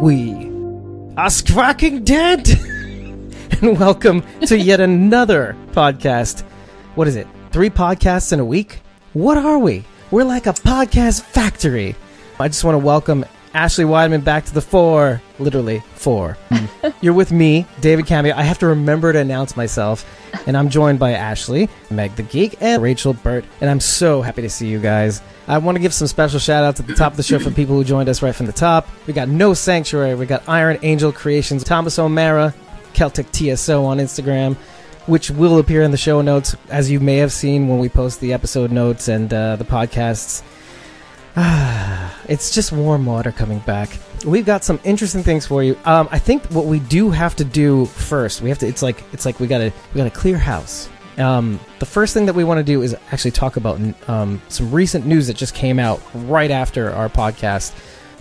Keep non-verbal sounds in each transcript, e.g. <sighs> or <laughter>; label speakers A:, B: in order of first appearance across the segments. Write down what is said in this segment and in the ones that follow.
A: we are Squawking Dead! <laughs> and welcome to yet another podcast. What is it? Three podcasts in a week? What are we? We're like a podcast factory. I just want to welcome Ashley Weidman back to the four. Literally, four. You're with me, David Cameo. I have to remember to announce myself. And I'm joined by Ashley, Meg the Geek, and Rachel Burt. And I'm so happy to see you guys. I want to give some special shout outs at the top of the show for people who joined us right from the top. We got No Sanctuary, we got Iron Angel Creations, Thomas O'Mara, Celtic TSO on Instagram, which will appear in the show notes, as you may have seen when we post the episode notes and uh, the podcasts. <sighs> it's just warm water coming back. We've got some interesting things for you. Um, I think what we do have to do first, we have to. It's like it's like we gotta we gotta clear house. Um, the first thing that we want to do is actually talk about um, some recent news that just came out right after our podcast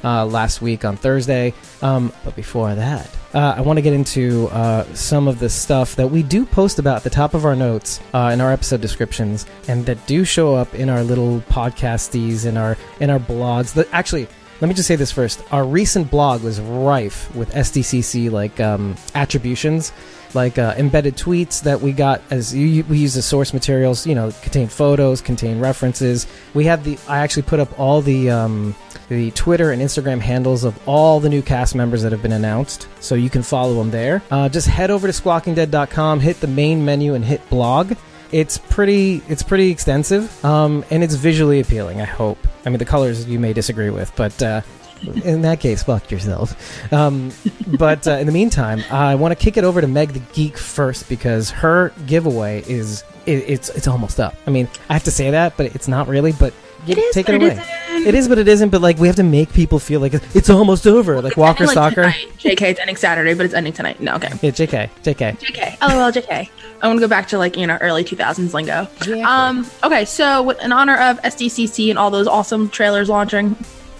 A: uh, last week on Thursday. Um, but before that, uh, I want to get into uh, some of the stuff that we do post about at the top of our notes uh, in our episode descriptions, and that do show up in our little podcasties, in our in our blogs. That actually. Let me just say this first. Our recent blog was rife with SDCC like um, attributions, like uh, embedded tweets that we got as you, we use the source materials. You know, contain photos, contain references. We had the. I actually put up all the um, the Twitter and Instagram handles of all the new cast members that have been announced, so you can follow them there. Uh, just head over to squawkingdead.com, hit the main menu, and hit blog. It's pretty. It's pretty extensive, um, and it's visually appealing. I hope. I mean, the colors you may disagree with, but uh, in that case, fuck yourself. Um, but uh, in the meantime, I want to kick it over to Meg the Geek first because her giveaway is it, it's it's almost up. I mean, I have to say that, but it's not really. But
B: It is,
A: take
B: but
A: it
B: it
A: away. It is, but it isn't. But like, we have to make people feel like it's almost over. like
B: <laughs> It's
A: Walker
B: ending, like,
A: Stalker.
B: tonight. JK, it's ending Saturday, but it's ending tonight. No, okay.
A: Yeah, Jk, Jk.
B: JK. LOL, JK. I want to go back to like, you know, early 2000s lingo. Um, okay, so with, in honor of SDCC and all those awesome trailers launching,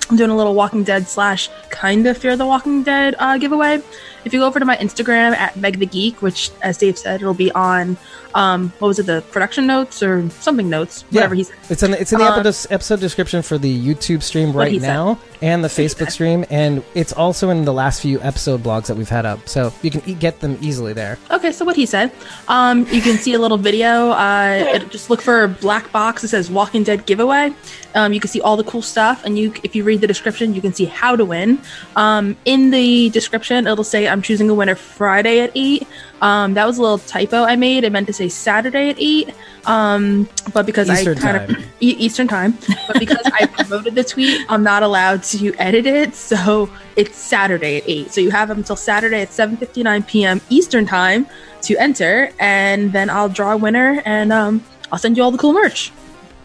B: I'm doing a little Walking Dead slash kind of Fear the Walking Dead uh, giveaway. If you go over to my Instagram at Meg the Geek, which, as Dave said, it'll be on, um, what was it, the production notes or something notes,
A: Yeah.
B: whatever he said.
A: It's in the, it's in the
B: Uh,
A: episode, episode description for the YouTube stream
B: What
A: right
B: he said.
A: now and the
B: he
A: Facebook
B: said.
A: stream, and it's also in the last few episode blogs that we've had up, so you can e- get them easily there.
B: Okay, so what he said. Um, you can see a little video. Uh, it, just look for a black box that says Walking Dead giveaway. Um, you can see all the cool stuff, and you, if you read the description, you can see how to win. Um, in the description, it'll say I'm choosing a winner Friday at eight. Um, that was a little typo I made. I meant to say Saturday at eight, um, but because
A: Eastern
B: I kind
A: time.
B: of E- Eastern time, but because I promoted the tweet, I'm not allowed to edit it. So it's Saturday at eight. So you have until Saturday at 7:59 p.m. Eastern time to enter, and then I'll draw a winner, and um, I'll send you all the cool merch.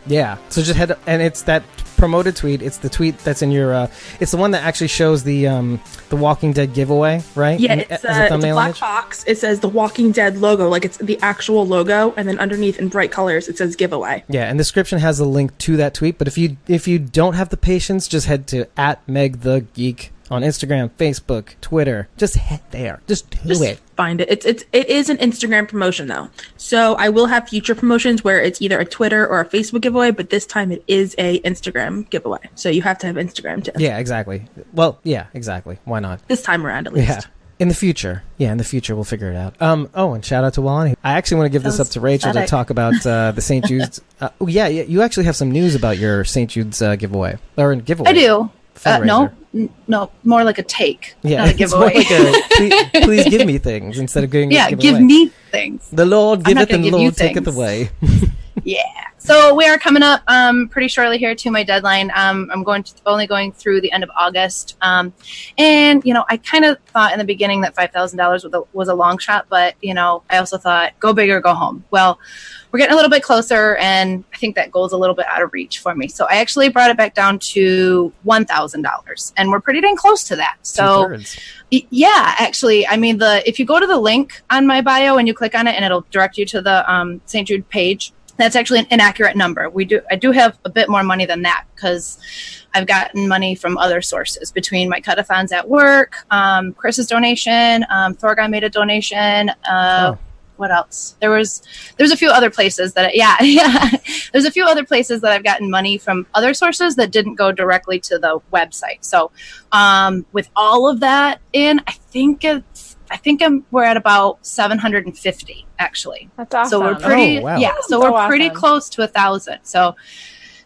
A: Yeah. So just head and it's that promoted tweet. It's the tweet that's in your. Uh, it's the one that actually shows the um, the Walking Dead giveaway, right?
B: Yeah,
A: And- as
B: it's, uh, it's a black
A: image?
B: box. It says the Walking Dead logo, like it's the actual logo, and then underneath in bright colors it says giveaway.
A: Yeah, and the description has a link to that tweet. But if you if you don't have the patience, just head to at Meg the Geek on Instagram, Facebook, Twitter. Just head there. Just do
B: Just
A: it.
B: find it. It's it's it is an Instagram promotion though. So I will have future promotions where it's either a Twitter or a Facebook giveaway, but this time it is a Instagram giveaway. So you have to have Instagram to
A: Yeah, exactly. Well, yeah, exactly. Why not?
B: this time around at least.
A: Yeah. In the future. Yeah, in the future we'll figure it out. Um oh, and shout out to Wallen. I actually want to give this up
B: Sounds
A: to Rachel to
B: pathetic.
A: talk about
C: <laughs>
A: uh, the St. Jude's uh, oh, yeah, yeah, you actually have some news about your St. Jude's uh, giveaway. Or giveaway.
C: I do. Uh, no,
A: Fundraiser.
C: n- no, more like a take.
A: Yeah,
C: not a
A: <laughs> it's more
C: giveaway.
A: like a, please, please give me things instead of giving.
C: <laughs> yeah,
A: giving
C: give
A: away.
C: me things.
A: The Lord
C: I'm
A: giveth
C: not gonna
A: and the
C: give you
A: Lord taketh
C: things.
A: away. <laughs>
C: Yeah. So we are coming up um, pretty shortly here to my deadline. Um, I'm going to only going through the end of August, um, and you know I kind of thought in the beginning that five thousand dollars was a, was a long shot, but you know I also thought go big or go home. Well, we're getting a little bit closer, and I think that goal's a little bit out of reach for me. So I actually brought it back down to one thousand dollars, and we're pretty dang close to that. <laughs> So.
A: Two-thirds.
C: Y- yeah actually i mean the if you go to the link on my bio and you click on it and it'll direct you to the um, st jude page that's actually an inaccurate number we do i do have a bit more money than that because i've gotten money from other sources between my cut-a-thons at work um, chris's donation um, thorgon made a donation uh,
A: Oh.
C: what else? There was there's a few other places that yeah <laughs> yeah there's a few other places that I've gotten money from other sources that didn't go directly to the website. So um, with all of that in, I think it's I think I'm, we're at about 750 actually.
D: That's awesome.
C: So we're pretty
A: Oh, wow.
C: yeah. So
D: So
C: we're pretty
D: awesome.
C: close to a thousand. So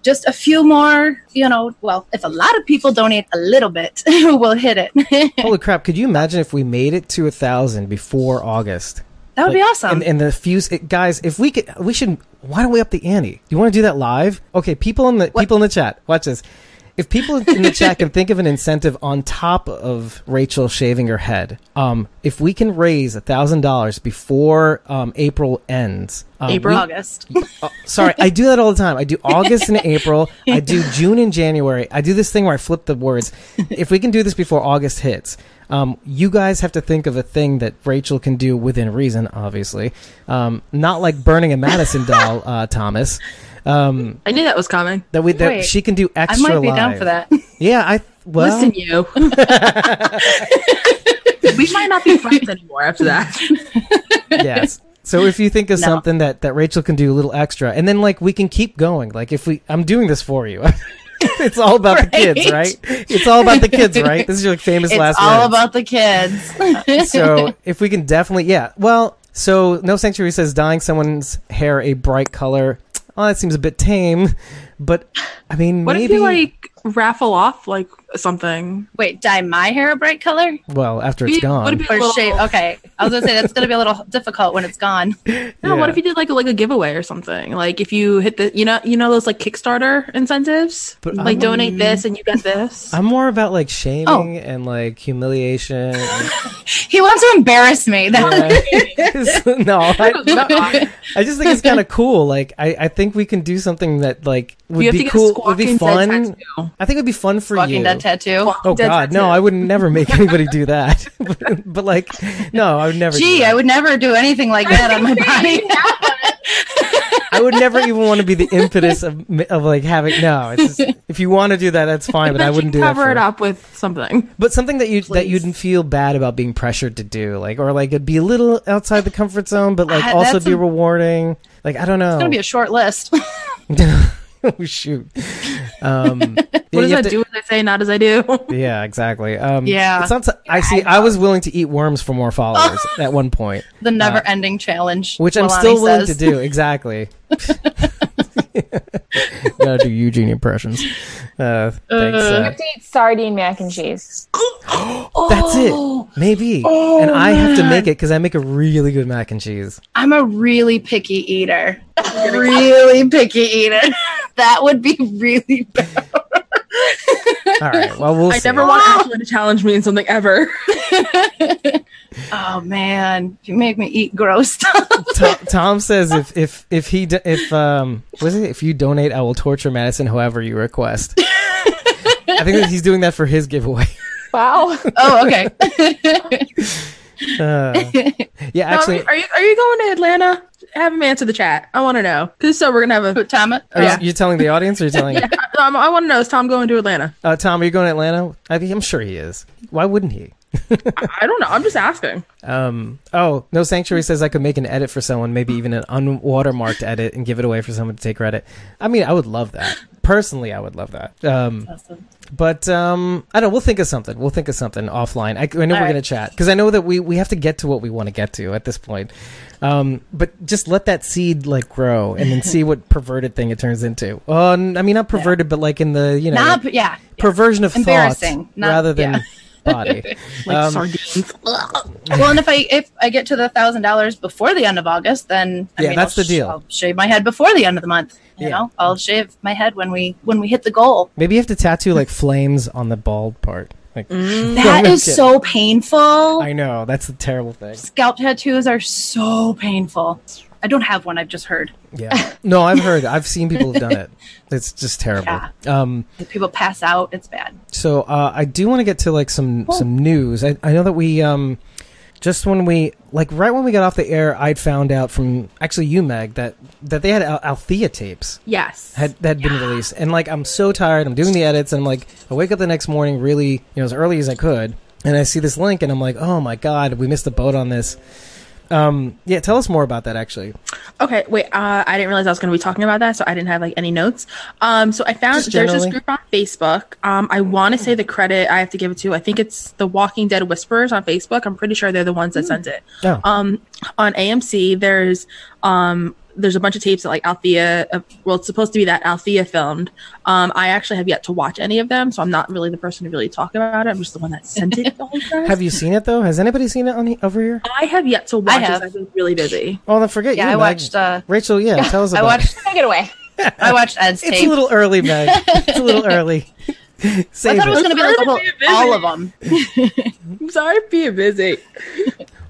C: just a few more, you know. Well, if a lot of people donate a little bit, <laughs> we'll hit it. that
A: Holy crap! Could you imagine if we made it to a thousand before August?
C: would be
A: Like,
C: awesome.
A: And, and the fuse, it, guys. If we could, we should. Why don't we up the ante? You want to do that live? Okay, people in the people in the chat, watch this. If people in the chat can think of an incentive on top of Rachel shaving her head, um, if we can raise a thousand dollars before um, April ends, um,
B: April,
A: we-
C: August.
A: Oh, sorry, I do that all the time. I do August and April. I
C: <laughs>
A: do June and January. I do this thing where I flip the words. If we can do this before August hits, um, you guys have to think of a thing that Rachel can do within reason, obviously. Um, not like burning a Madison
C: <laughs>
A: doll, uh, Thomas. Um,
B: I knew that was coming.
A: that we that
C: Wait,
A: she can do
C: I
A: extra.
C: might be down
A: live.
C: for that.
A: Yeah, I well.
B: Listen, <laughs> you. we might not be <laughs> friends anymore after that. <laughs>
A: yes. So if you think of
C: No.
A: something that that Rachel can do a little extra, and then like we can keep going. Like if we, I'm doing this for you. <laughs> it's all about the kids, right?
C: Right.
A: It's all about the kids, right? This is your famous
C: It's
A: last.
C: all
A: words.
C: about the kids. <laughs>
A: so if we can definitely, yeah. Well, so no sanctuary says dyeing someone's hair a bright color. Oh, that seems a bit tame, but I mean,
B: What if
A: maybe.
B: you like raffle off like something?
C: Wait, dye my hair a bright color
A: well, after it's
B: Be-
A: gone.
B: would it be
C: or
B: Well-
C: shade? Okay, I was gonna say that's gonna be a little <laughs> difficult when
A: <laughs>
C: it's gone.
B: No,
A: Yeah.
B: what if you did like like a giveaway or something? Like if you hit the you know you know those like Kickstarter incentives?
A: But
B: like
A: I'm-
B: donate this and you get <laughs> this.
A: I'm more about like shaming
C: Oh.
A: and like
B: <laughs>
A: humiliation. <laughs> and-
C: He wants to embarrass me. That,
A: no, I, no, I just think it's
B: <laughs>
A: kind of cool. Like, I, I think we can do something that like would
B: you have
A: be
B: to get a
A: cool, would
B: Squawking
A: be
B: Dead
A: fun.
B: tattoo.
A: I think it'd be fun for
C: Walking
A: you.
C: Dead tattoo.
A: oh
B: Dead
A: God, no,
B: tattoo.
A: I would never make anybody do that. <laughs> but, but, like, no, I would never. do
C: Gee,
A: that.
C: I would never do anything like that <laughs> on my body.
A: I would never even want to be the impetus of of like having. No, it's
B: <laughs>
A: just, if you want to do that, that's fine. But I
B: But you
A: wouldn't do
B: cover
A: that. for-
B: it up with something.
A: But something that you that you'd feel bad about being pressured to do, like or like it'd be a little outside the comfort zone, but like
C: Ah,
A: also
C: that's
A: be
C: a-
A: rewarding. Like I don't know.
C: It's gonna be a short <laughs> list.
A: oh <laughs> shoot. Um,
B: <laughs> What does
A: you have
B: that
A: to-
B: do as I say, not as I do? <laughs>
A: Yeah, exactly. Um,
C: Yeah.
A: it's not so- I see. I was willing to eat worms for more followers at one point,
C: The never-ending challenge,
A: which I'm
C: Leilani
A: still willing
C: says.
A: to do. Exactly. Gotta do Eugene impressions. Uh, thanks. uh,
D: have to eat sardine mac and cheese.
A: that's it. Maybe. and I have to make it because I make a really good mac and cheese.
C: I'm a really picky <laughs> eater. really picky eater. <laughs> that would be really bad.
A: All right. Well, we'll
B: I
A: see.
B: never want Ashley to challenge me in something
A: <laughs>
B: ever.
C: Oh man, you make me eat gross stuff.
A: Tom, Tom says if if if he do- if um was it if you donate I will torture Madison however you request. I think that he's doing that for his giveaway. <laughs>
D: <laughs> Wow.
C: <laughs> oh, <laughs> okay.
A: Uh, yeah, actually,
B: Tommy, are you are you going to Atlanta? Have him answer the chat. I want to know because so we're gonna have a.
C: Tama.
A: are
B: yeah.
A: you, you telling the audience or you
C: <laughs>
A: telling
B: Um, I want to know is Tom going to Atlanta?
A: uh, Tom? Are you going to Atlanta? I think I'm sure he is. Why wouldn't he?
B: I don't know. I'm just asking.
A: Um, oh, no sanctuary says I could make an edit for someone, maybe even an unwatermarked edit, and give it away for someone to take credit. I mean, I would love that. Personally, I would love that. Um,
C: Awesome.
A: But um, I don't. know. We'll think of something. We'll think of something offline. I, I know we're
C: right.
A: gonna chat because I know that we we have to get to what we want to get to at this point. Um, but just let that seed like grow and then see what perverted thing it turns into. Uh, n- I mean, not perverted, but like in the you know
C: Not,
A: like,
C: yeah.
A: perversion of thought
C: embarrassing, not-
A: rather than
C: yeah.
A: <laughs>
C: <laughs>
A: body.
B: Like
A: Um,
B: sardines. Ugh.
C: Well, and if I if I get to the thousand dollars before the end of August, then I
A: Yeah,
C: mean,
A: that's
C: I'll
A: the deal.
C: I'll shave my head before the end of the month. You
A: Yeah.
C: know, I'll shave my head when we when we hit the goal.
A: Maybe you have to tattoo like flames on the bald part. Like <laughs>
C: That
A: I'm
C: is
A: kidding.
C: so painful.
A: I know that's the terrible
C: <laughs>
A: thing.
C: Scalp tattoos are so painful. I don't have one. I've just heard
A: Yeah. No, I've heard. I've seen people have done it. It's just terrible. Um.
C: that people pass out. It's bad.
A: So uh, I do want to get to like some some news. I, I know that we um just when we like right when we got off the air, I'd found out from actually you Meg that that they had Al- Althea tapes
B: Yes.
A: had that had been released, and like I'm so tired. I'm doing the edits, and I'm like I wake up the next morning really you know as early as I could, and I see this link, and I'm like, oh my god, we missed the boat on this. Um, yeah, tell us more about that. Actually,
B: Okay, wait. Uh, I didn't realize I was going to be talking about that, so I didn't have like any notes. Um, so I found
A: Just
B: there's this
A: generally.
B: group on Facebook. Um, I want to say the credit I have to give it to. I think it's the Walking Dead Whisperers on Facebook. I'm pretty sure they're the ones that sent it.
A: no,
B: Um, on AMC, there's um, there's a bunch of tapes that like Althea. Uh, well, it's supposed to be that Althea filmed. Um, I actually have yet to watch any of them, so I'm not really the person to really talk about it. I'm just the one that sent it. to all you guys.
A: have you seen it though? Has anybody seen it on he- over here?
B: I have yet to watch.
C: have.
B: it. I've been really busy.
A: Oh, then forget
C: Yeah,
A: you.
C: I
A: Meg.
C: watched. Uh,
A: Rachel, yeah, tell us
C: I
A: about.
C: watched.
D: Take it away.
C: I watched
A: <laughs>
C: Ed's
A: it. It's
C: tape.
A: a little early, Meg.
C: <laughs>
A: it's a little early.
C: I
A: Save
C: thought it was
A: it.
C: going to be like a whole, all of them.
B: I'm sorry for being busy.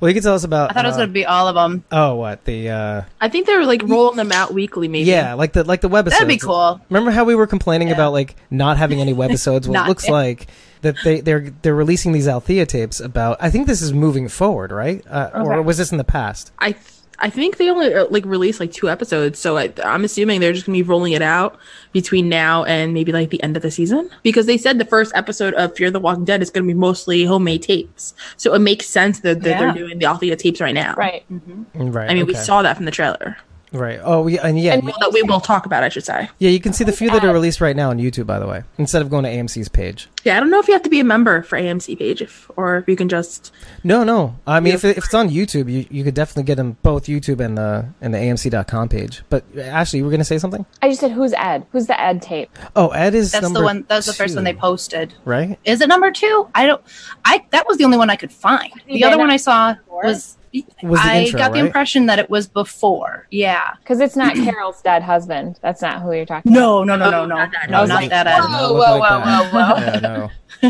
A: Well, you can tell us about.
C: I thought it was
A: uh,
C: going to be all of them.
A: Oh, what the? uh
B: I think they were like rolling them out weekly, maybe.
A: Yeah, like the like the webisodes.
C: That'd be cool.
A: Remember how we were complaining about like not having
C: <laughs>
A: any webisodes? Well, it
C: Not-
A: looks like that they they're they're releasing these Althea tapes about. I think this is moving forward, right? Uh, Or
D: Okay.
A: was this in the past?
B: I th- I think they only uh, like released like two episodes, so I, I'm assuming they're just gonna be rolling it out between now and maybe like the end of the season because they said the first episode of Fear the Walking Dead is gonna be mostly homemade tapes, so it makes sense that, that
C: Yeah.
B: they're doing the Althea tapes right now.
D: Right.
A: Mm, Right.
B: I mean, we
A: okay.
B: saw that from the trailer
A: Right. Oh, yeah, and yeah,
D: And
A: you-
D: we-
B: that we will talk about, I should say.
A: yeah. You can see the few that are released right now on YouTube, by the way, instead of going to AMC's page.
B: Yeah, I don't know if you have to be a member for AMC page, if, or if you can just
A: No, no. I mean, if, it, if it's on YouTube, you, you could definitely get them both YouTube and the and the AMC.com page. But uh, Ashley, you were going to say something?
D: I just said, who's Ed? Who's the Ed tape?
A: Oh, Ed is
C: That's
A: number
C: the one. That was the first one they
A: two,
C: posted.
A: right?
C: Is it number two? I don't. I that was the only one I could find. The
D: they
C: other one
D: not
C: I saw
D: before?
C: was.
A: Was the
C: I
A: intro,
C: got the
A: right?
C: impression that it was before. Yeah.
D: Because it's not Carol's dead husband. That's not who you're talking about.
C: No, no, no, no,
B: Oh,
C: no,
B: not that.
A: I
C: no,
A: was
C: not
A: like,
C: that
A: does
C: Ed.
A: not look like that. <laughs> Yeah, no.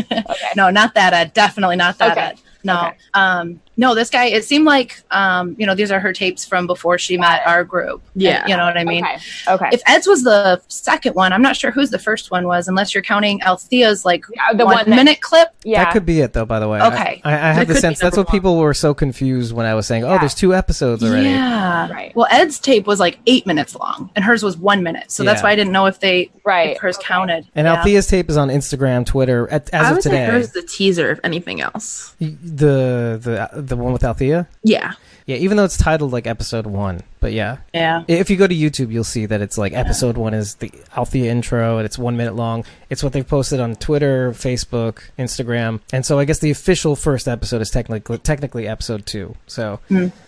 C: No, not that Ed. Definitely not that
D: Okay.
C: Ed. No,
D: Okay.
C: um, no. This guy. It seemed like, um, you know, these are her tapes from before she met our group.
B: Yeah.
C: you know what I mean.
D: Okay. Okay.
C: If Ed's was the second one, I'm not sure who's the first one was, unless you're counting Althea's like
D: Yeah, the
C: one,
D: one that-
C: minute clip.
D: yeah.
A: That could be it, though. By the way,
C: Okay.
A: I, I, I
B: That
A: have the
B: could be
A: sense that's
B: number
A: what people were so confused when I was saying, "Oh,
D: Yeah.
A: there's two episodes already."
C: Yeah.
D: Right.
C: Well, Ed's tape was like eight minutes long, and hers was one minute. So that's
A: Yeah.
C: why I didn't know if they
D: right.
C: if hers counted.
A: And
C: Yeah.
A: Althea's tape is on Instagram, Twitter, at, as
B: I
A: of
B: would say
A: today.
B: there's the teaser, if anything else.
A: the the the one with Althea.
B: Yeah.
A: Yeah, even though it's titled like episode one, but yeah,
C: Yeah.
A: if you go to YouTube, you'll see that it's like episode one is the Althea intro, and it's one minute long. It's what they've posted on Twitter, Facebook, Instagram, and so I guess the official first episode is technically technically episode two. So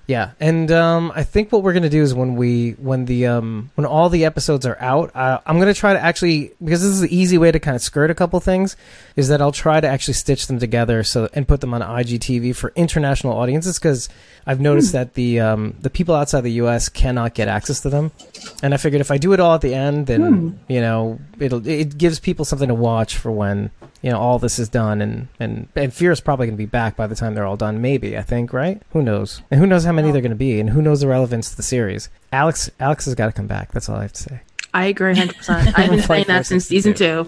A: yeah, and um, I think what we're gonna do is when we when the um, when all the episodes are out, uh, I'm gonna try to actually because this is the easy way to kind of skirt a couple things is that I'll try to actually stitch them together so and put them on IGTV for international audiences because I've noticed that the um, the people outside the U.S. cannot get access to them, and I figured if I do it all at the end, then you know it'll it gives people something to watch for when you know all this is done and and and fear is probably going to be back by the time they're all done maybe i think right who knows and who knows how many they're going to be and who knows the relevance to the series alex alex has got to come back that's all i have to say
B: I agree
A: <laughs>
B: 100%. I've been saying that since season two.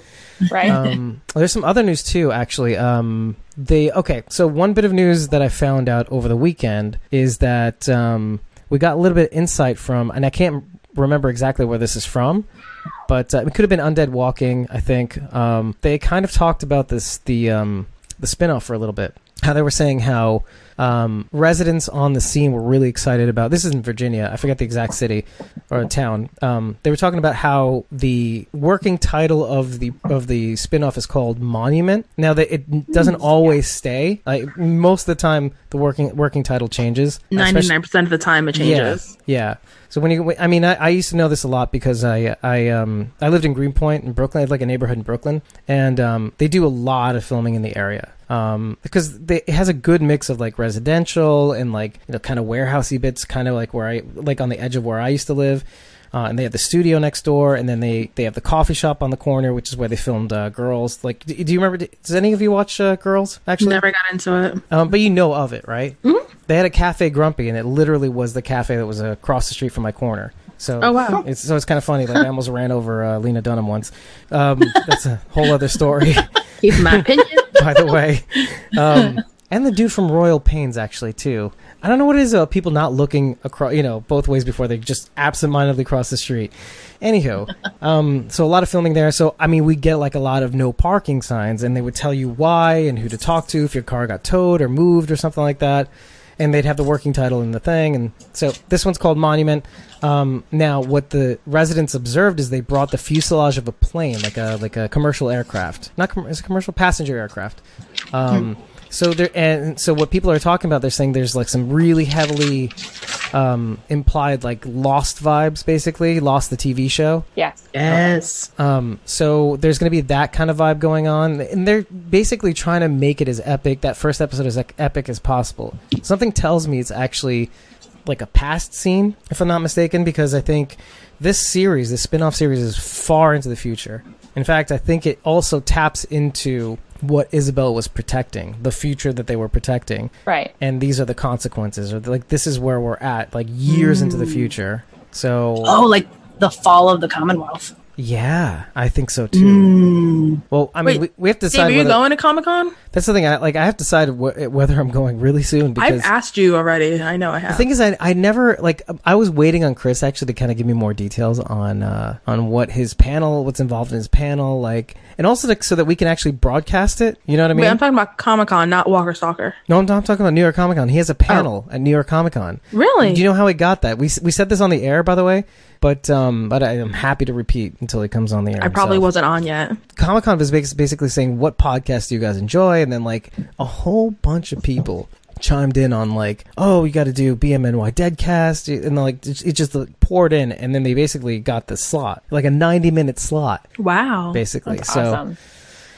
D: right.
A: um, there's some other news too, actually. Um, they okay. So one bit of news that I found out over the weekend is that um, we got a little bit of insight from, and I can't remember exactly where this is from, but uh, it could have been Undead Walking. I think um, they kind of talked about this the um, the spinoff for a little bit. How they were saying how um, residents on the scene were really excited about this is in Virginia. I forget the exact city or town. Um, they were talking about how the working title of the of the spinoff is called Monument. Now that it doesn't always stay. Like most of the time, the working working title changes. especially-
B: 99% of the time it changes.
A: yeah. yeah. So when you, I mean, I, I used to know this a lot because I, I, um, I lived in Greenpoint in Brooklyn. I had like a neighborhood in Brooklyn, and um, they do a lot of filming in the area um, because they, it has a good mix of like residential and like you know kind of warehousey bits, kind of like where I, like on the edge of where I used to live. Uh, and they have the studio next door, and then they, they have the coffee shop on the corner, which is where they filmed uh, Girls. Like, do, do you remember? Does any of you watch uh, Girls? Actually,
B: Never got into it.
A: um, but you know of it, right? Mm-hmm. They had a Cafe Grumpy, and it literally was the cafe that was across the street from my corner. So,
B: Oh, wow.
A: It's, so it's kind of funny. Like I almost ran over uh, Lena Dunham once. Um, that's a whole other story,
B: <laughs> Keep my opinion.
A: <laughs> by the way. Um, and the dude from Royal Pains, actually, too. I don't know what it is about people not looking across, you know, both ways before they just absentmindedly cross the street. Anywho, um, so a lot of filming there. So I mean, we get like a lot of no parking signs, and they would tell you why and who to talk to if your car got towed or moved or something like that. and they'd have the working title in the thing. And so this one's called Monument. Um, now, what the residents observed is they brought the fuselage of a plane, like a like a commercial aircraft, not com- it's a commercial passenger aircraft. Um, So there, and so what people are talking about, they're saying there's like some really heavily um, implied like Lost vibes, basically Lost the TV show.
D: Yes.
B: Yes.
A: Um, so there's going to be that kind of vibe going on, and they're basically trying to make it as epic. That first episode as like, epic as possible. Something tells me it's actually like a past scene, if I'm not mistaken, because I think this series, this spin-off series, is far into the future. In fact, I think it also taps into what Isabel was protecting, the future that they were protecting
D: Right.
A: and these are the consequences or like this is where we're at like years into the future so
C: Oh, like the fall of the Commonwealth.
A: yeah i think so too well i mean
B: Mm. Wait,
A: we, we have to
B: Dave,
A: decide
B: are you
A: whether,
B: going to Comic Con?
A: that's the thing i like i have to decide wh- whether i'm going really soon
B: I've
A: because
B: asked you already. I know I
A: the
B: have.
A: thing is I, I never like i was waiting on chris actually to kind of give me more details on uh on what his panel what's involved in his panel like and also to, so that we can actually broadcast it you know what i mean
B: Wait, I'm talking about Comic Con, not Walker Stalker.
A: no I'm, I'm talking about new york comic con he has a panel at new york comic con
B: Oh. Really?
A: Do you know how he got that? We, s- we said this on the air, by the way, but um, but I am happy to repeat until he comes on the air.
B: I probably wasn't on yet.
A: Comic Con was bas- basically saying what podcasts do you guys enjoy, and then like a whole bunch of people chimed in on like, oh, you got to do BMNY Deadcast, and like it, it just like, poured in, and then they basically got the slot, like a ninety minute slot,
B: Wow.
A: basically.
D: That's
A: so
D: awesome.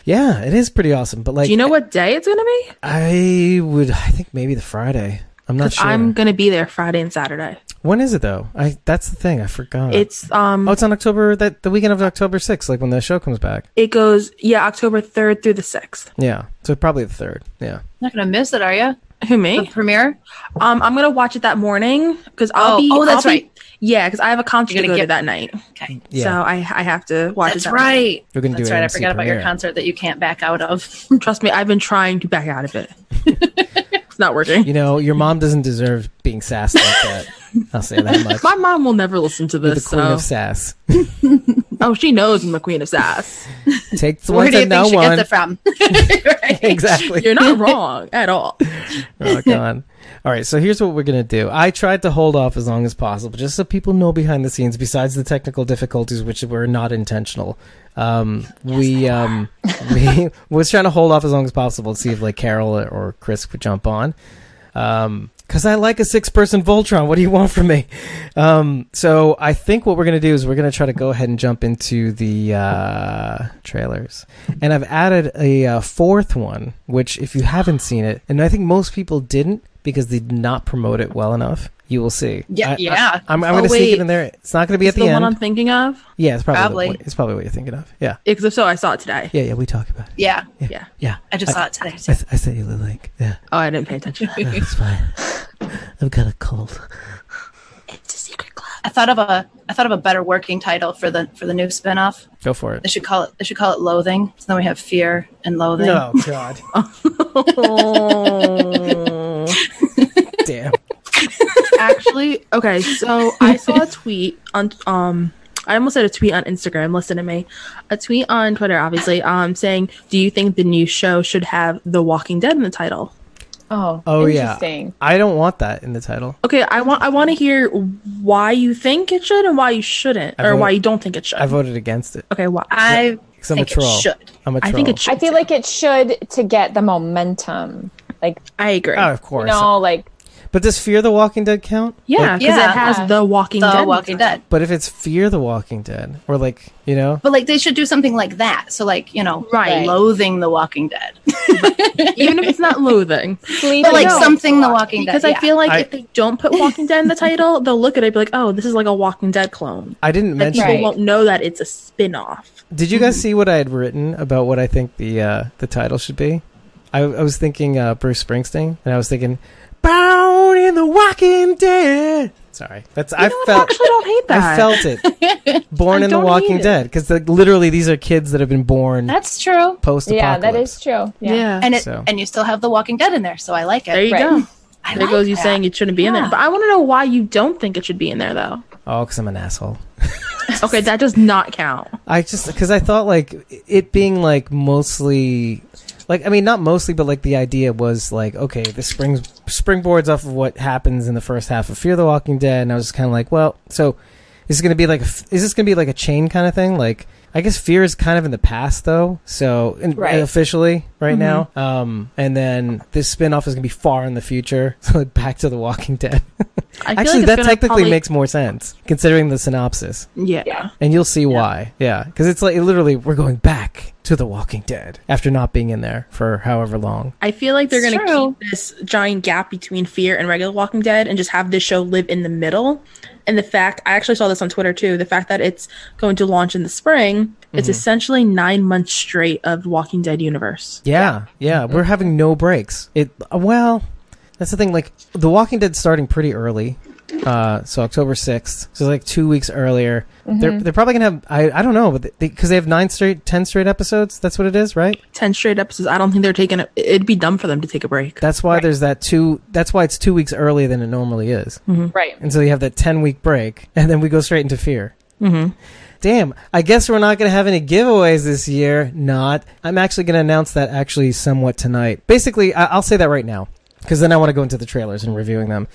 A: yeah, it is pretty awesome. But like,
B: Do you know what day it's going to be?
A: I would, I think maybe the Friday. I'm not sure.
B: I'm going to be there Friday and Saturday.
A: when is it though? I that's the thing. I forgot.
B: It's um
A: Oh, it's on October that the weekend of October 6th, like when the show comes back.
B: it goes yeah, October 3rd through the 6th.
A: Yeah, so probably the third. Yeah,
C: Not gonna miss it, are you?
B: Who
C: The
B: me?
C: premiere.
B: Um I'm going to watch it that morning cuz I'll
C: Oh,
B: be
C: oh, that's
B: I'll be-
C: right.
B: Yeah, cuz I have a concert
C: You're
B: to
C: gonna
B: go to
C: get-
B: that night.
C: Okay.
A: yeah.
B: So I I have to watch it
C: That's
B: that
C: right.
A: We're gonna do
C: That's
A: an
C: right. I
A: AMC
C: forgot about your
A: premiere.
C: concert that you can't back out of. <laughs>
B: night. Trust me, I've been trying to back out of it. it's not working.
A: you know, your mom doesn't deserve being sassed like
C: <laughs>
A: that. I'll say that much.
B: My mom will never listen to
A: You're the
B: this.
A: queen
B: so.
A: of
C: <laughs>
A: sass.
B: oh, she knows I'm the queen
A: <laughs>
B: of sass.
A: Take the
C: Where
A: ones
C: do you
A: that no
C: think she
A: one.
C: gets it from?
A: <laughs>
C: <laughs>
A: exactly.
B: You're not wrong at all.
A: oh god. All right, so here's what we're gonna do. I tried to hold off as long as possible, just so people know behind the scenes. Besides the technical difficulties, which were not intentional, um, we um, <laughs>
C: <laughs>
A: we was trying to hold off as long as possible to see if like Carol or Chris would jump on. Um 'cause because I like a six-person Voltron. What do you want from me? Um, so I think what we're gonna do is we're gonna try to go ahead and jump into the uh, trailers, and I've added a uh, fourth one, which if you haven't seen it, and I think most people didn't because they did not promote it well enough. You will see.
C: Yeah,
A: I,
C: yeah.
A: I, am I'm
B: Oh,
A: gonna sneak
B: wait.
A: it in there. It's not gonna be
B: It's
A: at
B: the,
A: the, end.
B: one I'm thinking of.
A: yeah, it's probably,
C: Probably.
A: The, it's probably what you're thinking of. Yeah,
B: Because if so, I saw it today.
A: yeah, yeah. We talk about it.
C: yeah.
B: Yeah.
A: Yeah,
C: I
A: I,
C: just saw it today.
A: I, I sent you the link. Yeah,
B: Oh, I didn't
A: <laughs>
B: pay attention. <laughs>
A: it's fine. I've got a cold.
B: it's a secret club.
C: I thought of a I thought of a better working title for the for the new spinoff.
A: Go for it.
C: They should call it they should call it loathing. So then we have fear and loathing.
A: God.
B: Oh.
A: Damn.
B: Actually, okay, so I saw a tweet on um I almost said a tweet on Instagram, listen to me. A tweet on Twitter, obviously, um saying, Do you think the new show should have The Walking Dead in the title?
D: Oh.
A: Oh yeah.
D: interesting.
A: I don't want that in the title.
B: Okay, I want I wanna hear why you think it should and why you shouldn't.
A: I
B: or
A: vote-
B: why you don't think it should.
A: I voted against it.
B: okay, why
C: I
A: 'Cause I'm
C: think
A: a troll.
C: it should.
A: I'm a troll.
B: I think it should
D: I feel like it should to get the momentum. Like
B: I agree.
A: Oh, of course.
D: no, like
A: But does Fear the Walking Dead count?
B: yeah,
A: Like,
B: because
C: Yeah.
B: it has The Walking
C: The
B: Dead. in the
C: Walking
B: title.
C: Dead.
A: but if it's Fear the Walking Dead, or like you know,
C: But like they should do something like that. So like, you know,
B: Right.
C: loathing the Walking Dead.
B: <laughs> Even if it's not loathing.
D: sleep.
C: But like
D: No.
C: something the Walking Dead.
B: Because I
C: yeah.
B: feel like
A: I-
B: if they don't put Walking Dead in the title, they'll look at it and be like, oh, this is like a Walking Dead clone.
A: I didn't
B: That
A: mention.
B: people
D: Right.
B: won't know that it's a spin off.
A: Did you guys see what I had written about what I think the uh, the title should be? I, I was thinking uh, Bruce Springsteen, and I was thinking Bound in the Walking Dead. Sorry, that's I
B: I
A: felt.
B: actually don't hate that.
A: I felt it. Born
B: I
A: in the
B: don't
A: Walking
B: either.
A: Dead, because literally these are kids that have been born
C: That's true.
A: post
D: Yeah,
A: apocalypse.
D: that is true.
B: yeah.
D: Yeah.
C: And it
A: So-
C: and you still have the Walking Dead in there, so I like it.
B: There you
D: Right.
B: go.
C: I
B: There
C: like
B: goes you
C: that.
B: saying it shouldn't be in there.
C: Yeah.
B: But I want to know why you don't think it should be in there, though.
A: Oh, because I'm an asshole.
B: Okay, that does not count.
A: I just because I thought like it being like mostly like I mean not mostly, but like the idea was like okay, this springs springboards off of what happens in the first half of Fear the Walking Dead, and I was just kind of like, well, so is it going to be like a f- is this going to be like a chain kind of thing? Like I guess Fear is kind of in the past though, so and,
D: Right.
A: officially right now,
B: Mm-hmm.
A: um, and then this spin off is going to be far in the future, <laughs> so like back to the Walking Dead.
B: I feel
A: Actually,
B: like it's
A: that
B: gonna
A: technically
B: probably-
A: makes more sense considering the synopsis.
B: yeah.
D: Yeah.
A: And you'll see why. Yeah. Because it's like literally, we're going back to The Walking Dead after not being in there for however long.
B: I feel like they're
C: It's
B: going to
C: true.
B: keep this giant gap between Fear and regular Walking Dead and just have this show live in the middle. And the fact, I actually saw this on Twitter too, the fact that it's going to launch in the spring,
A: Mm-hmm.
B: it's essentially nine months straight of Walking Dead universe.
A: Yeah. Yeah. We're having no breaks. It, uh, well, that's the thing. Like, The Walking Dead's starting pretty early. Uh, so October 6th. So like two weeks earlier. They're, they're probably going to have, I, I don't know, because they, 'cause they have nine straight, 10 straight episodes. That's what it is, right?
B: 10 straight episodes. I don't think they're taking a, it'd be dumb for them to take a break.
A: That's why there's that two, that's why it's two weeks earlier than it normally is.
D: Right.
A: And so you have that 10 week break, <laughs> and then we go straight into fear. Mm-hmm. Damn, I guess we're not going to have any giveaways this year. Not. I'm actually going to announce that actually somewhat tonight. Basically, I- I'll say that right now because then I want to go into the trailers and reviewing them.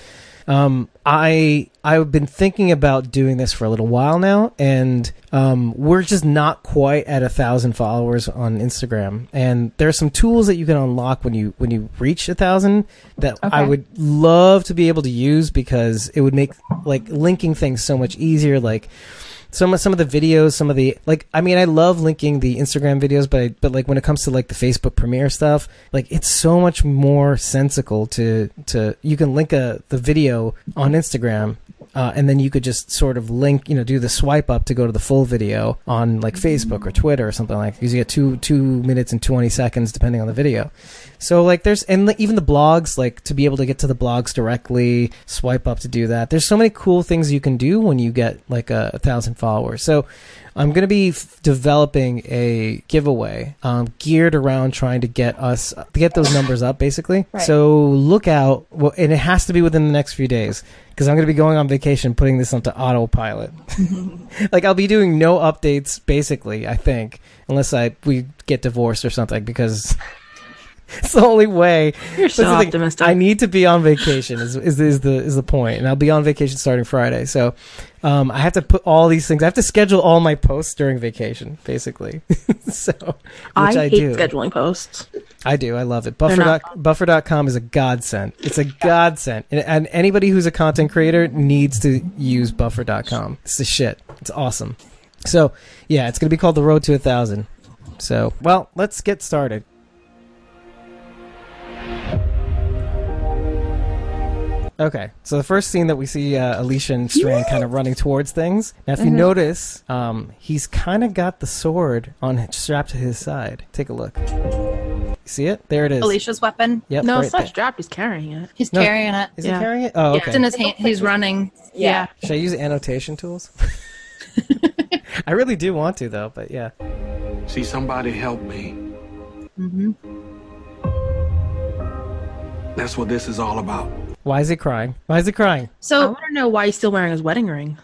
A: Um, I I've been thinking about doing this for a little while now, and um, we're just not quite at a thousand followers on Instagram. And there are some tools that you can unlock when you when you reach a thousand that I would love to be able to use because it would make like linking things so much easier. Like some of some of the videos, some of the like. I mean, I love linking the Instagram videos, but I, but like when it comes to like the Facebook Premiere stuff, like it's so much more sensical to to you can link a the video on Instagram. Uh, and then you could just sort of link, you know, do the swipe up to go to the full video on like Facebook or Twitter or something like. Because you get two two minutes and twenty seconds depending on the video. So like there's and like, even the blogs like to be able to get to the blogs directly, swipe up to do that. There's so many cool things you can do when you get like a, a thousand followers. So I'm gonna be f- developing a giveaway um, geared around trying to get us to get those numbers up basically.
D: Right.
A: So look out, well, and it has to be within the next few days because I'm gonna be going on vacation, putting this onto autopilot. like I'll be doing no updates basically. I think unless I we get divorced or something because. <laughs> It's the only way.
B: You're so
A: That's the thing.
B: optimistic.
A: I need to be on vacation. Is, is is the is the point? And I'll be on vacation starting Friday. So, um, I have to put all these things. I have to schedule all my posts during vacation, basically. <laughs> so, which I,
B: I, hate
A: do.
B: scheduling posts.
A: I do. I love it. Buffer
B: not
A: dot, buffer.com is a godsend. It's a godsend. And, and anybody who's a content creator needs to use buffer.com. It's the shit. It's awesome. So, yeah, it's going to be called The Road to a Thousand. So, well, let's get started. Okay, so the first scene that we see uh, Alicia and Strand kind of running towards things. Now, if
B: Uh-huh.
A: you notice, um, he's kind of got the sword on strapped to his side. Take a look. See it? There it is.
C: Alicia's weapon.
A: Yep.
B: No,
A: right
B: it's not
A: there.
B: strapped. He's carrying it.
C: He's
A: No.
C: carrying it.
A: Is
B: Yeah.
A: he carrying it? Oh,
C: It's
A: okay.
C: in his hand. He's running.
D: Yeah.
A: Should I use annotation
B: <laughs>
A: tools? <laughs> I really do want to though, but yeah.
E: See, somebody help me. Mm-hmm. That's what this is all about.
A: Why is he crying? Why is he crying?
B: I
C: So
B: want to know why he's still wearing his wedding ring.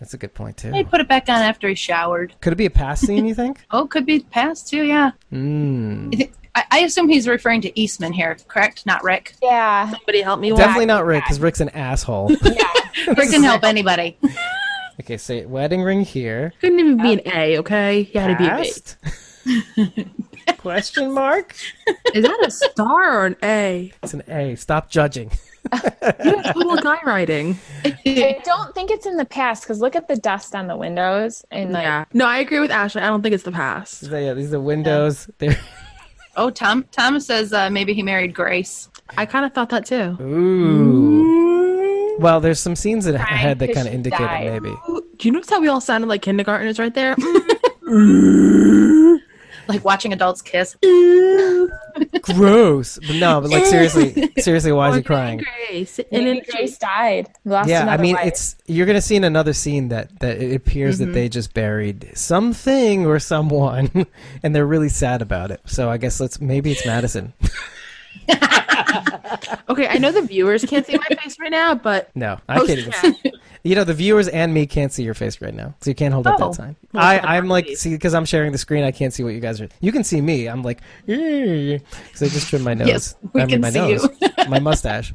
A: That's a good point
C: he
A: too.
C: put it back on after he showered.
A: Could it be a past scene? You think?
C: Oh, could be past too. Yeah.
A: Mm.
C: I, think- I- I assume he's referring to Eastman here, correct? Not Rick.
D: Yeah.
B: Somebody help me. Why?
A: Definitely not Rick, because Rick's an
D: <laughs>
A: asshole.
C: Rick can help anybody.
A: okay, say wedding ring here.
B: Couldn't even be an A, okay? You had to be an A.
A: Past? Question mark?
B: Is that a <laughs> star or an A?
A: It's an A. Stop
D: <laughs>
A: judging.
B: Total guy writing.
D: I don't think it's in the past because look at the dust on the windows and like
B: Yeah. No, I agree with Ashley. I don't think it's the past.
A: So, yeah, these are the windows. They're
C: Oh, Tom. Tom says uh, maybe he married Grace.
B: I kind of thought that too.
A: ooh. Well, there's some scenes that ahead that
D: because
A: kind of
D: she
A: indicate it,
D: died.
A: maybe.
B: Ooh, Do you notice how we all sounded like kindergartners right there? Mm,
C: Like watching adults kiss.
A: Gross. But no, but like
D: <laughs>
A: seriously, seriously, why is he
B: Morgan
A: crying?
B: and Grace. And
D: Maybe
B: then
D: Grace died. Lost
A: yeah i
D: another
A: mean
D: wife.
A: it's you're gonna see in another scene that that it appears
D: Mm-hmm.
A: that they just buried something or someone <laughs> and they're really sad about it so i guess let's maybe it's madison
B: Okay, I know the viewers can't see my face right now, but
C: Oh,
A: no i can't even see you know the viewers and me can't see your face right now, so you can't hold up
C: Oh.
A: that sign.
B: Well,
A: I
B: it's not
A: I'm like
B: easy.
A: see because I'm sharing the screen, I can't see what you guys are. You can see me. I'm like because I just trimmed my nose.
C: Yes, we
A: I mean,
C: can
A: my
C: see
A: nose,
C: you. <laughs>
A: my mustache.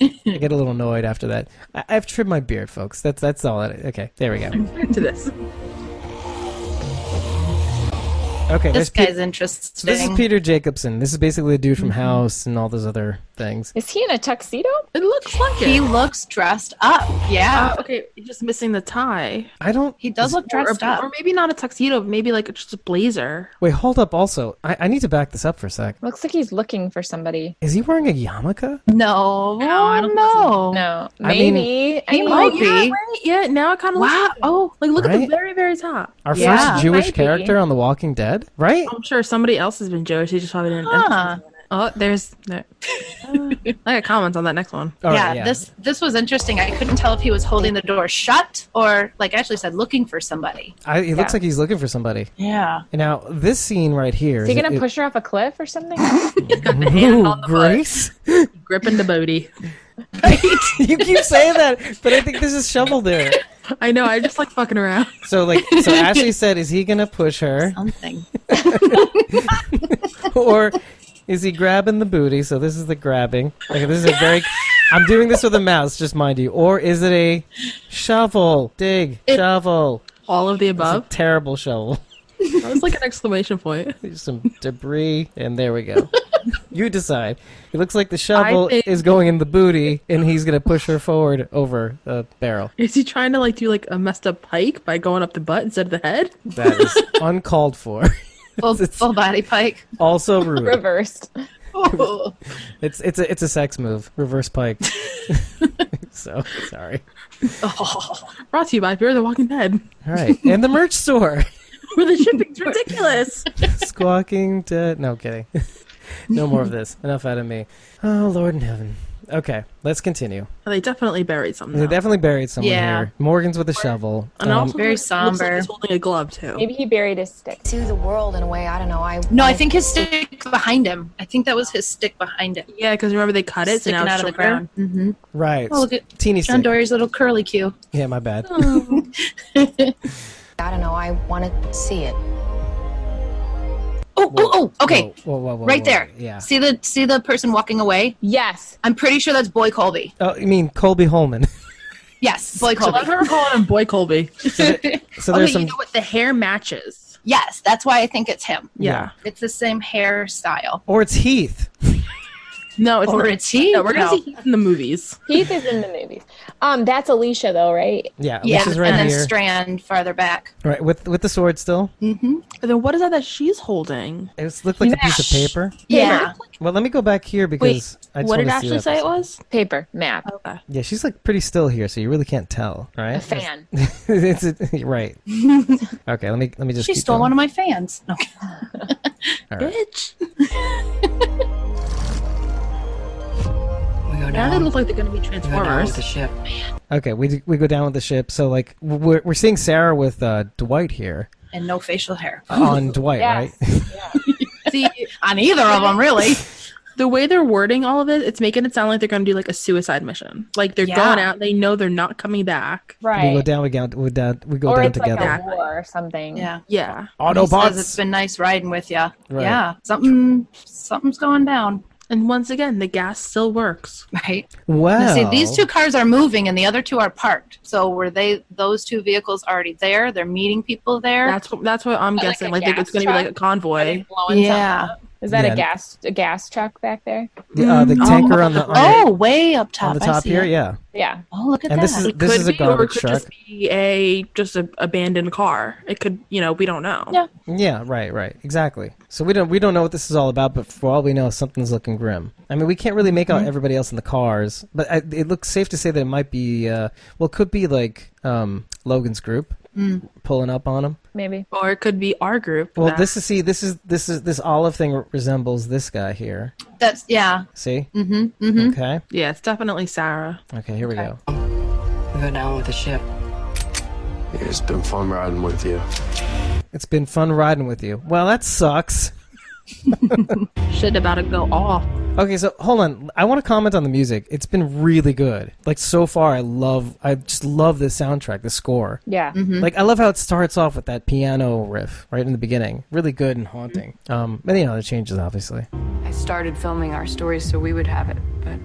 A: I get a little annoyed after that. I, I've trimmed my beard, folks. That's that's all. That, okay, there we go.
B: to this.
A: Okay, there's
C: This
A: Pe-
C: guy's Mm-hmm. interesting.
A: so this is Peter Jacobson. This is basically the dude from House and all those other things.
D: Is he in a tuxedo?
B: It looks like
C: he
B: it.
C: looks dressed up. Yeah.
B: Uh, okay, just missing the tie.
A: I don't.
C: he does look
B: Or,
C: dressed up.
B: or maybe not a tuxedo, but maybe like just a blazer.
A: Wait, hold up. Also, I, I need to back this up for a sec.
D: Looks like he's looking for somebody.
A: Is he wearing a yarmulke?
C: No.
B: No, I don't think
C: no.
D: No,
A: I mean-
D: maybe. I
C: He
D: mean,
C: might
B: yeah,
C: be.
B: right? Yeah, now it kind of
C: Wow.
B: looks. Oh, like look at the
A: Right?
B: very, very top.
A: Our
C: Yeah,
A: first Jewish
D: might be.
A: character on The Walking Dead, right?
B: I'm sure somebody else has been Jewish. They just probably didn't.
C: Huh.
B: Oh, there's. There. Uh, I got comments on that next one.
A: All right,
C: yeah, This this was interesting. I couldn't tell if he was holding the door shut or, like Ashley said, looking for somebody.
A: I, he looks
D: yeah.
A: like he's looking for somebody.
C: Yeah.
A: Now this scene right here.
D: is he
A: is-
D: gonna
A: it-
D: push her off a cliff
A: <laughs>
D: or something?
A: Ooh, Grace?
B: Gripping the booty.
A: <laughs> you keep saying that, but I think this is shovelware.
B: I know. I just like fucking around.
A: So like, so Ashley said, is he gonna push her <laughs>
C: Something. <laughs>
A: or is he grabbing the booty? So this is the grabbing. Like this is a very. <laughs> I'm doing this with a mouse, just mind you. Or is it a shovel? Dig, shovel.
B: All of the
A: It's
B: above.
A: a terrible shovel.
B: That was like an exclamation point.
A: There's some debris, and there we go. you decide. It looks like the shovel
B: I think-
A: is going in the booty, and he's gonna push her forward over the barrel.
B: Is he trying to like do like a messed up pike by going up the butt instead of the head?
A: That
C: <laughs>
A: is uncalled for.
C: Full, full body pike. <laughs>
A: also rude.
D: Reversed.
C: Oh.
A: It's it's a it's a sex move. Reverse
C: <laughs>
A: pike. <laughs> so sorry.
B: Brought to you by Fear the Walking Dead, <laughs>
A: All right, and the merch store. <laughs>
B: where the shipping's ridiculous.
A: Squawking dead. No kidding. <laughs> no more of this. Enough out of me. Oh Lord in heaven. Okay, let's continue.
B: they definitely buried something.
A: They
B: though.
A: definitely buried someone
C: Yeah.
A: here. Morgan's with a shovel.
B: and
A: Um,
B: also
C: Very
B: looks like he's
C: somber.
B: holding a glove too.
D: Maybe he buried his stick.
F: to the world in a way I don't know. I
C: No, I think his stick behind him. I think that was his stick behind him.
B: Yeah, because remember they cut it, so
C: Sticking
B: now it's
C: out of the
B: shorter. <laughs>
C: ground. Mm-hmm.
A: right.
C: Oh, look at
A: Teeny
C: John
A: stick.
C: Dory's little curly cue.
A: Yeah, my bad.
F: I don't know. I want to see it.
C: Oh, oh, oh. Okay,
A: Whoa, whoa, whoa, whoa,
C: right
A: whoa.
C: there.
A: Yeah.
C: See the see the person walking away.
D: Yes.
C: I'm pretty sure that's Boy Colby.
A: Oh, I mean Colby Holman.
C: Yes, Boy
B: I love
C: Colby.
B: her calling him Boy Colby.
A: so
B: okay,
A: there's some.
B: you know what? The hair matches.
C: Yes, that's why I think it's him.
A: Yeah.
C: It's the same hairstyle.
A: Or it's Heath.
B: No, it's
C: Or
B: not.
C: it's he.
B: No, we're gonna
C: No.
B: see Heath in the movies.
D: Heath is in the movies. Um, that's Alicia though, right?
A: Yeah,
C: Yeah,
A: which is right
C: and then
A: here.
C: Strand farther back.
A: right with with the sword still.
B: And then what is that that she's holding?
A: It was- looked like a piece of paper.
C: Yeah.
A: Well, let me go back here because
B: Wait,
A: I just
B: what did
A: wanna see
B: Ashley
A: that
B: say it
A: person.
B: was?
D: Paper map.
B: Okay.
A: Yeah, she's like pretty still here, so you really can't tell, right?
D: A fan.
A: <laughs> it's a, right. okay, let me let me just.
C: She
A: keep
C: stole
A: going.
C: one of my fans. Okay.
B: Bitch. <laughs>
G: We go
B: Now they
G: down.
B: look like they're gonna be
G: We go down with
B: Transformers.
G: the ship.
A: Okay, we d- we go down with the ship. So like we're we're seeing Sarah with uh, Dwight here
C: And no facial hair
A: on Dwight,
D: Yes.
A: right? <laughs>
B: See,
C: on either of them, really.
B: the way they're wording all of it, it's making it sound like they're gonna do like a suicide mission. Like they're
C: Yeah.
B: going out, they know they're not coming back.
D: Right.
A: We go down. We go down. We, down, we go
D: or
A: down
D: it's
A: together.
D: like a war or something.
C: Yeah.
B: Yeah.
C: He says, it's been nice riding with you.
A: Oh, Right.
C: Yeah, something something's going down. <laughs>
B: And once again, the gas still works.
C: Right.
A: Wow.
C: Now, See, these two cars are moving, and the other two are parked. So were they those two vehicles already there? They're meeting people there.
B: That's what that's what I'm
D: Like a
B: guessing. Like, like
D: gas
B: it's gonna be like a
D: truck?
B: convoy.
D: Are they blowing
C: yeah.
D: something up? Is that
A: Yeah.
D: a gas a gas truck back there?
A: The, uh, the
B: Mm.
A: tanker on the on,
C: Oh, way up
A: the,
C: top.
A: on the
C: I
A: top
C: see
A: here,
C: it.
A: yeah.
D: Yeah.
C: Oh, look at
A: And
C: that.
A: this is-
B: It could
A: a
B: be, or it
A: garbage
B: could
A: truck.
B: just be a just a abandoned car. It could, you know, we don't know.
C: Yeah.
A: Yeah, right, right, exactly. So we don't we don't know what this is all about, but for all we know, something's looking grim. I mean, we can't really make
C: Mm-hmm.
A: out everybody else in the cars, but I, it looks safe to say that it might be uh, well, it could be like um, Logan's group
C: Mm.
A: pulling up on him.
D: Maybe.
B: Or it could be our group.
A: Well,
B: that-
A: this is see, this is this is this olive thing resembles this guy here.
C: That's yeah.
A: See? Mm-hmm. mm-hmm. Okay.
B: yeah, it's definitely Sarah.
A: Okay. Here we go.
G: We go down with the ship.
E: It's been fun riding with you.
A: It's been fun riding with you. Well, that sucks.
B: Shit about to go off.
A: Okay, so hold on. I want to comment on the music. It's been really good. Like so far, I love. I just love the soundtrack, the score.
D: Yeah.
B: Mm-hmm.
A: Like I love how it starts off with that piano riff right in the beginning. Really good and haunting.
B: Mm-hmm.
A: Um, and you know, it changes obviously.
G: I started filming our stories so we would have it, but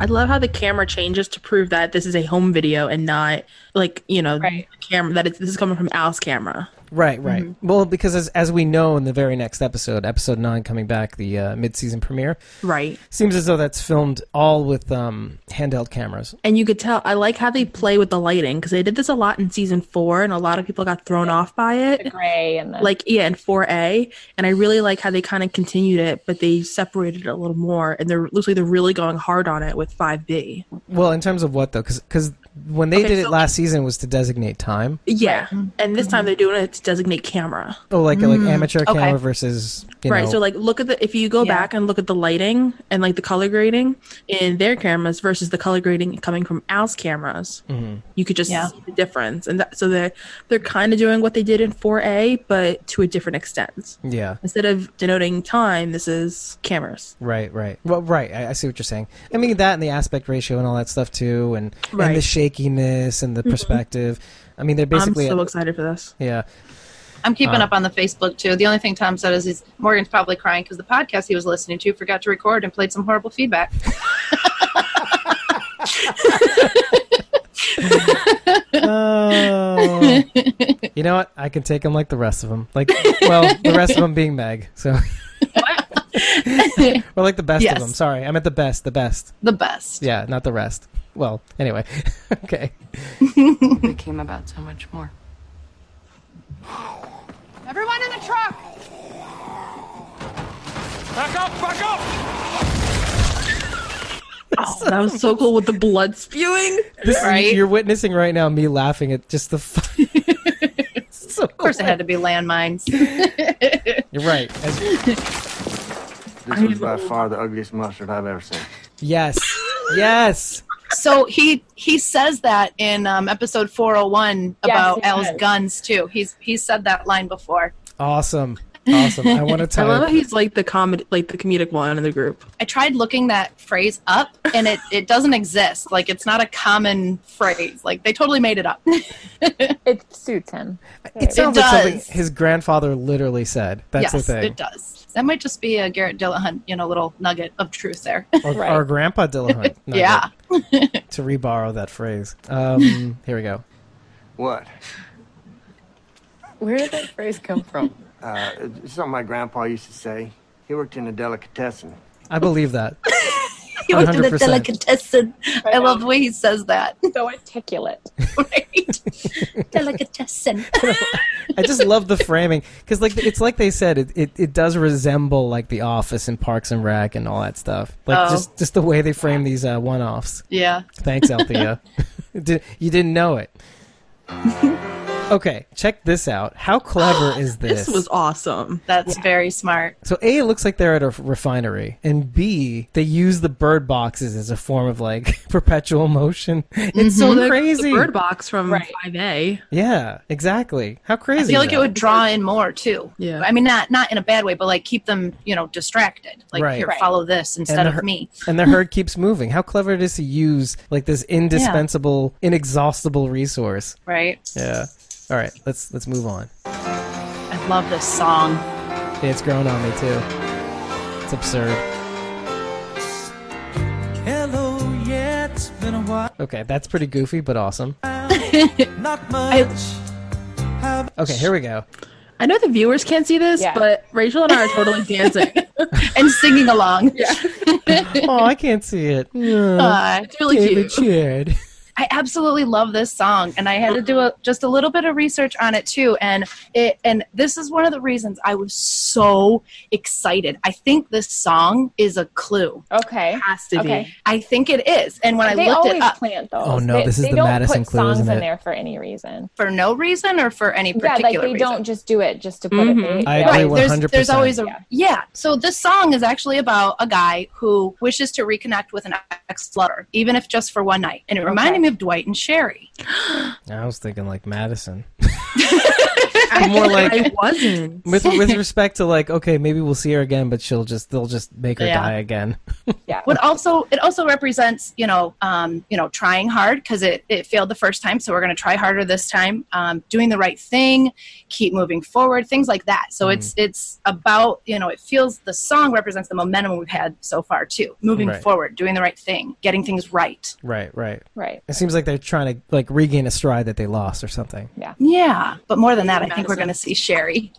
B: I love how the camera changes to prove that this is a home video and not like you know
D: Right.
B: the camera that it's, this is coming from Al's camera.
A: Right, right. Mm-hmm. Well, because as as we know in the very next episode, episode nine coming back, the uh, mid season premiere
B: Right.
A: seems as though that's filmed all with um, handheld cameras.
B: And you could tell I like how they play with the lighting because they did this a lot in season four, and a lot of people got thrown off by
D: The
B: it.
D: gray and the
B: Like yeah, in four A, and I really like how they kind of continued it, but they separated it a little more, and they're looks like they're really going hard on it with five B.
A: Well, in terms of what though, because when they
B: Okay,
A: did it
B: so-
A: last season was to designate time.
B: Yeah, and this time they're doing it to designate camera.
A: Oh, like like amateur
B: Mm, okay.
A: camera versus you
B: right.
A: know.
B: So like look at the if you go
C: Yeah.
B: back and look at the lighting and like the color grading in their cameras versus the color grading coming from Al's cameras,
A: Mm-hmm.
B: you could just
C: Yeah.
B: see the difference. And that, so they're they're kind of doing what they did in 4A, but to a different extent.
A: yeah.
B: Instead of denoting time, this is cameras.
A: Right, right. Well, right. I, I see what you're saying. I mean that and the aspect ratio and all that stuff too, and and the
B: Right.
A: shakiness and the
C: Mm-hmm.
A: perspective. I mean, they're basically uh,
B: I'm so excited for this.
C: <laughs>
A: yeah.
C: I'm keeping up on the Facebook too. The only thing Tom said is he's, Morgan's probably crying because the podcast he was listening to forgot to record and played some horrible feedback.
A: Oh. you know what? I can take them like the rest of them. Like, well, the rest of them being Meg. So. <laughs> or like the best
C: Yes.
A: of them. Sorry, I meant the best. The best.
C: The best.
A: Yeah, not the rest. Well, anyway. <laughs> okay.
G: it became about so much more.
F: Everyone in the truck!
B: Oh, that was so cool with the blood spewing.
A: This
C: Right?
A: you're witnessing right now me laughing at just the.
C: <laughs>
A: Fu- <laughs> so
C: Of course, it had to be landmines.
A: You're right. As-
E: This was by far the ugliest mustard I've ever seen.
A: yes. Yes.
C: so he he says that in um, episode 401
D: Yes,
C: about
D: he
C: Al's
D: does.
C: guns too. He's he said that line before.
A: Awesome. Awesome. I
C: <laughs>
A: want to
B: I
A: tell
B: love how
A: you.
B: he's like the comedy, like the comedic one in the group.
C: I tried looking that phrase up, and it it doesn't exist. Like it's not a common phrase. Like they totally made it up. <laughs>
D: it suits him.
A: It sounds
C: It
A: like something
C: does.
A: his grandfather literally said. That's
C: yes,
A: the thing.
C: it does. That might just be a Garrett Dillahunt, you know, little nugget of truth there. <laughs>
A: Or,
D: Right.
A: or Grandpa Dillahunt. not
C: yeah.
A: that- To reborrow that phrase. Um, here we go.
E: What?
G: Where did that phrase come from?
E: Uh, it's something my grandpa used to say. He worked in a delicatessen.
A: I believe that.
C: <laughs> He worked in the
A: 100%.
C: delicatessen. I love the way he says that.
D: So articulate.
C: Right? delicatessen.
A: I just love the framing because, like, it's like they said, it, it, it does resemble like The Office and Parks and Rec and all that stuff. Like
C: Oh.
A: just just the way they frame these uh, one-offs.
C: Yeah.
A: Thanks,
C: <laughs>
A: Althea. Did- you didn't know it. Okay, check this out. How
C: <gasps>
A: clever is this?
B: This was awesome.
C: That's very smart.
A: So A, it looks like they're at a refinery, and B, they use the bird boxes as a form of like <laughs> perpetual motion.
C: Mm-hmm.
A: It's so
B: The-
A: crazy.
B: The bird box from
D: Right.
B: 5A.
A: yeah, exactly. How crazy.
C: I feel
A: is
C: like it
A: that?
C: would draw in more too.
B: Yeah.
C: I mean, not not in a bad way, but like keep them, you know, distracted. Like
A: Right.
C: here,
A: Right.
C: follow this instead
A: the
C: of
A: her-
C: me.
A: and the herd keeps moving. How clever it is to use like this indispensable, inexhaustible resource.
C: Right.
A: Yeah. All right, let's let's move on.
C: I love this song.
A: Yeah, it's grown on me too. It's absurd.
H: Hello, yeah, it's been a while.
A: Okay, that's pretty goofy but awesome.
H: <laughs> Not much. Have
A: Okay, here we
B: <laughs>
A: go.
B: I know the viewers can't see this,
D: Yeah.
B: but Rachel and I are totally dancing.
C: And singing along.
A: Oh, I can't see
B: <laughs>
A: it. Oh,
C: Uh,
B: It's really
A: David
B: cute.
A: cheered.
C: I absolutely love this song, and I had to do a, just a little bit of research on it too. And it and this is one of the reasons I was so excited. I think this song is a clue.
D: Okay.
B: Has to be.
D: Okay.
C: I think it is. And when I
D: they
C: looked
D: always
C: it up
D: plant those.
A: Oh, no,
D: they,
A: this is
D: they
A: the
D: don't
A: Madison
D: put
A: clue,
D: songs
A: isn't
D: in
A: it?
D: there for any reason.
C: for no reason or for any
D: Yeah,
C: particular
D: like they
C: reason. Mm-hmm.
D: don't just do it just to put
B: Mhm.
D: it.
A: I
D: They,
A: agree
D: like,
A: with-
C: there's,
A: 100%.
C: there's always a
D: Yeah.
C: yeah. So this song is actually about a guy who wishes to reconnect with an ex lover, even if just for one night. And it reminded
D: Okay.
C: me of Dwight and Sherry.
B: <laughs>
A: I was thinking like Madison. more like
B: I
A: <laughs>
B: wasn't.
A: with
B: <laughs>
A: with respect to like okay maybe we'll see her again but she'll just they'll just make her
C: Yeah.
A: die again <laughs>
D: yeah.
C: What also it also represents you know um, you know trying hard because it, it failed the first time so we're going to try harder this time um, doing the right thing keep moving forward things like that so it's
A: Mm-hmm.
C: it's about you know it feels the song represents the momentum we've had so far too moving
A: Right.
C: forward doing the right thing getting things right
A: right right
D: Right.
A: it seems like they're trying to like regain a stride that they lost or
B: <laughs>
A: something
C: yeah but more than that I think we're going to see Sherry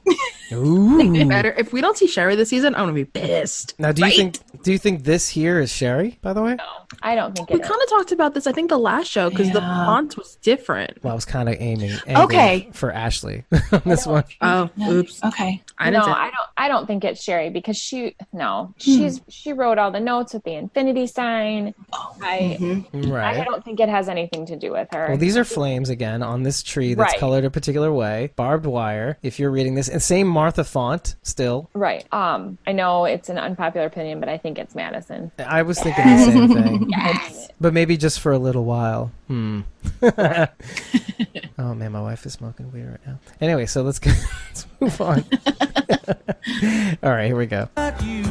A: Ooh.
B: Better if we don't see Sherry this season, I'm gonna be pissed.
A: now do you
B: Right?
A: think do you think this here is Sherry by the way
D: I don't think
B: We
D: it is.
B: kind of talked about this, I think, the last show because the
C: Yeah.
B: font was different.
A: well I was kind of aiming aiming
C: Okay.
A: for Ashley <laughs> on this one
B: Oh, oops!
C: okay
B: I
D: no,
B: didn't.
D: I don't. I don't think it's Sherry because she
C: Hmm.
D: no, she's she wrote all the notes with the infinity sign.
C: Oh.
D: I I
C: Mm-hmm.
A: right
D: don't think it has anything to do with her.
A: well these are flames again on this tree that's
D: Right.
A: colored a particular way barbed wire if you're reading this and same Martha font still
D: right. Um, I know it's an unpopular opinion, but I think it's Madison.
A: I was thinking the same thing but maybe just for a little while hmm <laughs> oh man my wife is smoking weed right now anyway so let's go <laughs> let's move
C: <laughs>
A: on all right here we go
H: But you,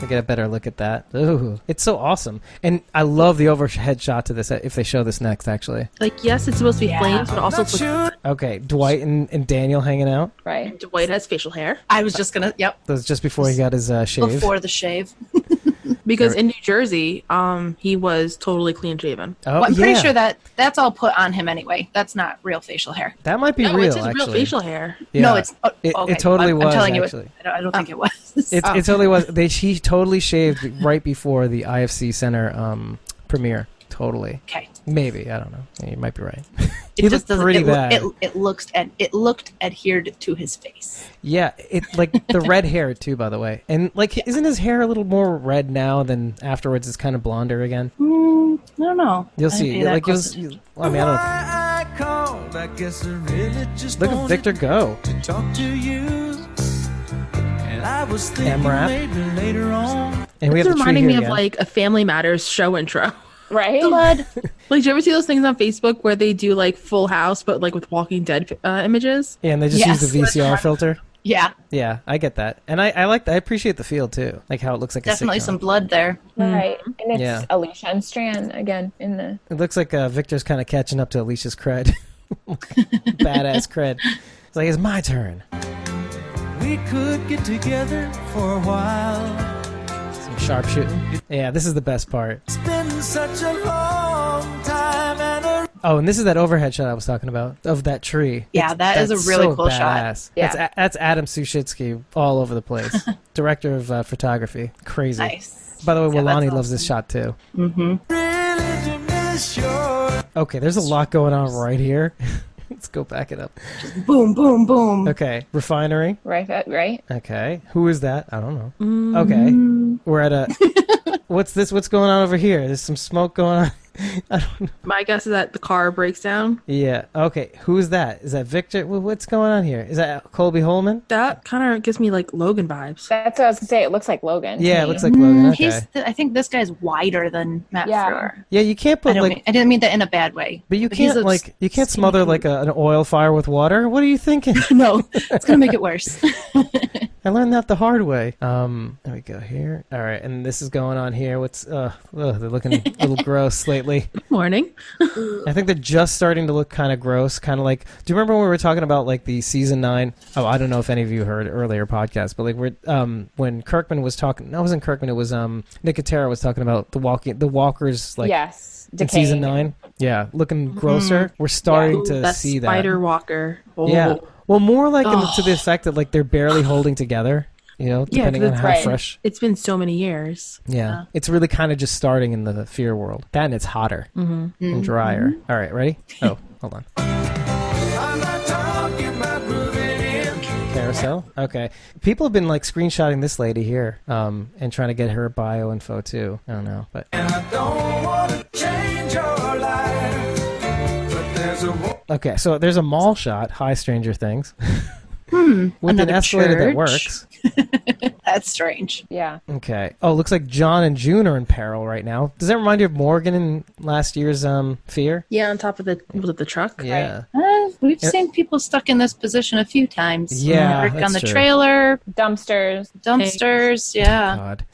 A: We get a better look at that. Ooh, it's so awesome, and I love the overhead shot to this. uh, If they show this next, actually,
B: Like, yes, it's supposed to be flames, but also
H: not
B: it's like
H: sure
A: okay, Dwight and, and Daniel hanging out.
D: Right.
B: Dwight has facial hair
C: I was just gonna yep
A: That was just before he got his uh, shave.
C: before the shave
B: because in New Jersey, um, he was totally clean shaven.
A: oh,
C: Well, I'm pretty
A: yeah.
C: sure that that's all put on him anyway that's not real facial hair.
A: that might be
B: No,
A: real.
B: it's his
A: actually,
B: real facial hair.
A: Yeah.
C: No, it's oh,
A: It-
C: okay.
A: it totally
C: I'm,
A: was,
C: I'm telling you,
A: actually.
C: it, I don't, I don't think it was.
A: It, it totally was. They she totally shaved right before the IFC Center um, premiere. Totally,
C: <laughs> okay.
A: maybe I don't know. Yeah, You might be right. <laughs>
C: It
A: he looked
C: just doesn't.
A: pretty
C: it, loo-
A: bad.
C: It, it looked and it looked adhered to his face.
A: yeah, it like
C: <laughs>
A: the red hair too. By the way, and like isn't his hair a little more red now than afterwards? It's kind of blonder again.
C: Mm, I don't know.
A: You'll
C: I didn't
A: see.
C: pay that
A: Like you'll.
C: close
A: s-
C: attention.
A: you- well, I mean, I don't.
H: why I called. I guess I really just
A: Look at
H: wanted
A: Victor go.
H: to talk to you. And I was thinking
A: Amrap.
H: maybe later on.
A: And we
B: It's
A: have the
B: reminding
A: tree
B: me
A: here
B: of
A: again.
B: like a Family Matters show intro. <laughs>
D: Right.
B: Like, do you ever see those things on Facebook where they do like Full House, but like with Walking Dead uh, images?
A: Yeah, and they just
C: Yes,
A: use the
C: let's
A: VCR
C: have-
A: filter.
C: Yeah,
A: Yeah, I get that, and I, I like I appreciate the feel too, like how it looks like
C: definitely
A: a sitcom.
C: some blood there.
D: Right. And it's
A: Mm-hmm. Yeah.
D: Alicia and Strand again in the
A: It looks like uh, Victor's kind of catching up to Alicia's cred, <laughs> badass cred. It's like it's my turn.
H: We could get together for a while.
A: Some sharpshooting. Yeah, this is the best part.
H: It's been such a long time and a
A: Oh, and this is that overhead shot I was talking about of that tree.
C: Yeah, that is a
A: That's
C: really
A: so
C: cool shot.
A: badass.
D: Yeah.
A: That's, a- that's Adam Sushitsky all over the place,
C: <laughs>
A: director of uh, photography. Crazy.
C: Nice.
A: By the way,
C: Yeah,
A: Walani
C: that's Mm-hmm.
A: loves this shot too.
H: really do miss your
A: Okay, there's a lot going on right here. <laughs> Let's go back it up.
C: Boom, boom, boom.
A: Okay, refinery.
D: right right.
A: Okay, who is that? I don't know.
C: Mm-hmm.
A: Okay, we're at a. <laughs> what's this? What's going on over here? There's some smoke going on. <laughs> I don't know.
B: My guess is that the car breaks down.
A: Yeah. Okay. Who is that? Is that Victor? Wh- What's going on here? Is that Colby Holman?
B: That kind of gives me like Logan vibes.
D: That's what I was gonna say. It looks like Logan. to
A: Yeah, it
D: me.
A: looks like Logan. Okay.
C: Mm, He's. I think this guy's wider than Matt
D: Yeah.
C: Frewer.
A: Yeah, you can't
C: I
A: put
C: don't.
A: like,
C: mean, I didn't mean that in a bad way.
A: but you
C: he's
A: can't
C: a s-
A: like, you can't smother like a, an oil fire with water. What are you
C: <laughs>
A: thinking?
C: <laughs> No, it's gonna make it worse. <laughs>
A: I learned that the hard way. Um, there we go here. All right, and this is going on here. What's uh, ugh, they're looking a
C: <laughs>
A: little gross lately.
B: Morning.
A: I think they're just starting to look kind of gross, kind of like. Do you remember when we were talking about like the season nine? Oh, I don't know if any of you heard earlier podcast, but like we're um when Kirkman was talking. No, it wasn't Kirkman. It was um Nicotero was talking about the walking the walkers like
D: yes.
A: in
D: Decaying.
A: season nine. Yeah, looking grosser. We're starting to
B: Mm-hmm. that
A: see
B: spider
A: that.
B: walker. Oh.
A: Yeah. Well, more like in- to the effect that like they're barely holding together. You know,
B: Yeah,
A: depending on
B: that's
A: how
D: right.
A: fresh.
B: It's been so many years.
A: Yeah. It's really kind of just starting in the fear world. That and it's hotter
B: Mm-hmm.
A: and drier. All right,
B: <laughs>
A: ready? Oh, hold on.
H: I'm not talking about moving in.
A: Carousel. Okay. People have been like screenshotting this lady here, um, and trying to get her bio info too. I don't know, but
H: And I don't wanna change your life. But there's a wo-
A: okay. So there's a mall shot. Hi, Stranger Things. <laughs> With an
C: Hmm, another
A: escalator that
C: church.
A: works.
C: That's strange.
D: Yeah.
A: Okay. Oh, looks like John and June are in peril right now. Does that remind you of Morgan in last year's um Fear?
B: Yeah, on top of the was it the truck?
A: Yeah.
C: Uh, We've
A: Yeah.
C: seen people stuck in this position a few times.
A: Yeah,
C: Work on
A: that's
C: the
A: true.
C: trailer,
D: Dumpsters.
C: dumpsters. Yeah.
A: God.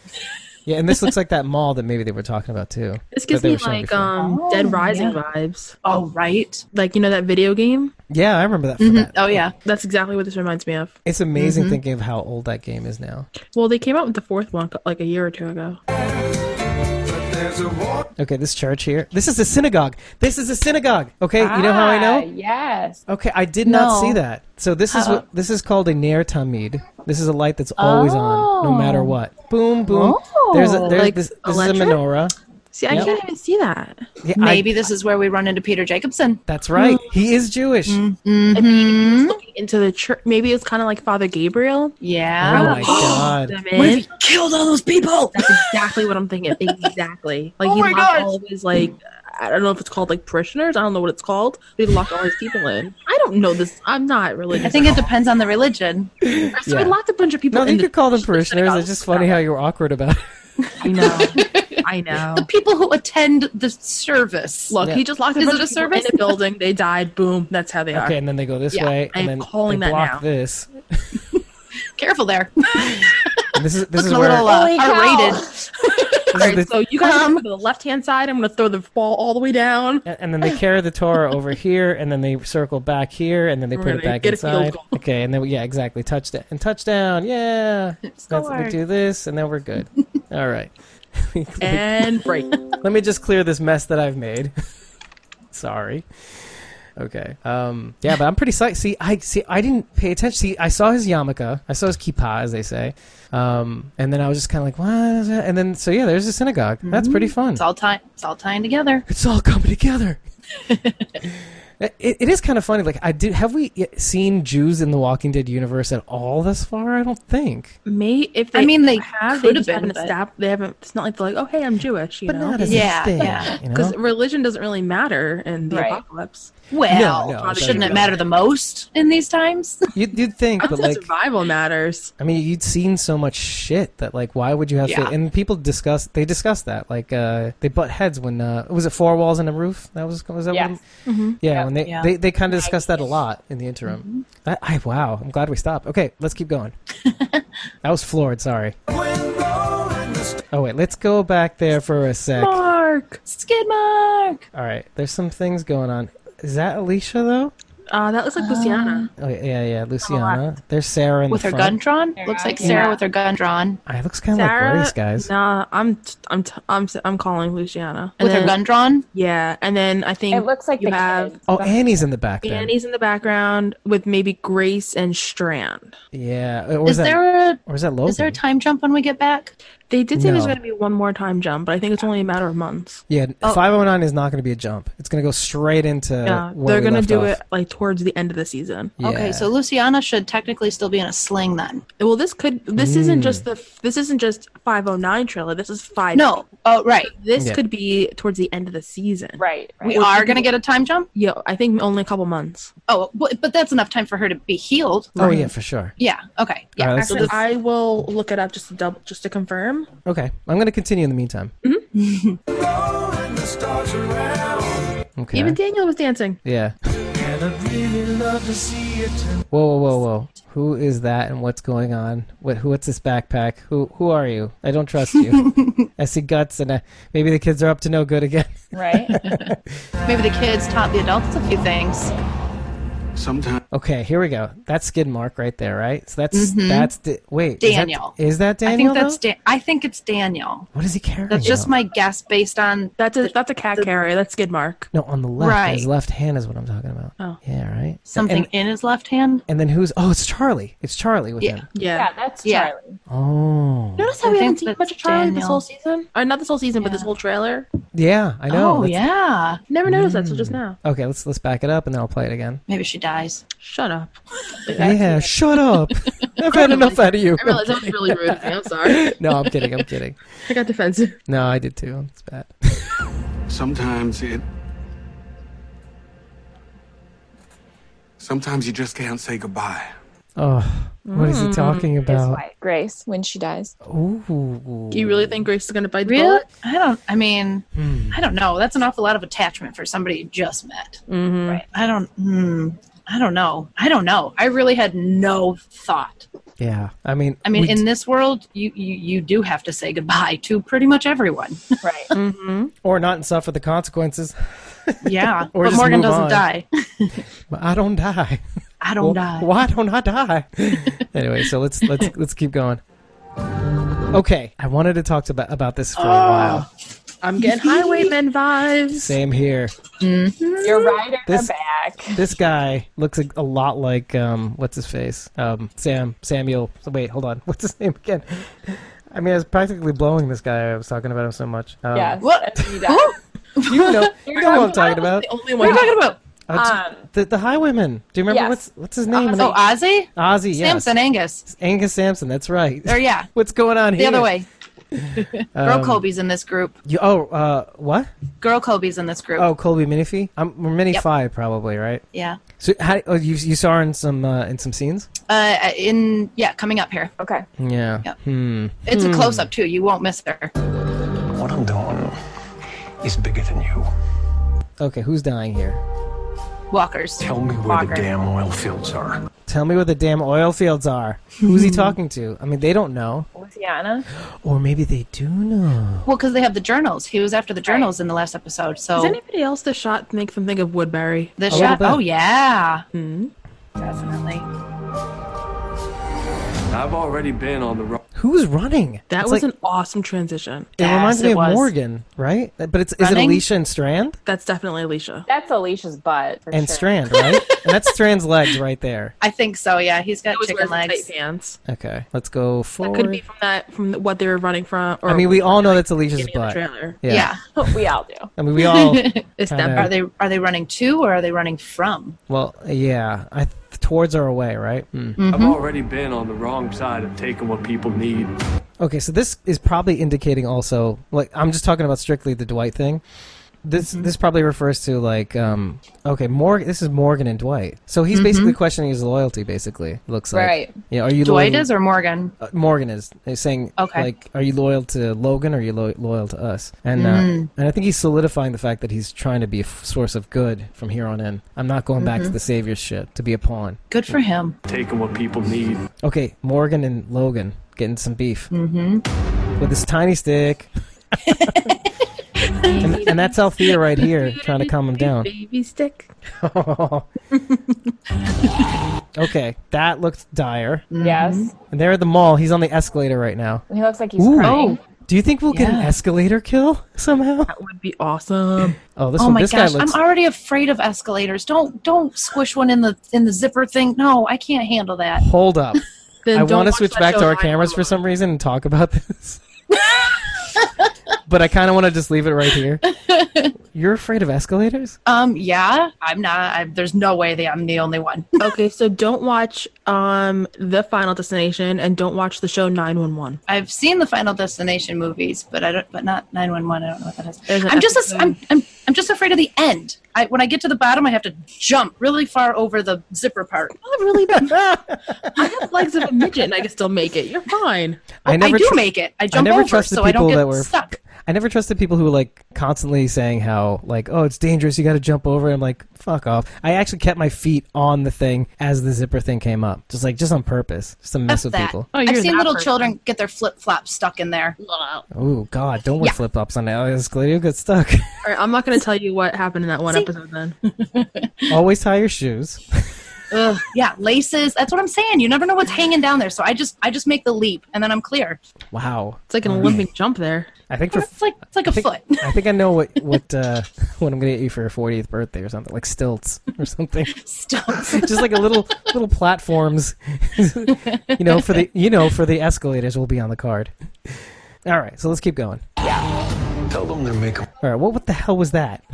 A: Yeah, and this looks like that mall that maybe they were talking about
C: <laughs>
A: too.
B: This gives
A: that they
B: me
A: were showing
B: like
A: before.
B: um
C: Oh,
B: Dead Rising
C: yeah.
B: vibes. Oh right, like you know that video game.
A: Yeah, I remember that. From
C: Mhm.
A: that.
C: Oh yeah.
B: That's exactly what this reminds me of.
A: It's
C: Mm-hmm.
A: amazing thinking of how old that game is now.
B: Well, they came out with the fourth one like a year or two ago.
H: But there's a war
A: Okay, this church here. This is a synagogue. This is a synagogue. Okay, you know how I
D: Ah,
A: know?
D: Yes.
A: Okay, I did not
C: No.
A: see that. So this
B: Uh-uh.
A: is what this is called a Nair Tamid. This is a light that's always on, no matter what. Boom, boom. There's a there's
B: Oh. Like
A: this, this is a
B: electric?
A: menorah.
B: See, I
A: Yep.
B: can't even see that.
A: Yeah, I-
C: Maybe this is where we run into Peter Jacobson.
A: that's right.
B: Mm.
A: He is Jewish.
B: Into the church, maybe it's kind of like Father Gabriel.
C: Yeah.
B: Ah.
A: Oh my god.
B: Them in.
C: killed all those people?
B: That's exactly what I'm
C: <laughs>
B: thinking. Exactly. Like
C: Oh
B: he
C: my
B: locked
C: God.
B: all of his like I don't know if it's called like parishioners. I don't know what it's called. But he locked all his people in. I don't know this. I'm not religious.
C: I think it depends on the religion.
B: so
A: yeah.
B: he locked a bunch of people.
A: No,
B: in
A: you
B: the
A: could call them
B: church, the
A: parishioners.
B: synagogue,
A: It's just funny how you were awkward about it.
B: I
C: <laughs>
B: know. I know.
C: The people who attend the service.
B: Look,
A: Yeah.
B: he just locked a
C: Is
B: bunch
C: it
B: of
C: a
B: people in
C: service?
B: a building. They died. Boom. That's how they
A: Okay,
B: are.
A: and then they go this
C: Yeah,
A: way,
B: I
A: and
B: am
A: then
B: calling
A: they
B: that
A: block
B: now.
A: this.
C: Careful there.
A: And this is this is
C: Looking a
A: where
C: little uh,
D: Holy cow.
C: R-rated.
A: this is
B: All right,
A: the-
B: so you guys
C: Um,
B: come to the left hand side. I'm gonna throw the ball all the way down.
A: And, and then they carry the Torah over here, and then they circle back here, and then they put
B: Right,
A: it back
B: get a field
A: inside.
B: goal.
A: Okay, and then we- yeah, exactly. Touchdown and touchdown. Yeah, That's- we
C: Score.
A: do this, and then we're good. All right.
C: <laughs>
B: And break.
A: Let me just clear this mess that I've made. <laughs> Sorry. Okay. Um, yeah, but I'm pretty psyched. See, I see. I didn't pay attention. See, I saw his yarmulke. I saw his kippah, as they say. Um, and then I was just kind of like, what? Is that? And then so yeah, there's a synagogue. That's pretty fun.
C: It's all time. It's all tying together.
A: it's all coming together. it, it is kind of funny. Like I did. Have we y- seen Jews in the Walking Dead universe at all thus far? I don't think.
B: May if they
C: I mean, they
B: have
C: could
B: they
C: have
B: just
C: been,
B: haven't
C: but-
B: established. They haven't. It's not like they're like, oh hey, I'm Jewish. You
A: But
B: know.
A: not as
C: Yeah.
A: a thing.
C: Yeah.
B: <laughs>
A: You
B: Because
A: know?
B: religion doesn't really matter in the
D: Right.
B: apocalypse.
C: Well,
A: No, no, it
C: shouldn't
A: doesn't.
C: it matter the most in these times?
A: You'd, you'd think,
B: I
A: but
B: think
A: like,
D: <laughs>
B: survival matters.
A: I mean, you'd seen so much shit that like, why would you have
C: Yeah.
A: to? And people discuss. They discuss that. Like, uh, they butt heads when uh, was it four walls and a roof? That was was that
D: Yes.
A: one? Yeah, when they
C: Mm-hmm. Yeah. Mm-hmm.
A: they, they kind of discussed that a lot in the interim. That, I wow, I'm glad we stopped. Okay, let's keep
C: <laughs>
A: going. I was floored. Sorry.
H: wind blowing the storm.
A: Oh wait, let's go back there for a sec. All
B: Mark.
C: Skid mark.
A: right, there's some things going on. Is that Alicia though?
B: Uh,
A: <gasps>
B: that looks like Luciana.
A: Oh yeah, yeah, yeah, Luciana. There's Sarah in
C: With
A: the
C: her
A: front.
C: gun drawn. Looks like Sarah
D: Yeah.
C: with her gun drawn.
A: I looks kind of like
B: Sarah.
A: Grace, guys.
B: Nah, I'm t- I'm t- I'm s- I'm calling Luciana. And
C: With her
B: then-
C: gun drawn.
B: Yeah, and then I think
D: It looks like
B: you
D: the
B: have
D: kid.
A: Oh, Annie's in the back. Then.
B: Annie's in the background with maybe Grace and Strand.
A: Yeah. Or
C: Is
A: is that? Oh.
C: there a
A: or is that Logan?
C: is there a time jump when we get back?
B: They did say there's
A: No.
B: going to be one more time jump, but I think it's only a matter of months.
A: Yeah,
C: Oh.
A: 509 is not going to be a jump. It's going to go straight into.
B: yeah,
A: where
B: they're
A: going to
B: do it like towards the end of the season.
C: Okay, so Luciana should technically still be in a sling then.
B: Well, this could this
A: Hmm.
B: isn't just the this isn't just 509 trailer. This is five.
C: No. Oh, right.
B: this
A: Yeah.
B: could be towards the end of the season.
D: Right. right.
C: We are going to get a time jump.
B: Yeah, I think only a couple months.
C: Oh, but, but that's enough time for her to be healed.
A: Oh yeah, for sure.
C: Yeah. Okay. Yeah.
A: All right, let's-
B: Actually, I will look it up just to double just to confirm.
A: okay, I'm going to continue in the meantime.
C: Mm-hmm.
H: blowing the stars around.
A: <laughs> Okay.
B: Even Daniel was dancing.
A: yeah.
H: And I'd really love to see it tonight.
A: Whoa, whoa, whoa, whoa. Who is that and what's going on? What? Who? What's this backpack? Who? Who are you? I don't trust
C: <laughs>
A: you. I see guts, and I, maybe the kids are up to no good again.
D: Right.
A: Uh,
C: Maybe the kids taught the adults a few things.
E: Sometimes
A: Okay, here we go. That's skid mark right there, right? So that's that's the wait.
C: Mm-hmm. Daniel.
A: Is that, is that
C: I
A: Daniel?
C: think that's
A: though?
C: da- I think it's Daniel.
A: what is he carrying?
C: That's just
A: though?
C: my guess based on
B: That's a that's a cat carrier. That's Skidmark.
A: No, on the left.
C: Right.
A: His left hand is what I'm talking about.
B: Oh.
A: Yeah, right.
C: something
A: And-
C: in his left hand.
A: And then who's? Oh, it's Charlie. It's Charlie with
C: Yeah.
A: him.
B: Yeah.
D: yeah, that's
C: Yeah.
D: Charlie.
A: Oh,
B: Notice how
C: I
B: we
C: think
B: haven't seen
C: that's
B: much of Charlie this
C: Daniel.
B: whole season. Or Uh, not this whole season, but this
C: Yeah.
B: whole trailer.
A: yeah, I know.
C: oh
A: That's-
C: yeah.
B: Never noticed that till just now.
A: Okay, let's let's back it up and then I'll play it again.
C: Maybe she dies.
B: Shut up.
A: yeah, shut
C: <laughs>
A: up. <laughs> I've had enough out of you.
B: I realized that was <laughs> really rude. of me. I'm sorry.
A: no, I'm kidding. I'm kidding.
B: I got defensive.
A: No, I did too. It's bad. <laughs>
I: Sometimes it. Sometimes you just can't say goodbye.
A: Oh, what is he
C: Mm,
A: talking
D: His
A: about?
D: wife, Grace, when she dies.
A: Oh. Ooh,
B: You really think Grace is gonna bite the
C: Really?
B: bullet?
C: I don't. I mean, I don't know. That's an awful lot of attachment for somebody you just met. Right. I don't. Hmm. I don't know. I don't know. I really had no thought.
A: Yeah, I mean,
C: I mean,
A: we-
C: in this world, you, you you do have to say goodbye to pretty much everyone. <laughs>
D: Right.
A: or not and suffer the consequences.
C: Yeah,
A: Or
C: but
A: just
C: Morgan
A: move
C: doesn't
A: on.
C: die.
A: But I don't <laughs> die.
C: I don't
A: Well,
C: die.
A: Why don't I die? <laughs> anyway, so let's
C: <laughs>
A: let's let's keep going. Okay, I wanted to talk to about, about this for a
C: Ah!
A: while.
B: I'm getting <laughs> highwayman vibes.
A: Same here.
D: You're right in
A: This-
D: the back.
A: This guy looks a, a lot like um, what's his face? Um, Sam Samuel. so Wait, hold on. <laughs> What's his name again? I mean, I was practically blowing this guy. I was talking about him so much. Um,
D: Yes.
C: What?
D: and he dies.
A: <laughs> you
C: <laughs>
A: know, you know what I'm talking about.
B: The only
C: What are
B: one.
C: you talking about?
A: Uh, t-
D: Um,
A: the the Highwayman. Do you remember
D: yes.
A: what's what's his name?
C: Oh, Ozzy,
A: Ozzy. Yes.
C: Samson, Angus,
A: Angus Sampson. That's right.
C: or yeah,
A: <laughs> what's going on
C: the
A: here?
C: other way.
A: <laughs>
C: Girl
A: Um,
C: Colby's in this group.
A: You, oh, uh, what?
C: Girl Colby's in this group.
A: Oh, Colby Minifee. I'm we're Minify
C: Yep.
A: probably, right?
C: Yeah.
A: So how, oh, you you saw her in some uh, in some scenes?
C: Uh, in yeah, coming up here.
D: okay.
A: Yeah.
C: Yep.
A: Hmm.
C: It's a close up too. You won't miss her.
H: What I'm doing is bigger than you.
A: Okay, who's dying here?
C: Walkers.
H: Tell me where
C: Walker.
H: the damn oil fields are.
A: Tell me where the damn oil fields are. Who's
B: <laughs>
A: he talking to? I mean, they don't know,
D: Luciana.
A: or maybe they do know.
C: Well, because they have the journals. He was after the journals in the last episode.
B: Is
C: So
B: anybody else the shot make them think of Woodbury?
C: the
A: little
C: shot.
A: bit.
C: Oh yeah,
B: Hmm.
C: definitely.
E: I've already been on the road.
A: Who's running?
B: That
A: It's
B: was
A: like-
B: an awesome transition.
A: It reminds
C: Yes,
A: me
C: it
A: of
C: was.
A: Morgan, right? But it's is it
C: Running?
A: Alicia and Strand
B: That's definitely Alicia.
D: That's Alicia's butt. For
A: and
D: sure.
A: Strand,
B: <laughs>
A: right? and that's Strand's legs right there.
C: I think so. Yeah, he's got
B: Always wears
C: chicken
B: the
C: legs.
B: Tight pants.
A: Okay, let's go
B: That
A: forward.
B: could be from that from the- what they were running from. Or
A: I mean, we all know that's Alicia's
B: in the
A: butt.
B: trailer.
A: Yeah.
C: yeah.
D: <laughs> We all do.
A: I mean, we
B: <laughs>
A: all.
B: It's
A: Kinda-
B: that
C: Are they are they running to or are they running from?
A: Well, yeah. I towards are away, right? Hmm.
E: I've already been on the wrong side of taking what people need.
A: Okay, so this is probably indicating also like I'm just talking about strictly the Dwight thing. This
C: Mm-hmm.
A: this probably refers to like um okay, Morgan this is Morgan and Dwight. So he's
C: Mm-hmm.
A: basically questioning his loyalty basically. Looks like.
D: Right.
A: Yeah, are you
C: Dwight
A: loyal-
C: is or Morgan?
A: uh, Morgan is He's saying
C: Okay.
A: like are you loyal to Logan or are you lo- loyal to us? And uh,
C: Mm-hmm.
A: and I think he's solidifying the fact that he's trying to be a f- source of good from here on in. I'm not going
C: Mm-hmm.
A: back to the savior shit to be a pawn.
C: Good for him.
E: Taking what people need.
A: Okay, Morgan and Logan getting some beef mm-hmm. with this tiny stick. and, and that's Althea right here trying to calm him down.
B: Baby stick.
A: <laughs> okay, that looked dire.
D: Yes.
A: And they're at the mall. He's on the escalator right now.
D: And he looks like he's
A: Ooh.
D: crying.
A: Do you think we'll get an
C: Yeah.
A: escalator kill somehow?
B: That would be awesome.
A: <laughs> Oh, this
C: Oh
A: one.
C: my
A: this
C: gosh,
A: guy looks.
C: I'm already afraid of escalators. Don't don't squish one in the in the zipper thing. No, I can't handle that.
A: Hold up.
B: <laughs> Then
A: I
B: don't
A: want to
B: watch
A: switch
B: that
A: back
B: show
A: to our
B: live
A: cameras for
B: alone.
A: some reason and talk about
B: <laughs>
A: this. but I kind of want to just leave it right
B: <laughs>
A: here. You're afraid of escalators?
C: Um, yeah, I'm not. I, there's no way that I'm the only one. <laughs>
B: okay, so don't watch um the Final Destination and don't watch the show 911.
C: I've seen the Final Destination movies, but I don't. But not 911. I don't know what that is.
B: There's an
C: I'm just.
B: episode.
C: I'm, I'm. I'm just afraid of the end. I, when I get to the bottom, I have to jump really far over the zipper part.
A: Oh,
B: Not really. I have legs of a midget and I can still make it. You're fine.
A: I never
C: I do
A: tr-
C: make it. I jump
A: never
C: over,
A: trusted
C: so I don't
A: people
C: get
A: that were-
C: stuck.
A: I never trusted people who were like constantly saying how like oh it's dangerous you got to jump over. I'm like fuck off. I actually kept my feet on the thing as the zipper thing came up, just like just on purpose, just to mess
C: F
A: with
C: that.
A: people.
B: Oh,
C: I've
B: you're
C: seen
B: that
C: little
B: person.
C: children get their flip flops stuck in there.
A: Oh god, don't wear
C: Yeah.
A: flip flops on the escalator. You'll get
B: <laughs>
A: stuck.
B: All right, I'm not going to tell you what happened in that one episode then.
A: Always tie your shoes. <laughs>
C: Ugh, yeah, laces. That's what I'm saying. You never know what's hanging down there, so I just I just make the leap and then I'm clear.
A: Wow.
B: It's like an Olympic jump there.
A: I think for
C: It's like it's like a
A: I think,
C: foot. <laughs>
A: I think I know what what uh, <laughs> what I'm gonna get you for your 40th birthday or something like stilts or
C: <laughs>
A: something.
B: <laughs>
C: Stumps.
A: just like a little little platforms <laughs> you know for the you know for the escalators will be on the card all right so let's keep going
H: Tell them they're making
A: all right what, what the hell was that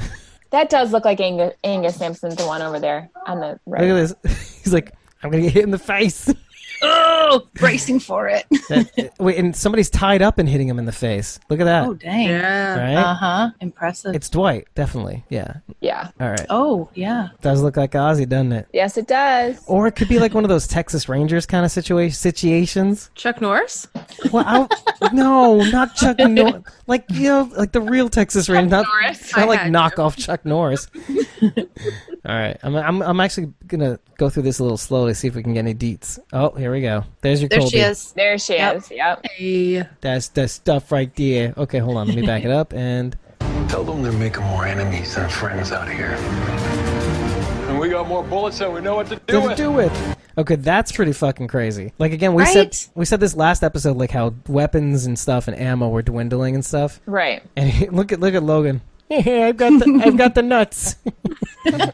D: That does look like Angus, Angus Sampson, the one over there on the right.
A: look at this <laughs> he's like i'm gonna get hit in the face <laughs>
C: oh, bracing for it.
A: That- wait and somebody's tied up and hitting him in the face look at that
C: Oh, dang.
B: Yeah.
A: right
C: Uh huh. Impressive.
A: it's dwight definitely yeah
D: Yeah.
A: all right
C: oh, yeah.
A: does look like ozzy doesn't it
D: Yes, it does.
A: or it could be like one of those texas rangers kind of situa- situations
B: Chuck Norris?
A: Well, I, no, not Chuck Norris. Like you know, like the real Texas Ranger, not, not
B: I
A: like
B: had
A: knockoff Chuck Norris. <laughs> All right, I'm I'm I'm actually gonna go through this a little slowly, see if we can get any deets. Oh, here we go. There's your
C: There
A: Colby.
C: she is.
D: There she
C: Yep.
D: is. Yep.
B: Hey.
A: That's the stuff right there. Okay, hold on. Let me back it up. And
J: Tell them they're making more enemies than friends out here. And we got more bullets than we know what to do
A: do,
J: with.
A: do it. Okay, that's pretty fucking crazy. Like again, we said
B: Right?
A: we said this last episode, like how weapons and stuff and ammo were dwindling and stuff.
D: Right.
A: And he- look at look at Logan. <laughs> Hey, I've got the I've got the <laughs> nuts.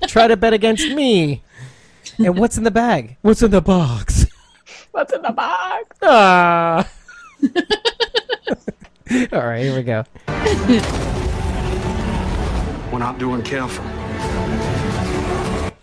A: Try to bet against me. And what's in the bag? What's in the box?
D: What's in the box?
A: Ah. <laughs> All right, here we go.
I: We're not doing careful.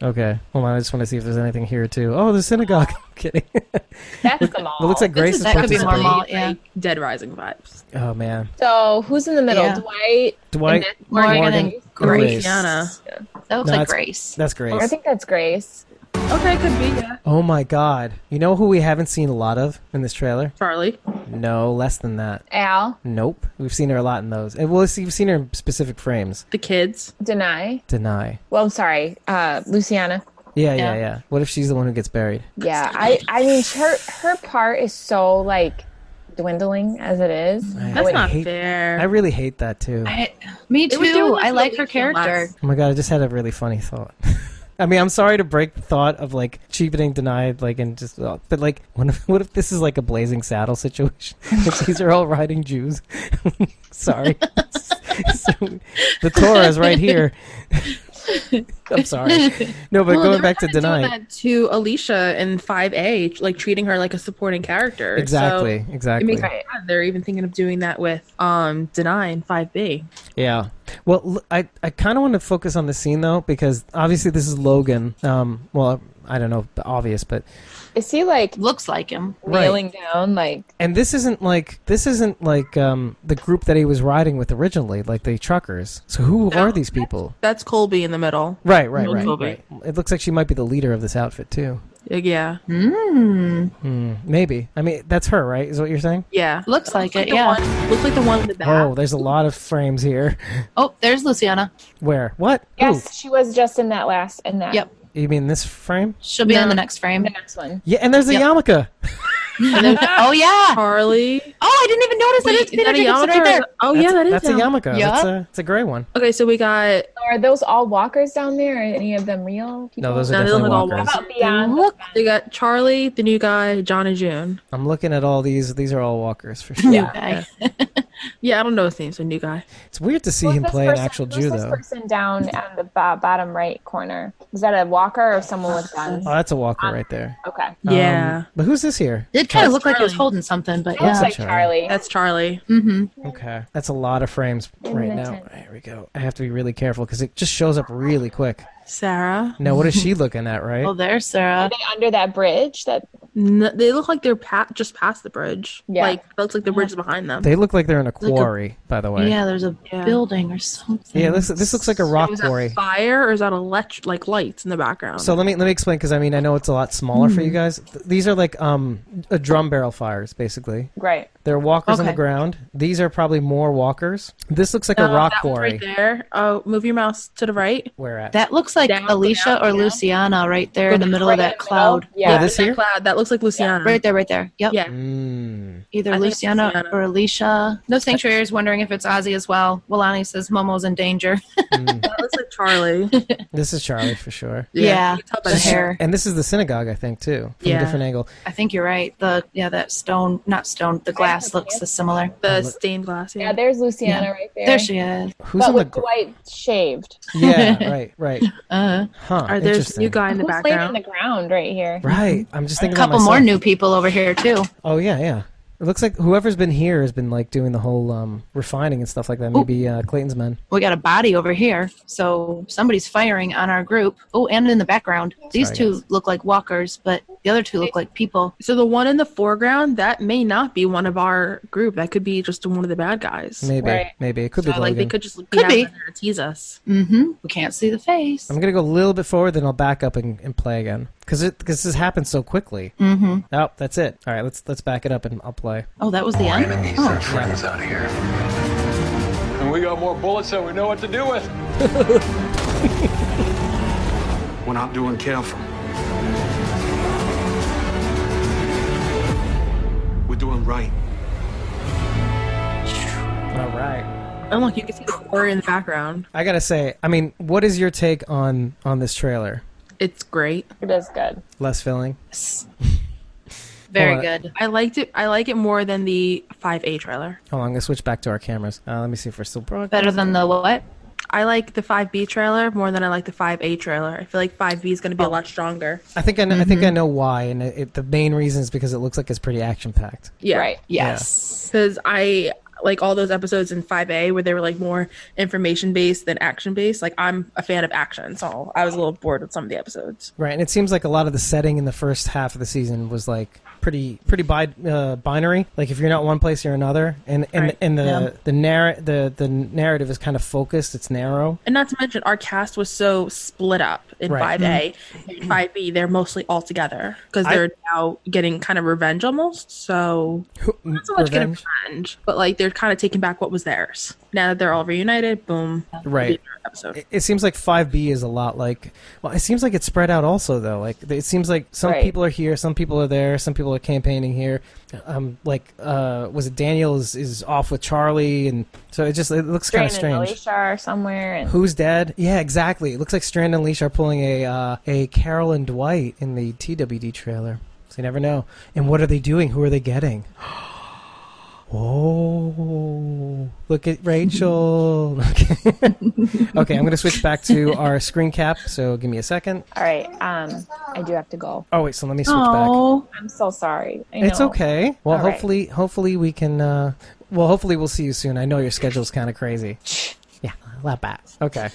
A: Okay, hold on. I just want to see if there's anything here too. Oh, the synagogue. <laughs> I'm kidding. <laughs> it
D: That's the mall.
A: looks like Grace
C: Oh, is-
A: is
C: that could be more
A: participating.
C: mall-
B: Like,
C: yeah.
B: Dead Rising vibes.
A: Oh man,
D: so who's in the middle?
C: Yeah.
D: Dwight.
A: Dwight,
D: And
C: Morgan
A: Morgan,
C: and
A: and
C: Grace.
B: Brianna.
C: That looks
A: No,
C: like
A: that's-
C: Grace.
A: That's
D: I
A: Grace.
D: think that's Grace.
B: Okay, could be, yeah.
A: Oh my God! You know who we haven't seen a lot of in this trailer?
B: Charlie.
A: No, less than that.
D: Al.
A: Nope. We've seen her a lot in those. And well, see, we've seen her in specific frames.
B: The kids.
D: Deny.
A: Deny.
D: Well, I'm sorry. Uh, Luciana.
A: Yeah, yeah,
C: Yeah.
A: yeah. What if she's the one who gets buried?
D: Yeah. I, I mean, her, her part is so like dwindling as it is.
A: I-
B: That's
A: I
B: not
A: hate-
B: fair.
A: I really hate that too.
C: I, me
B: They were doing
C: too.
B: this
C: I
B: for
C: like
B: the
C: her
B: weekend last-
C: character.
A: Oh my god, I just had a really funny thought. <laughs> I mean, I'm sorry to break the thought of like cheapening denied, like, and just, uh, but like, what if, <laughs> what if this is like a blazing saddle situation? <laughs> like, these are all riding Jews. <laughs> sorry. <laughs> so, the Torah is right here. <laughs> I'm sorry. No, but
B: Well, they
A: going
B: were
A: back to
B: kinda doing
A: deny.
B: that to Alicia in 5A, like treating her like a supporting character. So
A: Exactly,
B: it
A: exactly.
B: makes me sad they're even thinking of doing that with um Deny in 5B.
A: Yeah. Well, l- I, I kind of want to focus on the scene though, because obviously this is Logan. Um, well, I don't know, obvious, but
D: Is he like
C: Looks like him.
A: Right.
D: kneeling down? Like,
A: and this isn't like this isn't like um, the group that he was riding with originally, like the truckers. So who are these people?
B: That's Colby in the middle.
A: Right, right,
B: Little
A: right,
B: Colby.
A: right. It looks like she might be the leader of this outfit too.
B: Uh, Yeah.
A: Maybe. I mean, that's her, right? Is what you're saying?
B: Yeah.
C: Looks like it,
B: the
C: yeah.
B: one- looks like the one in the back.
A: Oh, there's a lot of frames here. <laughs>
C: Oh, there's Luciana.
A: Where? What?
D: yes, she was just in that last, in that
C: Yep.
A: Ooh, you mean this frame?
C: She'll be in the next frame.
D: the next one.
A: Yeah, and there's a
C: Yep.
A: yarmulke.
C: oh yeah. Oh,
B: Charlie.
C: I didn't even notice. I
B: Wait,
C: didn't see
B: a
C: that. Jacobson
B: Yamato
C: right
B: or
C: there.
B: is- Oh,
A: that's,
B: yeah, that is
A: that's a
B: Yamato.
A: yarmulke.
C: Yeah.
A: That's a it's a gray one.
B: Okay, so we got.
D: Are those all walkers down there? Are any of them real? People?
A: No, those are
B: No, they look
A: definitely
B: like all
A: walkers.
D: How about beyond?
B: Look, they got Charlie, the new guy, John and June.
A: I'm looking at all these. These are all walkers for sure.
C: New guy.
B: Yeah, I don't know his name, so new guy.
A: It's weird to see
D: Who's
A: him
D: this
A: play
D: person-
A: an actual
D: who's
A: Jew
D: this
A: though.
D: person down on the bo- bottom right corner. Is that a walker or someone with guns?
A: Oh, that's a walker right there.
D: Okay.
A: Um,
B: Yeah.
A: but who's this here?
C: It kind of looked like he was
B: Charlie.
C: holding something, but
A: That's
C: yeah.
D: Looks
A: a
D: like
A: Charlie.
D: Charlie.
B: That's Charlie.
C: Mm-hmm.
A: Okay, that's a lot of frames right
D: the
A: now.
D: tent.
A: Here we go. I have to be really careful because it just shows up really quick.
B: Sarah.
A: Now, what is she looking at?
C: Oh,
A: Right?
C: there's
D: Are
C: Sarah.
D: they under that bridge? That
B: N- they look like they're pa- just past the bridge.
D: Yeah.
B: Like, looks like the bridge is behind them.
A: They look like they're in a
C: like a-
A: quarry, by the way.
C: Yeah, there's a
B: Yeah.
C: building or something.
A: Yeah, this this looks like a rock
B: was that
A: quarry.
B: fire or is that elect- like lights in the background?
A: So let me let me explain because I mean I know it's a lot smaller for you guys. Th- These are like um uh, drum barrel fires basically.
D: right.
A: There are walkers on the
C: Okay.
A: ground. These are probably more walkers. This looks like a
B: Uh,
A: rock
B: that one's
A: quarry.
B: right there. Oh, move your mouse to the right.
A: Where at?
C: That looks like
B: Down,
C: Alicia
B: down,
C: or
B: down.
C: Luciana right there in the middle
D: Right
C: of
D: in
C: that
D: the middle?
C: cloud.
D: Yeah.
A: Oh, this
B: That
A: here.
B: cloud that looks like Luciana.
C: Right there, right there. Yep.
B: Yeah.
A: <laughs> Mm.
C: Either
B: I think it's
C: Luciana,
B: Luciana.
C: or Alicia. No sanctuary is wondering if it's Ozzy as well. Wilani says Momo's in danger.
B: That looks like <laughs> Charlie.
A: mm. This is Charlie for sure.
C: Yeah.
B: you can tell by
C: The
B: the hair.
C: hair.
A: And this is the synagogue, I think, too, from
B: Yeah.
A: a different angle.
C: I think you're right. The yeah, that stone, not stone, the glass looks similar.
B: The stained glass. Yeah.
D: Yeah, there's Luciana right there.
C: There she is.
A: Who's
D: But
A: on the
D: with
A: gr-
D: Dwight shaved.
A: Yeah, right, right.
C: Uh,
A: Huh.
B: Or there's
A: interesting.
B: new guy in the
D: Who's laying on
B: background.
D: the ground right here?
A: Right. I'm just
C: a
A: thinking
C: couple
A: about
C: more
A: myself.
C: new people over here too.
A: Oh yeah, yeah. It looks like whoever's been here has been like doing the whole um, refining and stuff like that. Maybe uh, Clayton's men.
C: We got a body over here, so somebody's firing on our group. Oh, and in the background, these
A: Sorry,
C: two look like walkers, but the other two look like people.
B: So the one in the foreground that may not be one of our group. That could be just one of the bad guys.
A: Maybe,
D: Right.
A: maybe it could be
B: So like
A: Logan.
B: they could just
C: Could be.
B: having her tease us.
C: Mm-hmm. We can't see the face.
A: I'm gonna go a little bit forward, then I'll back up and, and play again because it because this happened so quickly. Mm-hmm. Oh, that's it. All right, let's let's back it up and I'll play.
C: Oh, that was the
J: More
C: end.
J: enemies than friends out here. And we got more bullets than we know what to do with.
I: We're not doing careful. We're doing right.
A: All right.
B: And look, you can see Corey in the background.
A: I gotta say, I mean, what is your take on on this trailer?
B: It's great.
D: It is good.
A: Less filling.
C: Very
A: Hold on.
C: good.
B: I liked it. I like it more than the 5A trailer.
A: Hold on, I'm gonna switch back to our cameras. Uh, let me see if we're still broadcasting.
C: Better than the what?
B: I like the 5B trailer more than I like the 5A trailer. I feel like 5B is going to be a lot stronger.
A: I think I, know, I think I know why, and it, it, the main reason is because it looks like it's pretty action packed.
B: Yeah.
D: Right.
C: Yes.
B: Because I like all those episodes in 5A where they were like more information based than action based. Like I'm a fan of action, so I was a little bored with some of the episodes.
A: Right, and it seems like a lot of the setting in the first half of the season was like pretty pretty bi- uh, binary. Like if you're not one place, you're another, and and
B: Right.
A: and the the narr- the the narrative is kind of focused. It's narrow.
B: And not to mention, our cast was so split up in
A: Right. Mm-hmm.
B: 5A and 5B. They're mostly all together because
A: I-
B: they're now getting kind of revenge almost. So not so much getting
A: Revenge.
B: revenge, but like they're kind of taking back what was theirs. Now that they're all reunited, boom.
A: Right.
B: Episode.
A: It- It seems like 5B is a lot like. Well, it seems like it's spread out also, though. Like, it seems like some
D: Right.
A: people are here, some people are there, some people are campaigning here. Um, like, uh, was it Daniel is, is off with Charlie? And so it just it looks kind
D: Drain
A: of strange.
D: and Alicia are somewhere, and
A: Who's dead? Yeah, exactly. It looks like Strand and Leash are pulling a uh, a Carol and Dwight in the TWD trailer. So you never know. And what are they doing? Who are they getting? <gasps> Oh, look at Rachel. <laughs> Okay, okay I'm going to switch back to our screen cap. So give me a second.
D: all right. Um, I do have to go.
A: Oh wait, so let me switch back.
B: Oh,
D: I'm so sorry. I
A: It's
D: know.
A: okay. Well,
D: All right.
A: hopefully, hopefully we can. Uh, well, hopefully we'll see you soon. I know your schedule's kind of crazy. Yeah, lap back. Okay.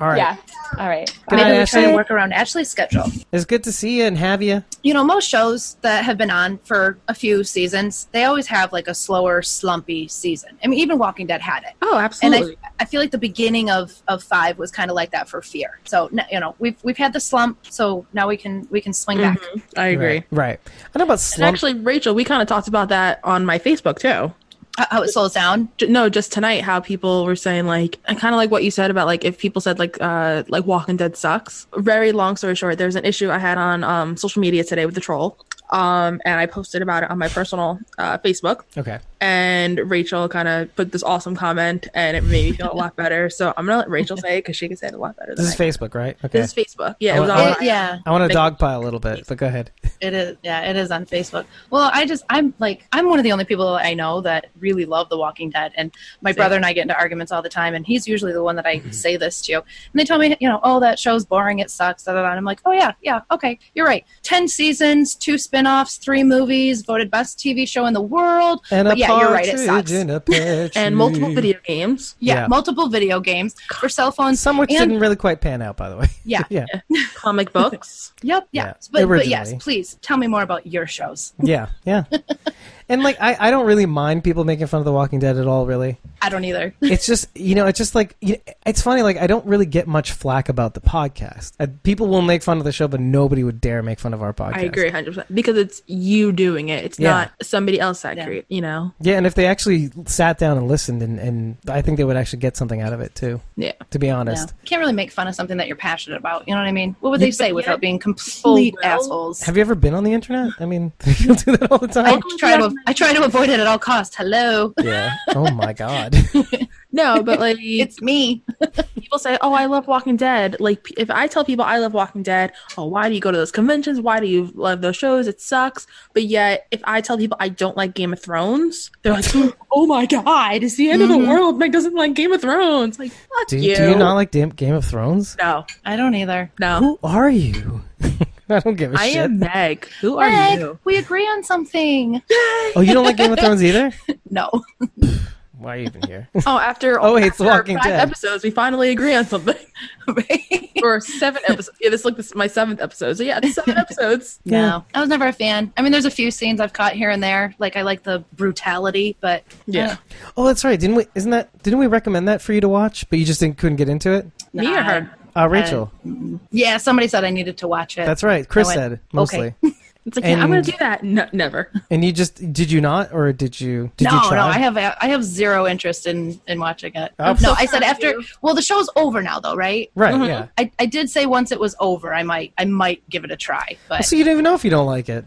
A: All right.
D: Yeah. All right.
A: Good night,
C: Maybe we
A: Ashley.
C: try to work around Ashley's schedule.
A: It's good to see you and have you.
C: you know, most shows that have been on for a few seasons, they always have like a slower, slumpy season. I mean, even Walking Dead had it.
B: oh,
C: And
B: absolutely.
C: I, I feel like the beginning of, of five was kind of like that for Fear. So n- you know we've we've had the slump, so now we can we can swing back.
B: I, agree.
A: Right. right. I don't know about
B: And
A: slump.
B: actually, Rachel, we kind of talked about that on my Facebook too.
C: How- How it slows down.
B: J- no, just tonight, how people were saying like, I kind of like what you said about like if people said like, uh, like Walking Dead sucks. Very long story short, there's an issue I had on um social media today with the troll, um, and I posted about it on my personal uh, Facebook.
A: okay.
B: And Rachel kind of put this awesome comment, and it made me feel a lot better. So I'm gonna let Rachel say it because she can say it a lot better. Than
A: This is
B: I can.
A: Facebook, right? Okay.
B: This is Facebook. Yeah, it was
A: Oh,
B: on.
A: oh,
B: my-
C: It- yeah,
A: I want to
B: Big-
A: dogpile a little bit, but go ahead.
C: it is. Yeah, it is on Facebook. Well, I just I'm like I'm one of the only people I know that really love The Walking Dead, and my brother and I get into arguments all the time, and he's usually the one that I say this to. And they tell me, you know, oh that show's boring, it sucks, da da da. And I'm like, oh yeah, yeah, okay, you're right. Ten seasons, two spin-offs, three movies, voted best TV show in the world.
A: And
C: But
A: a
C: yeah, you're right, it
A: partridge
C: sucks.
A: in a pear
B: <laughs> and multiple
A: tree.
B: video games.
C: Yeah,
A: Yeah.
C: multiple video games for cell phones.
A: Some which
C: and-
A: didn't really quite pan out, by the way.
C: Yeah.
A: <laughs> yeah. <laughs>
B: comic books.
C: Yep, yeah.
A: Yeah,
C: But, but yes,
A: originally.
C: please tell me more about your shows.
A: Yeah.
B: <laughs>
A: Yeah. and like, I, I don't really mind people making fun of The Walking Dead at all, really.
C: I don't either.
A: It's just, you know, it's just like, you- it's funny, like, I don't really get much flack about the podcast. Uh, people will make fun of the show, but nobody would dare make fun of our podcast.
B: I agree 100% because it's you doing it. It's
A: Yeah.
B: not somebody else that
C: Yeah.
B: create, you know.
A: Yeah, and if they actually sat down and listened, and, and I think they would actually get something out of it, too,
B: Yeah.
A: to be
C: No.
A: honest.
C: You can't really make fun of something that you're passionate about. You know what I mean? What would they say without being complete
B: Oh, well.
C: assholes?
A: Have you ever been on the internet? I mean, <laughs> you'll do that all the
C: I
A: time.
C: try to I try to avoid it at all costs. Hello, <laughs>
A: Yeah. Oh my god.
B: No, but like
C: it's me.
B: people say, "Oh, I love Walking Dead." Like p- if I tell people I love Walking Dead, "Oh, why do you go to those conventions? Why do you love those shows? It sucks." But yet, if I tell people I don't like Game of Thrones, they're like, <gasps> "Oh my god, it's the end of the
A: Mm-hmm.
C: Mhm.
B: world. Meg doesn't like Game of Thrones." Like, fuck
A: Do
B: you.
A: you, do you not like Dam- Game of Thrones?
B: No.
C: I don't either.
B: No.
A: Who are you? <laughs> I don't give a
B: I
A: shit.
B: am Meg. Who are
C: Meg,
B: you?
C: we agree on something.
A: <laughs> Oh, you don't like Game of Thrones either?
C: No,
A: Why are you even
C: <laughs>
A: here?
B: Oh, after
A: Oh, wait, it's The
B: after
A: Walking
B: five
A: Dead.
B: episodes, we finally agree on <laughs> something. or seven episodes. Yeah, this like this is my seventh episode. So yeah, it's <laughs> seven episodes.
C: no. I was never a fan. I mean, there's a few scenes I've caught here and there. Like I like the brutality, but
B: Yeah.
A: Oh, that's right. Didn't we? Isn't that? Didn't we recommend that for you to watch? But you just didn't, couldn't get into it.
B: Me or her?
A: Uh, Rachel.
C: Yeah, somebody said I needed to watch it.
A: that's right. Chris
C: I
A: said
C: went,
A: mostly.
C: okay.
B: It's like, yeah, I'm going
A: And-
B: to do that. No, never.
A: <laughs> And you just did you not, or did you did
C: no,
A: you try?
C: no, I have I have zero interest in in watching it.
A: I'm
C: no,
A: so
C: I said after. Well, the show's over now, though, right? Mm-hmm.
A: Right, Mhm. yeah.
C: I, I did say once it was over, I might I might give it a try, but
A: so you don't even know if you don't like it.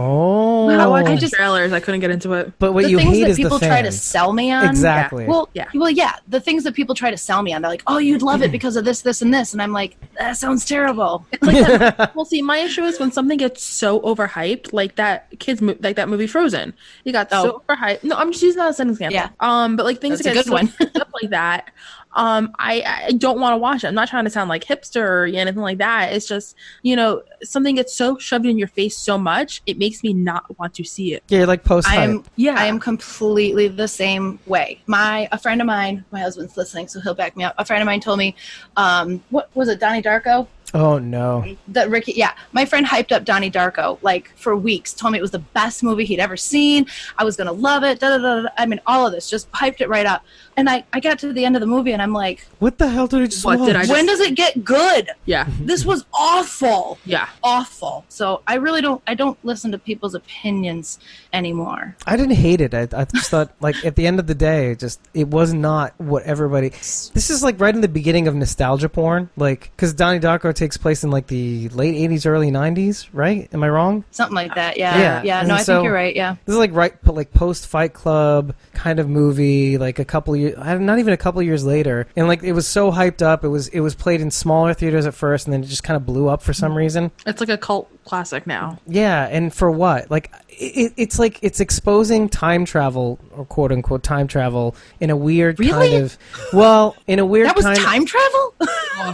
A: Oh,
B: I watched the trailers. I couldn't get into it.
A: But what
C: the
A: you
C: things
A: hate
C: that
A: is the
C: people try to
A: fans.
C: sell me on.
A: Exactly.
C: Well,
B: Yeah.
C: yeah. Well, yeah. The things that people try to sell me on, they're like, "Oh, you'd love it because of this, this, and this," and I'm like, "That
A: <laughs>
C: sounds terrible."
B: well, see, my issue is when something gets so overhyped, like that kids, mo- like that movie Frozen. You got so
C: Oh.
B: overhyped. No, I'm just using that as an example.
C: Yeah.
B: Um, but like things
C: That's
B: get
C: a good
B: so <laughs>
C: one.
B: hyped up like that. Um, I, I don't want to watch it. I'm not trying to sound like hipster or anything like that. It's just you know something gets so shoved in your face so much it makes me not want to see it.
A: yeah, you're like post
C: I
A: hype.
C: am
B: Yeah.
C: I am completely the same way. My a friend of mine, my husband's listening, so he'll back me up. A friend of mine told me, um, what was it, Donnie Darko?
A: oh no,
C: That Ricky, yeah, my friend hyped up Donnie Darko like for weeks. Told me it was the best movie he'd ever seen. I was gonna love it. Da, da, da, da. I mean, all of this just hyped it right up. And I, I got to the end of the movie and I'm like,
A: what the hell did I just
B: What did I
A: watch?
B: just-
C: when does it get good?
B: Yeah.
C: This was awful.
B: Yeah.
C: awful. So I really don't. I don't listen to people's opinions anymore.
A: I didn't hate it. I, I just thought, like, at the end of the day, it just it was not what everybody. This is like right in the beginning of nostalgia porn, like because Donnie Darko takes place in like the late '80s, early '90s, right? Am I wrong?
C: Something like that. Yeah.
A: Yeah.
C: Yeah.
A: And
C: no, I
A: so-
C: think you're right. Yeah.
A: This is like right, but like post Fight Club kind of movie, like a couple years, not even a couple years later, and like it was so hyped up. It was it was played in smaller theaters at first, and then it just kind of blew up for some
C: Mm-hmm.
A: reason.
B: It's like a cult classic now.
A: Yeah, and for what? Like, it, it's like it's exposing time travel, or quote unquote time travel, in a weird
C: Really?
A: kind of. Well, in a weird
C: That was
A: kind.
C: time travel.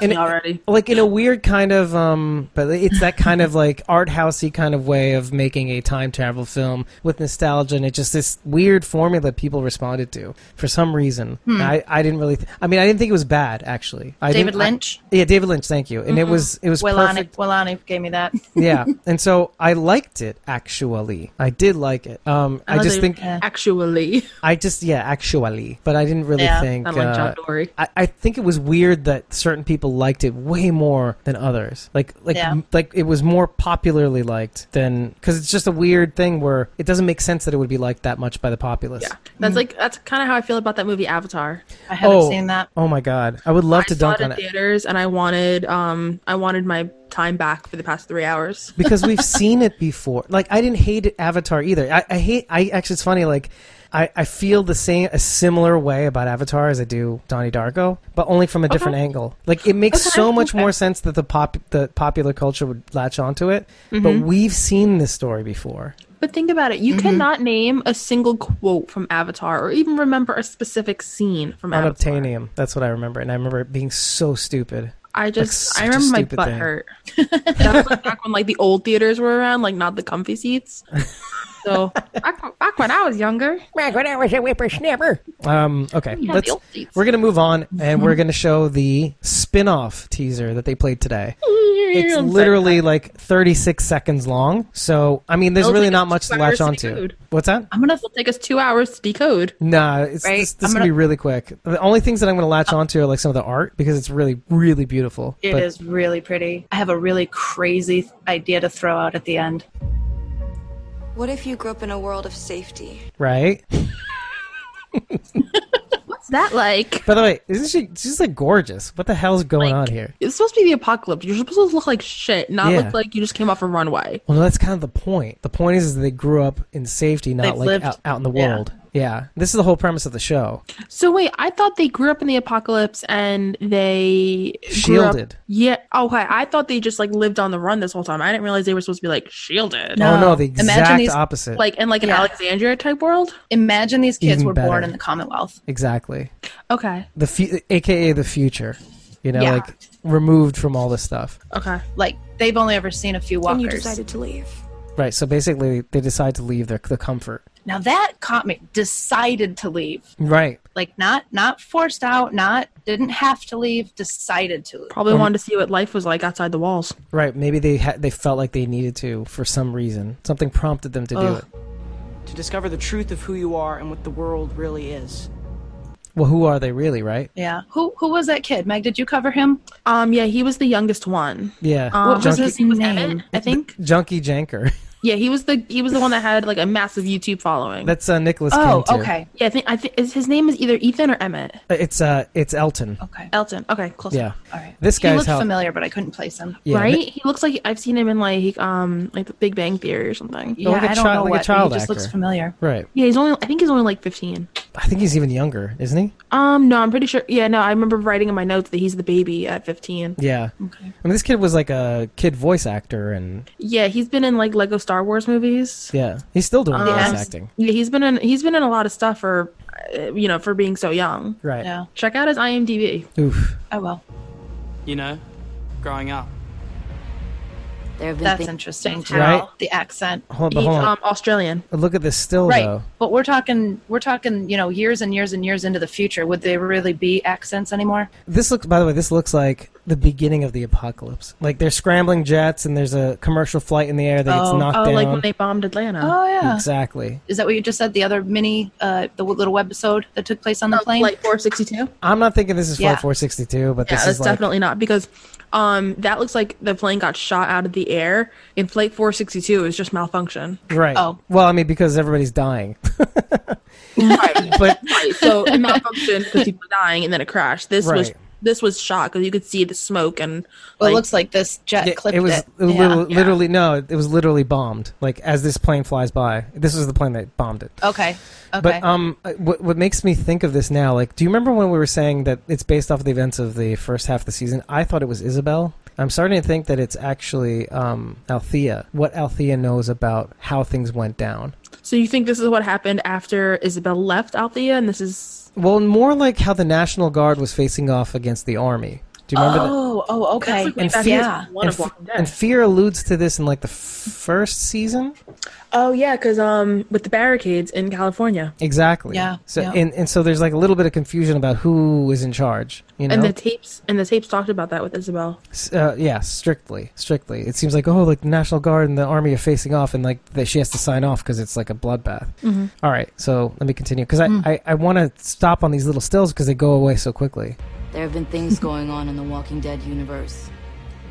A: in a-
B: already.
A: like in a weird kind of um but it's that kind of like art housey kind of way of making a time travel film with nostalgia and it's just this weird formula people responded to for some reason And i i didn't really th- i mean i didn't think it was bad actually I
C: Hmm. David
A: didn't- I-
C: Lynch? Mm-hmm.
A: yeah david lynch thank you and it was it was
C: Willani,
A: perfect
C: Willani gave me that.
A: yeah and so i liked it actually i did like it um i,
B: love
A: just
B: that-
A: think
B: Actually,
A: I just yeah, actually, but I didn't really
C: Yeah,
A: think.
B: not like
A: uh,
B: John Dory.
A: I, I think it was weird that certain people liked it way more than others. Like like
C: Yeah.
A: m- like it was more popularly liked than because it's just a weird thing where it doesn't make sense that it would be liked that much by the populace.
B: yeah. That's like that's kind of how I feel about that movie Avatar.
C: I haven't
A: oh,
C: seen that.
A: Oh my god, I would love
B: I
A: to
B: saw it
A: dunk on
B: at
A: it
B: theaters, and I wanted um I wanted my time back for the past three hours.
A: because we've seen it before. Like I didn't hate it, Avatar either. I, I hate. I actually, it's funny. Like I, I feel the same, a similar way about Avatar as I do Donnie Darko, but only from a different angle. Like it makes so much more sense that the pop, the popular culture would latch onto it. But we've seen this story before.
B: But think about it. You cannot name a single quote from Avatar, or even remember a specific scene from Avatar.
A: Unobtainium. That's what I remember, and I remember it being so stupid.
B: I just
A: such
B: I
A: a
B: remember my
A: stupid
B: butt
A: thing. <laughs>
B: hurt. that was like back when like the old theaters were around, like not the comfy seats.
A: <laughs>
B: So back, back when I was younger,
A: Um, okay,
B: Yeah,
A: let's.
B: the old seats. Mm-hmm.
A: We're gonna move on, and we're gonna show the spin-off teaser that they played today. It's literally like 36 seconds long, so I mean, there's
B: It'll
A: really
B: take
A: not
B: us
A: much
B: two
A: to latch
B: hours to
A: onto.
B: decode.
A: What's that?
C: I'm gonna.
B: it'll take us two hours to decode.
A: Nah, it's
C: Right?
A: this, this
C: I'm
A: is gonna be really quick. The only things that I'm gonna latch onto are like some of the art because it's really, really beautiful.
C: It is
A: But-
C: really pretty. I have a really crazy idea to throw out at the end.
K: What if you grew up in a world of safety?
A: right.
B: <laughs>
A: <laughs>
B: What's that like?
A: By the way, isn't she? She's like gorgeous. What the hell's going on here?
B: It's supposed to be the apocalypse. You're supposed to look like shit, not
A: Yeah.
B: look like you just came off a runway.
A: Well, no, that's kind of the point. The point is, is they grew up in safety, not
C: They've
A: like
C: lived-
A: out, out in the
C: yeah.
A: world. yeah, this is the whole premise of the show.
B: So wait, I thought they grew up in the apocalypse and they grew up-
A: Shielded.
B: Yeah. Okay. I thought they just like lived on the run this whole time. I didn't realize they were supposed to be like shielded.
A: Oh no, the
C: Imagine
A: exact
C: these-
A: opposite.
B: Like in like an
C: Yeah.
B: Alexandria type world.
C: Imagine these kids
A: Even
C: were born
A: better.
C: in the Commonwealth.
A: exactly.
B: Okay.
A: The fu- AKA the future. You know,
C: Yeah.
A: like removed from all this stuff.
B: Okay.
C: Like they've only ever seen a few
K: And you
C: walkers.
K: decided to leave.
A: Right. So basically, they decide to leave their the comfort.
C: now that caught me. Decided to leave.
A: Right.
C: Like not not forced out. Not didn't have to leave. Decided to.
B: Probably
A: Um,
B: wanted to see what life was like outside the walls.
A: Right. Maybe they ha- they felt like they needed to for some reason. Something prompted them to do
L: Ugh.
A: it.
L: to discover the truth of who you are and what the world really is.
A: Well, who are they really? Right.
C: Yeah. Who who was that kid? Meg, did you cover him?
B: Um. Yeah. He was the youngest one. Mm.
A: Yeah.
B: Um,
C: What was
A: Junkie,
C: his
B: He was
C: name?
B: Emmett, I think.
A: Junkie Janker. <laughs>
B: Yeah, he was the he was the one that had like a massive YouTube following.
A: That's uh, Nicholas.
B: oh, okay. Yeah, I think I think his name is either Ethan or Emmett.
A: It's uh, it's Elton.
C: Oh,
B: Okay, Elton. Okay, close.
A: Yeah.
B: enough. All right.
A: This
B: he
A: guy's
B: looked
A: how-
B: familiar, but I couldn't place him.
A: Yeah,
B: right?
A: Ni-
B: he looks like I've seen him in like um like the Big Bang Theory or something.
A: Like a child- like a child
B: he just looks
A: actor.
B: familiar.
A: Right.
B: Yeah, he's only I think he's only like 15.
A: I think he's even younger, isn't he?
B: Um, no, I'm pretty sure. Yeah, no, I remember writing in my notes that he's the baby at 15.
A: Yeah. Okay. I mean, this kid was like a kid voice actor, and
B: Yeah, he's been in like Lego Star Wars movies.
A: yeah, he's still doing
B: Um,
A: voice acting.
B: Yeah, he's been in he's been in a lot of stuff for, uh, you know, for being so young.
A: Right.
B: Yeah. Check out his IMDb.
A: Oof.
C: Oh,
B: I will.
L: You know, growing up.
C: There have been That's interesting.
A: too. Right?
C: The accent.
A: Hold, but hold on.
B: um, Australian.
A: Look at this still
C: right.
A: though.
C: But we're talking we're talking, you know, years and years and years into the future. Would they really be accents anymore?
A: This looks, by the way, this looks like the beginning of the apocalypse. Like they're scrambling jets, and there's a commercial flight in the air that gets knocked
C: oh,
A: down.
C: like
B: When they bombed Atlanta.
C: Oh yeah.
A: Exactly.
C: Is that what you just said? The other mini, uh, the little webisode that took place on the plane,
B: Flight 462.
A: I'm not thinking this is
B: Yeah.
A: Flight 462, but
B: Yeah,
A: this
B: Uh, that's
A: is like
B: definitely not because um that looks like the plane got shot out of the air. In Flight 462, it was just malfunction.
A: right.
B: Oh.
A: Well, I mean, because everybody's dying. <laughs>
B: Right, so
C: <laughs>
B: it malfunctioned because people were dying, and then it crashed. This was
A: Right.
B: this was shot because you could see the smoke and.
C: Well, it looks like this jet clipped
A: it was
C: it.
A: li- literally no, it was literally bombed. Like as this plane flies by, this was the plane that bombed it.
C: Okay. Okay.
A: But um, uh, what what makes me think of this now? Like, do you remember when we were saying that it's based off of the events of the first half of the season? I thought it was Isabel. I'm starting to think that it's actually um, Althea. What Althea knows about how things went down.
B: So you think this is what happened after Isabel left Althea, and this is.
A: Well, more like how the National Guard was facing off against the army. Do you remember that?
C: oh, oh,
B: That's
C: okay.
B: like back in season one
A: and, F-
B: of Walking Dead.
A: and fear alludes to this in like the f- first season.
B: Oh yeah, because um, with the barricades in California
A: Exactly.
B: Yeah,
A: So
B: yeah.
A: and and so there's like a little bit of confusion about who is in charge. You know.
B: and the tapes and the tapes talked about that with Isabel.
A: S- uh, yeah, strictly, strictly. It seems like oh, like the National Guard and the Army are facing off, and like that she has to sign off because it's like a bloodbath.
B: Mhm.
A: All right, so let me continue because I,
B: Mm.
A: I I want to stop on these little stills because they go away so quickly.
M: There have been things going on in the Walking Dead universe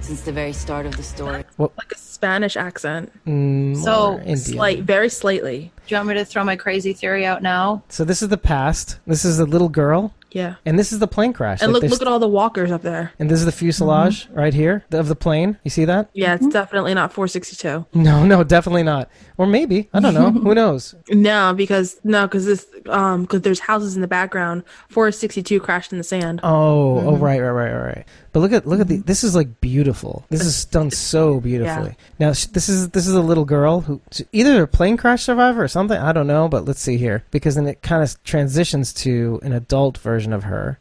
M: since the very start of the story.
B: Like a Spanish accent,
A: Mm,
C: So,
A: more Indian.
B: slight, very slightly.
C: Do you want me to throw my crazy theory out now?
A: So this is the past. This is the little girl.
B: Yeah.
A: And this is the plane crash.
B: And
A: Like,
B: look,
A: there's-
B: look at Mm-hmm. all the walkers up there.
A: And this is the fuselage right here of the plane. You see that?
B: Yeah, it's definitely not 462.
A: No, <laughs> no, definitely not. Or maybe I
B: <laughs>
A: don't know. Who knows?
B: No, because no, because this um, because there's houses in the background. 462 crashed in the sand.
A: Oh, oh, right, right, right, right, right. But look at look at the. This is like beautiful. This is done so beautifully. Now sh- this is this is a little girl who s- either a plane crash survivor or something. I don't know, but let's see here because then it kind of transitions to an adult version of her.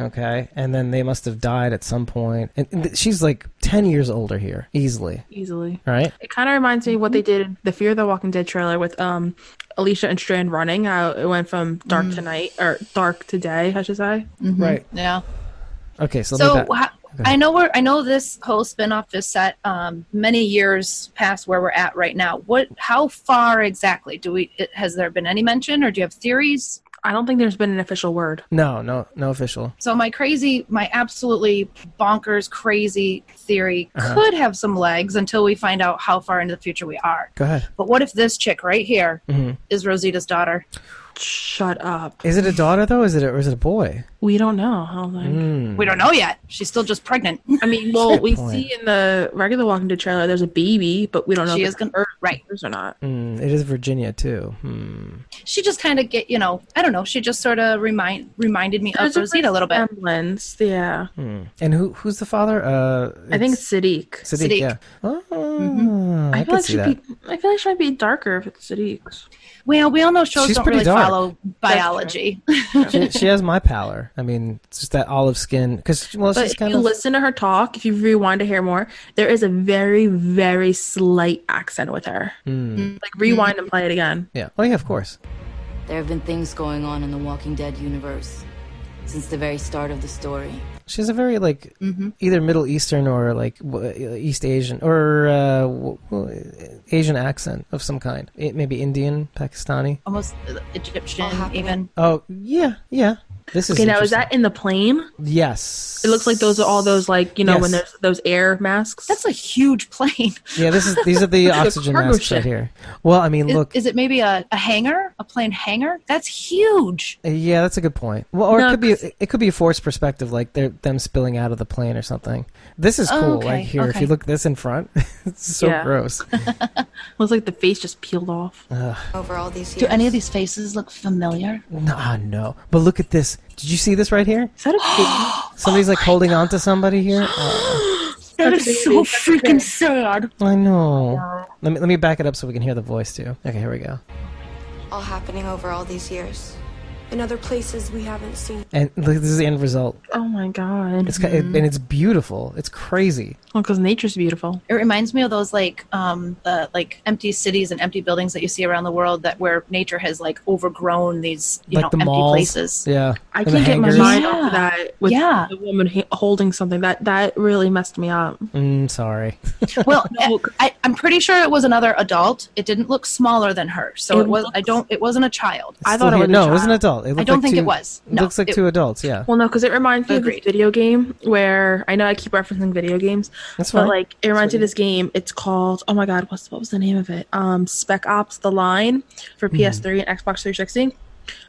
A: Okay, and then they must have died at some point. And and th- she's like ten years older here, easily.
B: easily.
A: All right.
B: It kind of reminds me of what they did in the Fear the Walking Dead trailer with um Alicia and Strand running. How it went from dark to night or dark to day, I should say.
A: Right.
C: Yeah.
A: Okay, so, let
C: So
A: me back-
C: ha-
A: Go ahead.
C: I know we're I know this whole spinoff is set um, many years past where we're at right now. What? How far exactly do we? It, has there been any mention, or do you have theories?
B: I don't think there's been an official word.
A: no, no, no official.
C: So my crazy, my absolutely bonkers crazy theory
A: Uh-huh.
C: could have some legs until we find out how far into the future we are.
A: Go ahead.
C: But what if this chick right here is
A: Mhm.
C: Rosita's daughter?
B: Shut up.
A: Is it a daughter though? Is it a, or is it a boy?
B: We don't know. I don't think.
A: Mm.
C: We don't know yet. She's still just pregnant.
B: I mean, well, we
A: point.
B: see in the regular Walking Dead trailer there's a baby, but we don't know
C: She
B: if
C: is
B: it's
C: gonna- er,
B: her
C: right.
B: or not.
A: Mm, it is Virginia too. Hmm.
C: She just kind of get, you know, I don't know. She just sort of remind reminded me of
B: There's
C: Rosita a little bit.
B: Semblance, yeah.
A: Hmm. And who who's the father? Uh,
B: I think
A: it's-
B: it's Sadiq.
A: Sadiq,
B: Sadiq. Mm-hmm.
A: yeah. Oh, I, can
B: I feel like
A: see
B: she'd
A: that.
B: be. I feel like she might be darker if it's Sadiq's.
C: Well, we all know shows
A: She's
C: don't
A: pretty
C: really
A: dark.
C: follow biology. <laughs>
A: she, she has my pallor. I mean, it's just that olive skin. Because well,
B: but
A: she's
B: if
A: kind
B: you
A: of
B: listen to her talk, if you rewind to hear more, there is a very, very slight accent with her.
A: Hmm.
B: Like rewind and play it again.
A: yeah. Oh yeah, of course.
M: There have been things going on in the Walking Dead universe since the very start of the story.
A: She has a very like
B: Mm-hmm.
A: either Middle Eastern or like w- East Asian or uh, w- w- Asian accent of some kind. It, maybe Indian, Pakistani.
C: Almost Egyptian, even.
A: Oh yeah, yeah. This is
B: okay, now is that in the plane?
A: Yes.
B: It looks like those are all those like you know when
A: Yes.
B: there's those air masks. That's
C: a huge plane.
A: Yeah, this is these are
B: <laughs>
A: the
B: It's a
A: oxygen
B: cargo
A: masks
B: ship.
A: right here. Well, I mean,
C: Is-
A: look.
C: Is, it maybe a, a hangar? A plane hangar? That's huge.
A: yeah, that's a good point. Well, or
C: No,
A: it could be it could be a forced perspective, like they're them spilling out of the plane or something. This is
B: Oh,
A: cool
B: okay,
A: right here. If
B: okay.
A: you look this in front, <laughs> it's so
B: Yeah.
C: <laughs>
A: gross.
B: looks like the face just peeled off.
A: Ugh.
K: Over all these
C: Do any of these faces look familiar?
A: Nah, no. But look at this. Did you see this right here?
B: Is that a
C: <gasps>
A: Somebody's
C: Oh
A: like holding on to somebody here. Oh.
B: That
C: is so freaking sad.
A: I
C: Oh
A: know. Let me let me back it up so we can hear the voice too. Okay, here we go.
K: all happening over all these years. In other places we haven't seen.
A: And look, this is the end result.
B: Oh my god!
A: It's ki- and it's beautiful. It's crazy.
B: Well, because nature's beautiful.
C: It reminds me of those like um the like empty cities and empty buildings that you see around the world that where nature has like overgrown these you
A: like
C: know
A: the
C: empty
A: malls.
C: places.
A: Yeah.
B: I
A: And the
B: can't get my
A: hangars.
B: mind off of that with
C: Yeah.
B: the woman ha- holding something. That that really messed me up.
A: Mm, sorry.
C: well, I, I'm pretty sure it was another adult. It didn't look smaller than her, so
B: It
C: it, was. I don't. It wasn't a child.
A: It's still here. no. It was an adult. It
C: I
A: looked
C: don't
A: like
C: think
A: two,
C: it was.
A: it
C: No,
A: looks like
C: it-
A: two adults. Yeah.
B: Well, no, because it reminds me of this video game where I know I keep referencing video games,
A: That's
B: but
A: fine.
B: like it reminds me of this game. It's called oh my god, what's what was the name of it? Um, Spec Ops: The Line for
A: Mm-hmm.
B: PS3 and Xbox 360.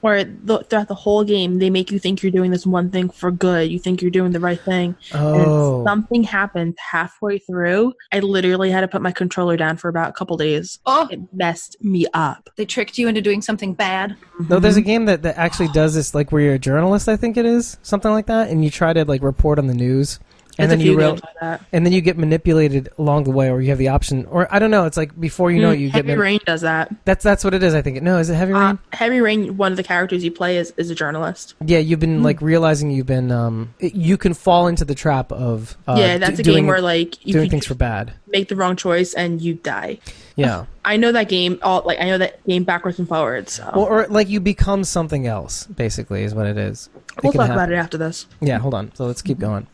B: Where the, throughout the whole game, they make you think you're doing this one thing for good. You think you're doing the right thing. And
A: Oh.
B: something happened halfway through. I literally had to put my controller down for about a couple days.
C: Oh,
B: it messed me up.
C: They tricked you into doing something bad.
A: No, there's a game that, that actually does this, like where you're a journalist, I think it is, something like that, and you try to like report on the news, and
B: There's a
A: then you
B: few
A: real,
B: games like that.
A: and then you get manipulated along the way, or you have the option, or I don't know, it's like before you know it,
B: Mm,
A: you get Uh,
B: Heavy
A: manip-
B: Rain Uh, does that.
A: That's that's what it is, I think. No, is it heavy rain?
B: Heavy Rain, one of the characters you play is, is a journalist.
A: yeah, you've been
B: mm.
A: like realizing you've been, um, it- you can fall into the trap of uh,
B: yeah, that's
A: d-
B: a game
A: doing-
B: where like you
A: doing
B: could
A: things for bad.
B: make the wrong choice and you die.
A: Yeah.
B: I know that game all like I know that game backwards and forwards. So.
A: Well, or like you become something else, basically, is what it is. It
B: we'll
A: can
B: talk about
A: happen.
B: it after this.
A: Yeah, hold on. So let's keep going.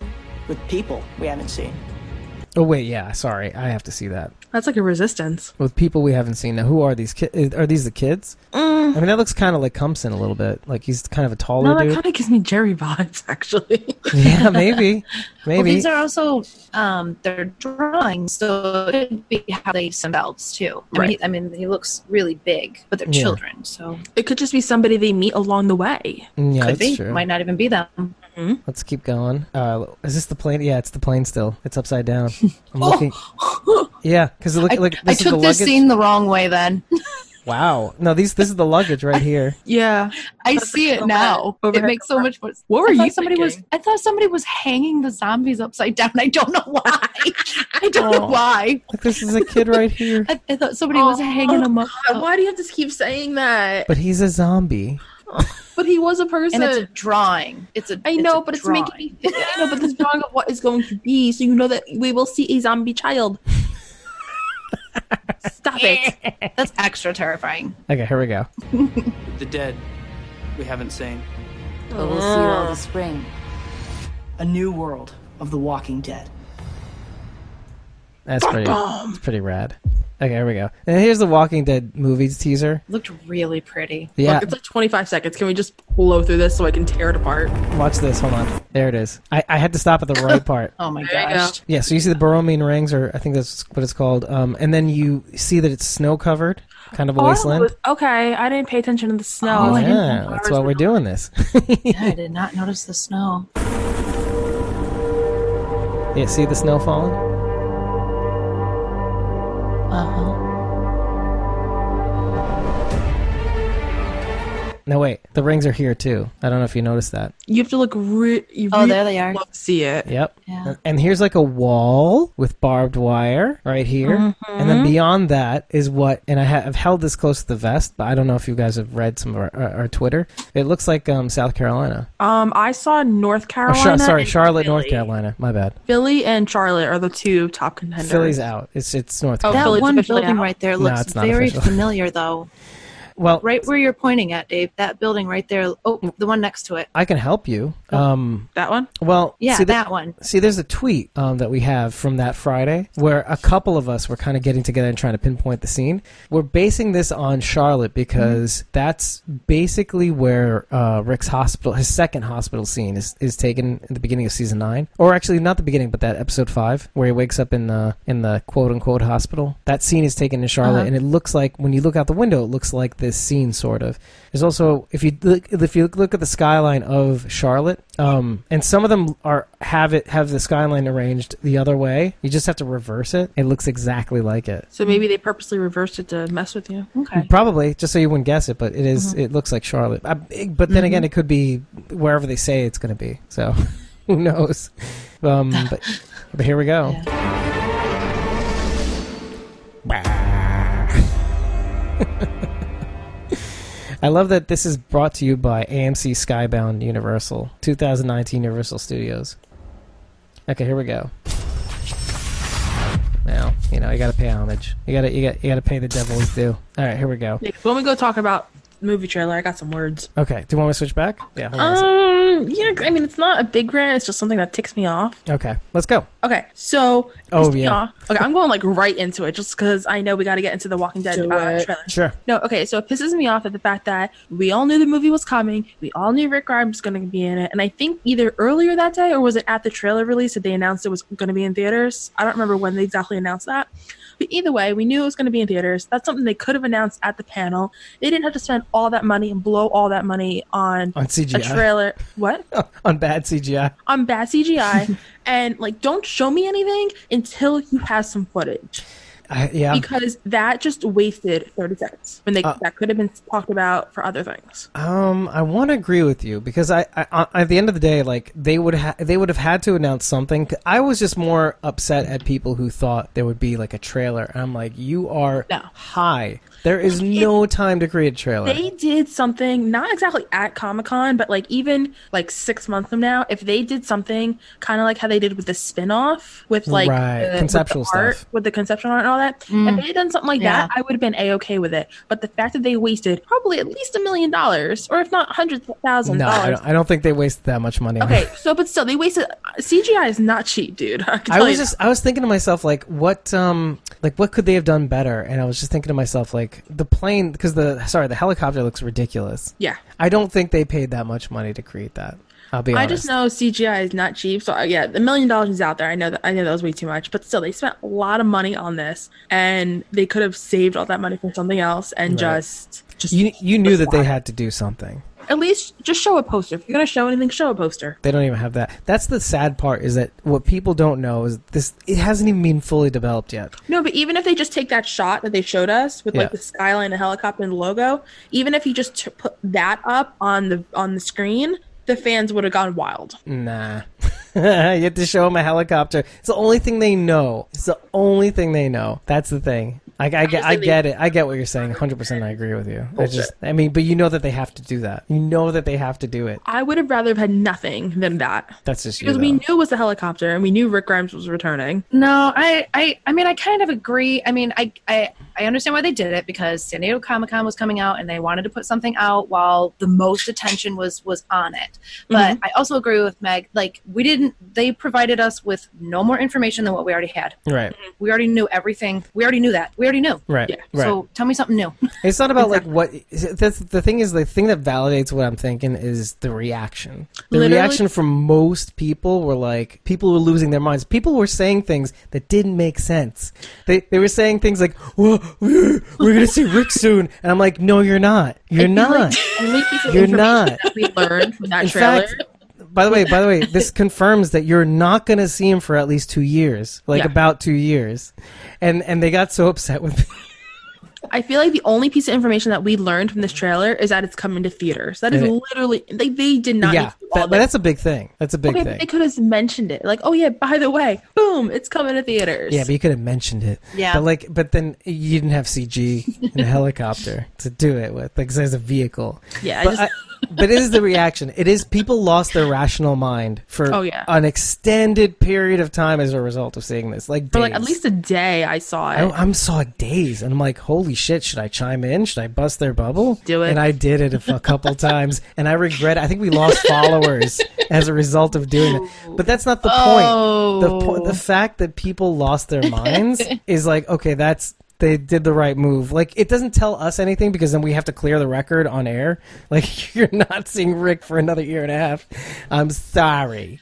L: with people we haven't seen.
A: Oh wait, yeah. Sorry, I have to see that
B: That's like a resistance.
A: with people we haven't seen. Now, who are these kids? Are these the kids?
B: Mm.
A: I mean, that looks kind of like Cumson a little bit. Like he's kind of a taller
B: No, that
A: dude.
B: kind of gives me Jerry vibes <laughs> actually.
A: <laughs> yeah, maybe,
C: <laughs> Well,
A: maybe.
C: these are also um, their drawings, so it could be how they themselves too. I,
B: Right.
C: mean, he, I mean, he looks really big, but they're
A: Yeah.
C: children, so
B: It could just be somebody they meet along the way.
A: Mm, yeah,
C: could
A: that's
C: be.
A: true.
C: Might not even be them.
A: Let's keep going. Uh, is this the plane? Yeah, it's the plane. Still, it's upside
C: <laughs>
A: down. I'm looking. Yeah, because look,
C: Oh. I,
A: look,
C: I
A: this is the
C: took
A: luggage.
C: this scene the wrong way.
A: <laughs>
C: Then
A: Wow. No, these. This is the luggage
C: <laughs>
A: right here.
B: Yeah,
C: I see it now. It makes so much more. What
B: were
C: I thought
B: you
C: Somebody was. I thought somebody was hanging the zombies upside down. <laughs> I don't know why. I don't know
A: Aw.
C: why.
A: Look, this is a kid right
C: <laughs>
A: here.
C: I, I thought somebody was hanging them up.
B: Uh, Why do you have to keep saying that?
A: But he's a zombie.
B: But he was a person.
C: And it's a drawing. It's a.
B: I
C: it's
B: know,
C: a
B: but it's
C: drawing.
B: making me. <laughs> I know, but this drawing of what is going to be, so you know that we will see a zombie child. Stop it.
C: <laughs> That's extra terrifying.
A: Okay, here we go.
L: The dead we haven't seen.
M: But we'll see it all this
C: Ah.
M: spring.
L: A new world of The Walking Dead.
A: That's pretty. It's pretty rad. Okay, here we go. And here's the Walking Dead movies teaser.
C: Looked really pretty.
A: Yeah.
B: Look, it's like 25 seconds. Can we just blow through this so I can tear it apart?
A: Watch this. Hold on. There it is. I, I had to stop at the right part.
C: Oh my
B: There you
C: gosh.
A: Yeah, so you see the Boromine rings, or I think that's what it's called, um, and then you see that it's snow covered, kind of
B: Oh,
A: a Oh, wasteland. Oh,
B: okay, I didn't pay attention to the snow.
A: yeah, that's why we're doing this. <laughs>
C: yeah, I did not notice the snow.
A: yeah, see the snow falling.
C: Uh-huh.
A: No, wait, the rings are here too. I don't know if you noticed that.
B: You have to look. Re- you
C: Oh,
B: really
C: there they are.
B: love to see it.
A: Yep. And here's like a wall with barbed wire right here, and
B: Mm-hmm.
A: then beyond that is what. And I ha- I've held this close to the vest, but I don't know if you guys have read some of our, our, our Twitter. It looks like um, South Carolina.
B: Um, I saw North
A: Or
B: Carolina.
A: Oh, Char- sorry,
B: and
A: Charlotte,
B: Philly.
A: North Carolina. My bad.
B: Philly and Charlotte are the two top contenders.
A: Philly's out. It's it's North.
B: Oh,
A: Carolina.
C: That
B: Philly's
C: one
B: officially
C: building
B: out.
C: right there
A: No,
C: looks
A: it's not
C: very
A: official. <laughs>
C: familiar, though.
A: Well-
C: right where you're pointing at, Dave. That building right there.
A: Mm.
C: Oh, the one next to it.
A: I can help you. Um,
C: That one?
A: well,
C: Yeah,
A: see, the-
C: that one.
A: See, there's a tweet um, that we have from that Friday where a couple of us were kind of getting together and trying to pinpoint the scene. We're basing this on Charlotte because
C: Mm-hmm.
A: that's basically where uh, Rick's hospital, his second hospital scene, is, is taken in the beginning of season nine, or actually not the beginning, but that episode five where he wakes up in the in the quote unquote hospital. That scene is taken in Charlotte,
N: Uh-huh.
A: and it looks like when you look out the window, it looks like this scene sort of. There's also if you look, if you look at the skyline of Charlotte, um, and some of them are have it have the skyline arranged the other way. You just have to reverse it. It looks exactly like it.
B: So maybe they purposely reversed it to mess with you. Okay.
A: Probably just so you wouldn't guess it, but it is- It looks like Charlotte, I, it- but then again,
B: Mhm.
A: it could be wherever they say it's going to be. So <laughs> who knows?
B: <laughs>
A: Um, but but here we go. <laughs> I love that this is brought to you by AMC Skybound Universal, 2019 Universal Studios. Okay, here we go. Now, you know, you got to pay homage. You got to you got you got to pay the devil his due. All right, here we go.
B: Yeah, when we go talk about the movie trailer, I got some words.
A: Okay, do you want me to switch back? Yeah. hold on a sec.
B: Um, yeah, I mean, it's not a big rant. It's just something that ticks me off.
A: okay, let's go.
B: Okay, so
A: Oh,
B: ticks me
A: yeah.
B: off. Okay, I'm going like right into it just because I know we got to get into the Walking Dead uh, trailer.
A: Sure.
B: No, okay, so it pisses me off at the fact that we all knew the movie was coming. We all knew Rick Grimes was going to be in it. And I think either earlier that day or was it at the trailer release that they announced it was going to be in theaters? I don't remember when they exactly announced that. But either way, we knew it was going to be in theaters. That's something they could have announced at the panel. They didn't have to spend all that money and blow all that money on,
A: On
B: a
A: CGI.
B: trailer. What?
A: <laughs> On bad CGI.
B: on bad CGI. and like, don't show me anything until you have some footage
A: I, yeah.
B: because that just wasted 30 seconds when they
A: uh,
B: that could have been talked about for other things.
A: Um, I want to agree with you because I, I, I, at the end of the day, like they would ha- they would have had to announce something. I was just more upset at people who thought there would be like a trailer. And I'm like, you are high. There is no time to create a trailer.
B: They did something not exactly at Comic Con, but like even like six months from now, if they did something kind of like how they did with the spin-off with like
A: Right,
B: the,
A: conceptual
B: with the art,
A: stuff.
B: with the conceptual art and all that,
A: Mm.
B: if they had done something like that,
A: Yeah.
B: I would have been a okay with it. But the fact that they wasted probably at least a million dollars, or if not hundreds of thousands
A: no, I
B: dollars,
A: don't, I don't think they wasted that much money. on it.
B: Okay, so but still, they wasted CGI is not cheap, dude. I, can
A: I
B: tell
A: was
B: you
A: just I was thinking to myself like what um like what could they have done better and I was just thinking to myself like the plane because the sorry the helicopter looks ridiculous
B: Yeah.
A: I don't think they paid that much money to create that I'll be
B: that. I
A: honest
B: just know CGI is not cheap, so uh, yeah, the million dollars is out there. I know that I know that was way too much, but still, they spent a lot of money on this, and they could have saved all that money for something else, and
A: Right.
B: just just
A: you you knew that they had to do something
B: at least just show a poster. If you're gonna show anything, show a poster.
A: They don't even have that. That's the sad part is that what people don't know is this it hasn't even been fully developed yet.
B: No, but even if they just take that shot that they showed us with
A: Yeah.
B: like the skyline, the helicopter, and the logo, even if you just t- put that up on the on the screen, the fans would have gone wild.
A: Mm. Nah. <laughs> you have to show them a helicopter. It's the only thing they know. It's the only thing they know. That's the thing. I, I, get, I get it. I get what you're saying. 100% I agree with you. I just, I mean, but you know that they have to do that. You know that they have to do it.
B: I would have rather have had nothing than that.
A: That's just you.
B: Because we
A: though.
B: knew it was the helicopter and we knew Rick Grimes was returning.
C: No, I, I, I mean, I kind of agree. I mean, I, I, I understand why they did it because San Diego Comic Con was coming out, and they wanted to put something out while the most attention was was on it. But
A: Mm-hmm.
O: Mhm.
C: I also agree with Meg. Like, we didn't. They provided us with no more information than what we already had.
A: Right.
B: Mm-hmm.
C: We already knew everything. We already knew that. We already knew.
A: Right, right.
C: So tell me something new.
A: It's not about like what that's the thing is the thing that validates what I'm thinking is the reaction. The
B: Literally-
A: reaction from most people were like people were losing their minds. People were saying things that didn't make sense. They they were saying things like, "Whoa, we're, we're gonna see Rick soon," and I'm like, "No, you're not. You're
B: <laughs>
A: not.
B: Only piece of
A: You're
B: <laughs> information
A: not.
B: that we learned from that
A: In
B: trailer.
A: fact, by the way, by the way,
B: <laughs>
A: this confirms that you're not going to see him for at least two years, like
B: Yeah.
A: about two years, and and they got so upset with
B: I feel like the only piece of information that we learned from this trailer is that it's coming to theaters. That is
A: And it-
B: literally they, they did not
A: yeah,
B: need to do all
A: that, that's a big thing. That's a big
B: okay,
A: thing.
B: but they could have mentioned it. Like, oh yeah, by the way, boom, it's coming to theaters.
A: Yeah, but you could have mentioned it.
B: Yeah.
A: But like, but then
B: <laughs>
A: you didn't have CG in a helicopter to do it with. Like, 'cause there's a vehicle.
B: Yeah, I
A: But
B: just-
A: I, but it is the reaction. It is people lost their rational mind for
B: Oh, yeah.
A: an extended period of time as a result of seeing this. Like,
B: For like at
A: days.
B: least a day, I saw it.
A: I, Oh, I'm saw days, and I'm like, holy shit! Should I chime in? Should I bust their bubble? Do
B: it.
A: And I did it a, f- a couple times, and I regret. I think we lost followers as a result of doing it. But that's not the point. The po- the fact that people lost their minds is like, okay, that's they did the right move. Like, it doesn't tell us anything because then we have to clear the record on air. <laughs> Like, you're not seeing Rick for another year and a half. I'm sorry.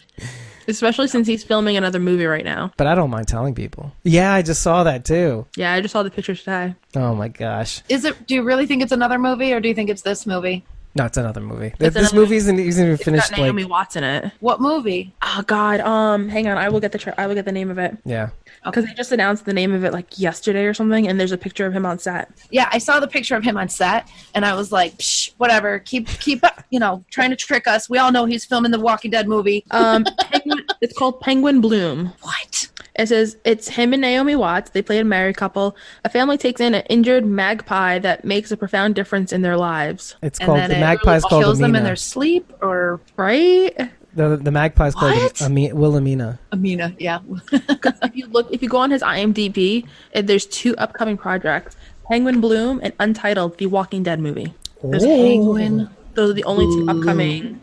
B: Especially since he's filming another movie right now.
A: But I don't mind telling people. Yeah, I just saw that too.
B: Yeah, I just saw the pictures today.
A: Oh my gosh.
C: Is it? Do you really think it's another movie, or do you think it's this movie?
A: No, it's another movie.
B: It's
A: this
B: another-
A: movie isn't, isn't even finished.
B: Got Naomi
A: like,
B: Watts in it.
C: What movie?
B: Oh God. Um, hang on. I will get the tra- I will get the name of it
A: yeah.
B: because they just announced the name of it like yesterday or something, and there's a picture of him on set.
C: Yeah, I saw the picture of him on set, and I was like, Psh, whatever. Keep keep you know trying to trick us. We all know he's filming the Walking Dead movie.
A: Oh,
B: <laughs> Um, Penguin, it's called Penguin Bloom.
C: What?
B: It says it's him and Naomi Watts. They play a married couple. A family takes in an injured magpie that makes a profound difference in their lives.
A: It's And called- then the it magpie's called
C: kills them in
A: Amina.
C: their sleep, or
B: <laughs> right?
A: The, the magpie's called
B: What?
A: Ami- Wilhelmina.
C: Amina, yeah.
B: if you look, if you go on his IMDb, uh, there's two upcoming projects: Penguin Bloom and Untitled: The Walking Dead movie. There's
A: Oh.
B: Penguin. Those are the only two <laughs> upcoming.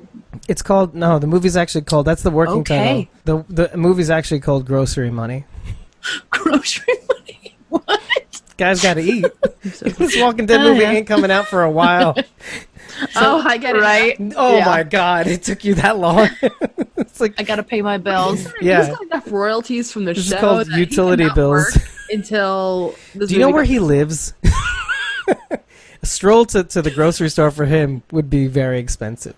A: It's called no. The movie's actually called. That's the working
B: Okay.
A: title. The the movie's actually called Grocery Money.
C: Grocery
A: Money. What? Guys got to
B: <laughs>
A: eat. <laughs> this Walking Dead
B: Oh,
A: movie
B: yeah.
A: ain't coming out for a
B: <laughs>
A: while.
B: oh, I get it.
C: Right?
A: Oh
B: Yeah.
A: my god! It took you that long. <laughs> it's like
C: I gotta pay my <laughs> bills.
A: Yeah.
B: He's got enough royalties from the
A: This is
B: show
A: called
B: that he
A: utility
B: cannot
A: bills.
B: work until this
A: Do you know
B: movie
A: where
B: goes-
A: he lives? <laughs> a stroll to, to the grocery store for him would be very expensive.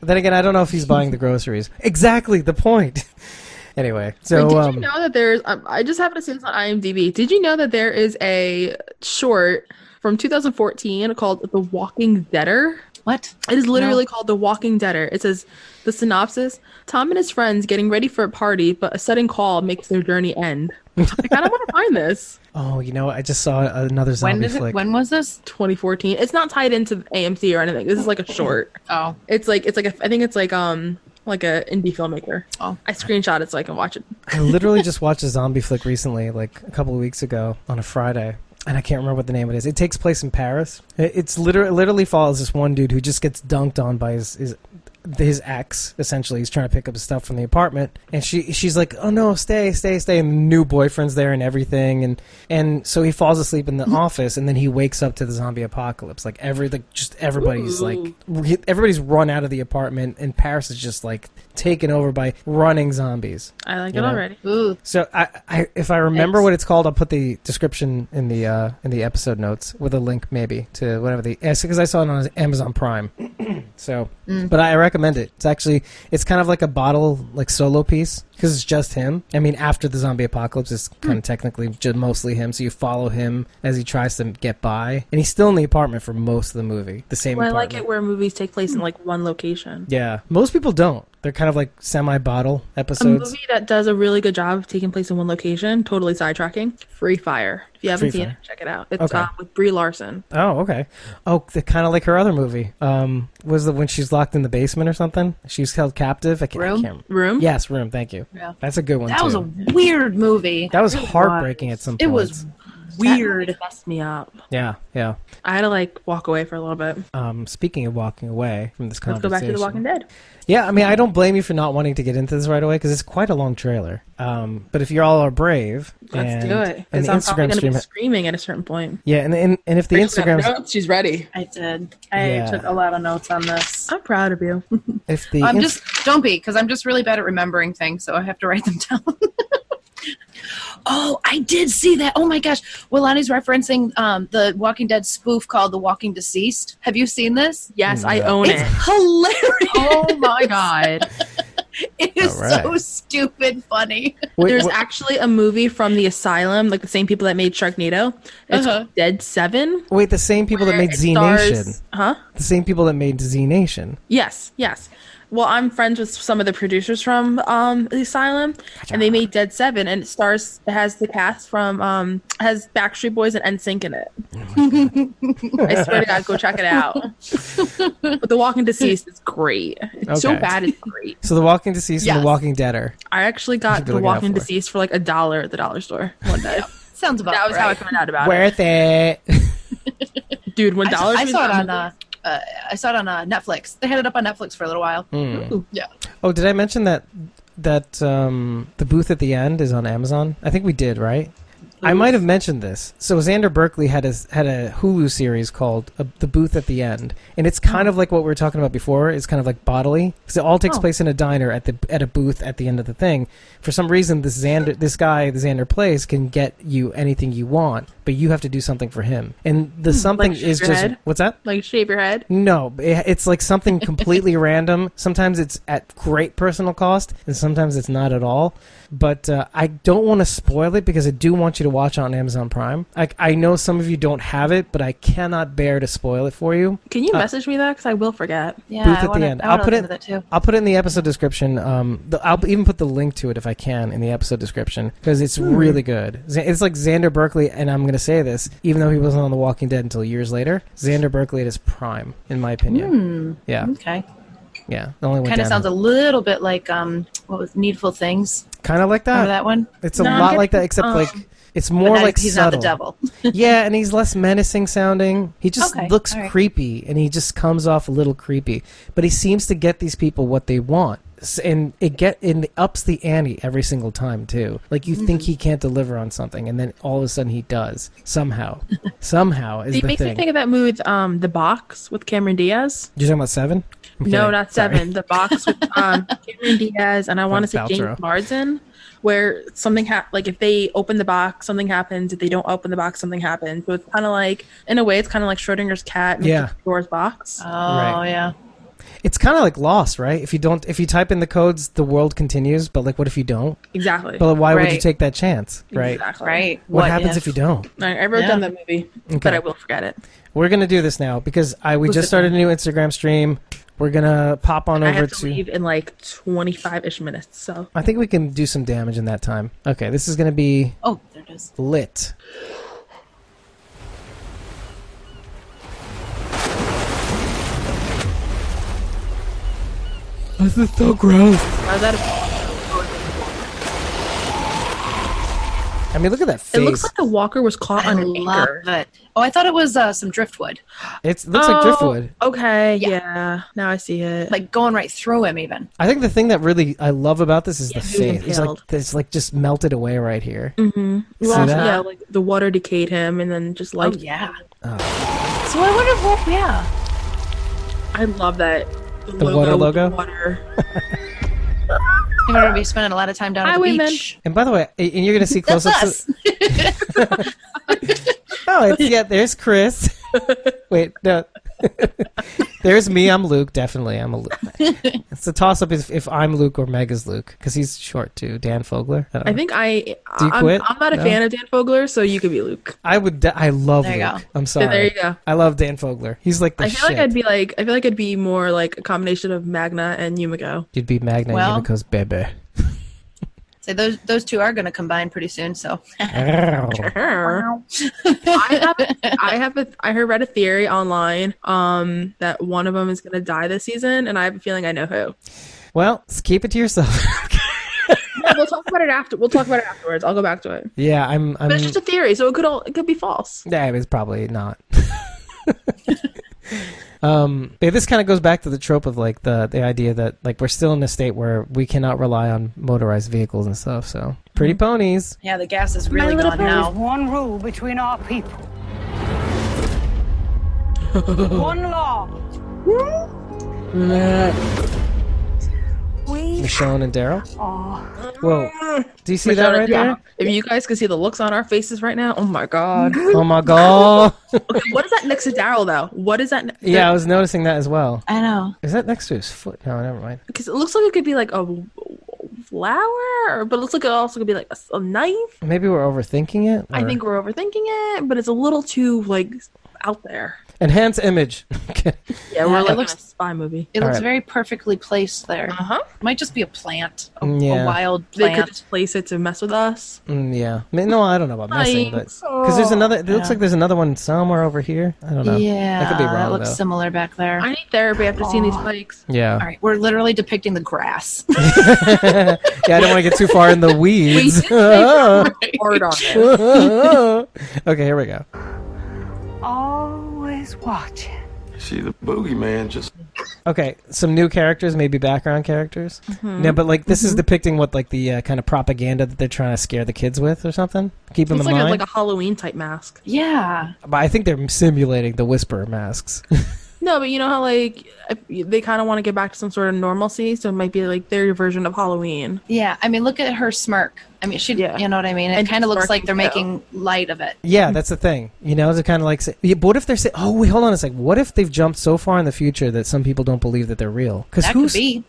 A: But then again, I don't know if he's buying the groceries. Exactly the point. <laughs> anyway, so
B: Wait, did
A: um,
B: you know that there's? Um, I just happened to see this on IMDb. Did you know that there is a short from 2014 called "The Walking Deader"?
C: What?
B: It is literally called "The Walking Deader." It says the synopsis: Tom and his friends getting ready for a party, but a sudden call makes their journey end. I kind of want to <laughs> find this.
A: oh, you know, what? I just saw another zombie flick.
C: When was this?
B: 2014. It's not tied into AMC or anything. This is like a short.
C: Oh,
B: it's like it's like a, I think it's like um like a indie filmmaker.
C: Oh,
B: I screenshot it so I can watch it.
A: I literally just watched a zombie flick recently, like a couple of weeks ago on a Friday. And I can't remember what the name of it is. It takes place in Paris. It- It's literally literally follows this one dude who just gets dunked on by his, his his ex. Essentially, he's trying to pick up his stuff from the apartment, and she she's like, "Oh no, stay, stay, stay." And the new boyfriend's there and everything, and and so he falls asleep in the office, and then he wakes up to the zombie apocalypse. Like every like just everybody's
N: Ooh.
A: like re- everybody's run out of the apartment, and Paris is just like taken over by running zombies.
B: I like
A: You
B: it
A: know?
B: already.
C: Ooh.
A: So I, I if I remember what it's called, I'll put the description in the uh, in the episode notes with a link maybe to whatever the because I saw it on Amazon Prime. <clears throat> so,
N: Mm.
A: but I recommend it. It's actually it's kind of like a bottle like solo piece because it's just him. I mean, after the zombie apocalypse, it's kind
B: Hmm.
A: of technically just mostly him. So you follow him as he tries to get by, and he's still in the apartment for most of the movie. The same.
B: Well, I
A: apartment.
B: like it where movies take place in like one location.
A: Yeah, most people don't. They're kind of like semi bottle
B: A
A: episodes.
B: movie that does a really good job of taking place in one location, totally sidetracking. Free Fire. If you haven't
A: Free
B: seen
A: Fire.
B: it, check it out. It's
A: Okay.
B: uh, with Brie Larson.
A: Oh, okay. Oh, the, kind of like her other movie. Um, was the when she's locked in the basement or something? She's held captive. I can't, I
C: Room?
A: can't
B: Room.
A: Yes, room. Thank you.
C: Yeah.
A: That's a good one.
C: that
A: too.
C: was a weird movie.
A: That was heartbreaking at some
C: It
A: point.
C: was
B: weird. Messed me up.
A: Yeah, yeah.
B: I had to like walk away for a little bit.
A: Um, speaking of walking away from this
B: Let's
A: conversation,
B: go back to The Walking Dead.
A: Yeah, I mean, I don't blame you for not wanting to get into this right away because it's quite a long trailer. Um, but if you all are brave,
B: Let's
A: and,
B: do it.
A: And
B: Because
A: the
B: I'm probably
A: Instagram
B: gonna
A: stream.
B: be screaming at a certain point.
A: yeah, and, and and if the
B: Rachel got
A: Instagram,
B: notes. She's ready.
C: I did. I
A: Yeah.
C: took a lot of notes on this.
B: I'm proud of you.
A: if the
C: I'm
A: Inst-
C: just don't be because I'm just really bad at remembering things, so I have to <laughs> write them down. oh, I did see that. Oh my gosh, Willani's referencing um, the Walking Dead spoof called The Walking Deceased. Have you seen this?
B: <laughs> Yes, I own
C: it's
B: it.
C: Hilarious. Oh my
B: God.
C: <laughs> it is
B: All
C: so
B: right.
C: stupid funny.
B: There's actually a movie from the asylum, like the same people that made Sharknado. It's
C: Uh-huh.
B: called Dead Seven.
A: wait, the same people that
B: where
A: made
B: it
A: Z
B: stars-
A: Nation,
B: Huh?
A: the same people that made Z Nation.
B: Yes, yes. well, I'm friends with some of the producers from um, the Asylum, and they made Dead Seven, and it stars it has the cast from um, has Backstreet Boys and NSYNC in it. I swear to God, go check it out. but The Walking Deceased is great. It's so
A: Okay.
B: bad, it's great.
A: So the Walking Deceased and
B: Yes.
A: the Walking Dead are.
B: I actually
A: should
B: got
A: be
B: The
A: looking out
B: Walking
A: for it.
B: Deceased for like a dollar at the dollar store one day.
C: Sounds about
B: that was how I
C: right.
B: found out about
A: Worth it. <laughs>
B: it, dude. When
C: I,
B: dollars,
C: I
B: means
C: saw it
B: nothing.
C: on uh, uh, I saw it on uh, Netflix. They had it up on Netflix for a little while.
A: Hmm.
C: Yeah.
A: Oh, did I mention that that um, the booth at the end is on Amazon? I think we did, right? I might have mentioned this. So Xander Berkeley had a had a Hulu series called uh, "The Booth at the End," and it's kind
B: Oh.
A: of like what we were talking about before. It's kind of like bodily because it all takes
N: Oh.
A: place in a diner at the at a booth at the end of the thing. For some reason, this Xander, this guy, the Xander plays, can get you anything you want, but you have to do something for him. And the
B: Hmm,
A: something
B: like
A: is
B: shave your
A: just
B: head?
A: what's that?
B: like shave your head.
A: No, it- it's like something
C: <laughs>
A: completely random. Sometimes it's at great personal cost, and sometimes it's not at all. But uh, I don't want to spoil it because I do want you to watch it on Amazon Prime. I, I know some of you don't have it, but I cannot bear to spoil it for you.
B: Can you
A: Uh,
B: message me that? Because I will forget.
C: Yeah,
A: booth at the end. I'll put it.
C: that too.
A: I'll put it in the episode description. Um, the, I'll even put the link to it if I can in the episode description because it's
N: Hmm.
A: really good. Z- It's like Xander Berkeley, and I'm gonna say this, even though he wasn't on The Walking Dead until years later. Xander Berkeley at his prime, in my opinion.
C: Hmm.
A: Yeah,
C: Okay.
A: yeah. The only
C: Kind of sounds a little bit like um, what was Needful Things.
A: kind of like that.
C: Remember that one?
A: Oh. It's a
C: No, I'm
A: lot like
C: getting-
A: that, except
C: um,
A: like it's more
C: not-
A: like
C: he's not
A: subtle.
C: the devil.
A: <laughs> yeah, and he's less menacing sounding. He just
C: Okay,
A: looks
C: all right.
A: creepy, and he just comes off a little creepy. But he seems to get these people what they want, S- and it get and it ups the ante every single time too. Like you think
C: Mm-hmm.
A: he can't deliver on something, and then all of a sudden he does somehow. somehow is
C: <laughs>
B: It
A: the
B: makes
A: thing.
B: me think of that movie, with, um, The Box with Cameron Diaz.
A: You're talking about seven? I'm
B: No,
A: kidding.
B: not
A: Sorry.
B: seven. The
A: <laughs>
B: Box with um, Cameron Diaz and I want to say
A: Gwyneth Paltrow.
B: James Marsden, where something hap- like if they open the box, something happens. If they don't open the box, something happens. So it's kind of like, in a way, it's kind of like Schrodinger's cat. with
A: Yeah.
B: the Doors box. Oh
A: Right.
C: yeah.
A: It's kind of like Lost, right? If you don't, if you type in the codes, the world continues. But like, what if you don't?
B: Exactly.
A: But why would you
B: Right.
A: take that chance, right?
B: Exactly.
C: Right.
A: What happens if you don't?
B: I, I wrote
C: Yeah.
B: down that movie, but
A: Okay.
B: I will forget it.
A: We're gonna do this now because I we
B: Who's
A: just
B: it
A: started a new Instagram stream. We're gonna pop on
B: I
A: over
B: have to,
A: to.
B: leave in like 25 ish minutes. So
A: I think we can do some damage in that time. Okay, this is gonna be
C: Oh, there it is.
A: lit. This is so gross.
B: Why is that a-
A: I mean, look at that
B: it
A: face.
B: looks like the walker was caught on
C: I
B: an
C: love
B: anchor.
C: it. Oh, I thought it was uh, some driftwood.
A: It's- it looks like
C: Oh.
A: driftwood.
B: Okay, yeah. Now I see it.
C: Like going right through him, even.
A: I think the thing that really I love about this is the
C: he's
A: face. It's like
C: impaled.
A: it's like just melted away right here.
B: Mm-hmm.
A: See
B: Well,
A: that?
B: yeah, like the water decayed him, and then
C: Oh,
B: just like
C: yeah.
A: oh.
B: So I wonder what. Yeah. I love that.
A: The water logo?
B: Water.
C: You're going to be spending a lot of time down at the
B: Highwaymen.
C: beach.
A: And by the way, a- and you're gonna
B: <laughs>
A: see
C: That's
A: close ups. oh, it's, yeah. There's
B: <laughs>
A: Chris. Wait, no. <laughs> there's me. I'm Luke. Definitely, I'm a Luke.
B: <laughs>
A: It's a toss up if, if I'm Luke or Meg is Luke because he's short too. Dan Fogler. don't
B: I
A: know.
B: think I.
A: Do you
B: I'm,
A: quit?
B: I'm not a
A: No?
B: fan of Dan Fogler, so you could be Luke.
A: I would. De- I love
B: There you
A: Luke.
B: go.
A: I'm
B: So
A: sorry.
B: there you go.
A: I love Dan Fogler. He's like the
B: I feel
A: Oh, shit.
B: like I'd be like. I feel like I'd be more like a combination of Magna and <laughs> Yumiko.
A: You'd be Magna
C: Well-
A: Yumiko's
B: <laughs>
A: baby.
C: So those those two are going to combine pretty soon. So
B: I have, a, I have a, I heard read a theory online, um, that one of them is gonna die this season, and I have a feeling I know who.
A: Well, s- keep it to yourself. <laughs>
B: we'll talk about it after. We'll talk about it afterwards. I'll go back to it.
A: yeah, I'm. I'm
B: But it's just a theory, so it could all it could be false.
A: Yeah, it's probably not. um, yeah, this kind of goes back to the trope of like the the idea that like we're still in a state where we cannot rely on motorized vehicles and stuff. So pretty ponies.
C: yeah, the gas is really
O: little
C: gone now.
O: There's one rule between our people. one law. We
A: Michonne and Daryl.
O: are
A: Whoa, do you see
B: Michelle,
A: that right
B: yeah.
A: there?
B: If you guys could see the looks on our faces right now, oh my god.
A: Oh my god!
B: Okay, <laughs> what is that next to Daryl though? What is that? ne-
A: yeah, I was noticing that as well.
C: I know.
A: Is that next to his foot? No, never mind.
B: because it looks like it could be like a flower, or- but it looks like it also could be like a, s- a knife.
A: Maybe we're overthinking it.
B: I
A: or-
B: think we're overthinking it, but it's a little too like out there.
A: Enhance image. <laughs> Okay.
B: Yeah, we're like looks, a spy movie.
C: It
A: All
C: looks
A: right.
C: very perfectly placed there. Uh
B: huh.
C: Might just be a plant, a,
A: Yeah.
C: a wild
B: They
C: plant.
B: could just place it to mess with us.
A: Mm, yeah. I mean, no, I don't know about messing, but
B: Thanks.
A: because there's another. It looks
B: Yeah.
A: like there's another one somewhere over here. I don't know.
C: Yeah,
A: I could be wrong.
C: that looks
A: though.
C: similar back there.
B: I need therapy after seeing these <laughs> bikes.
A: Yeah.
C: All right, we're literally depicting the grass.
A: yeah, I don't want to get too far in the weeds. <laughs>
B: Hard on
A: <laughs> okay, here we go.
O: Always watching.
I: See, the boogeyman just
A: Okay, some new characters, maybe background characters.
I: Mhm.
A: No, but like this is depicting what like the uh, kind of propaganda that they're trying to scare the kids with or something. Keep them
B: It's
A: in
B: like a,
A: mind.
B: like a Halloween type mask.
C: <laughs> Yeah.
A: but I think they're simulating the whisper masks.
B: No, but you know how like if- they kind of want to get back to some sort of normalcy, so it might be like their version of Halloween.
C: yeah, I mean, look at her smirk. I mean, she, you know what I mean? It
B: And
C: kind of looks like they're
B: smirking,
C: making light of it.
A: yeah, that's the thing. You know, it's kind of like, say- yeah, but what if they're saying, oh, wait, hold on a sec. What if they've jumped so far in the future that some people don't believe that they're real? Because
C: That could
A: who's
C: be.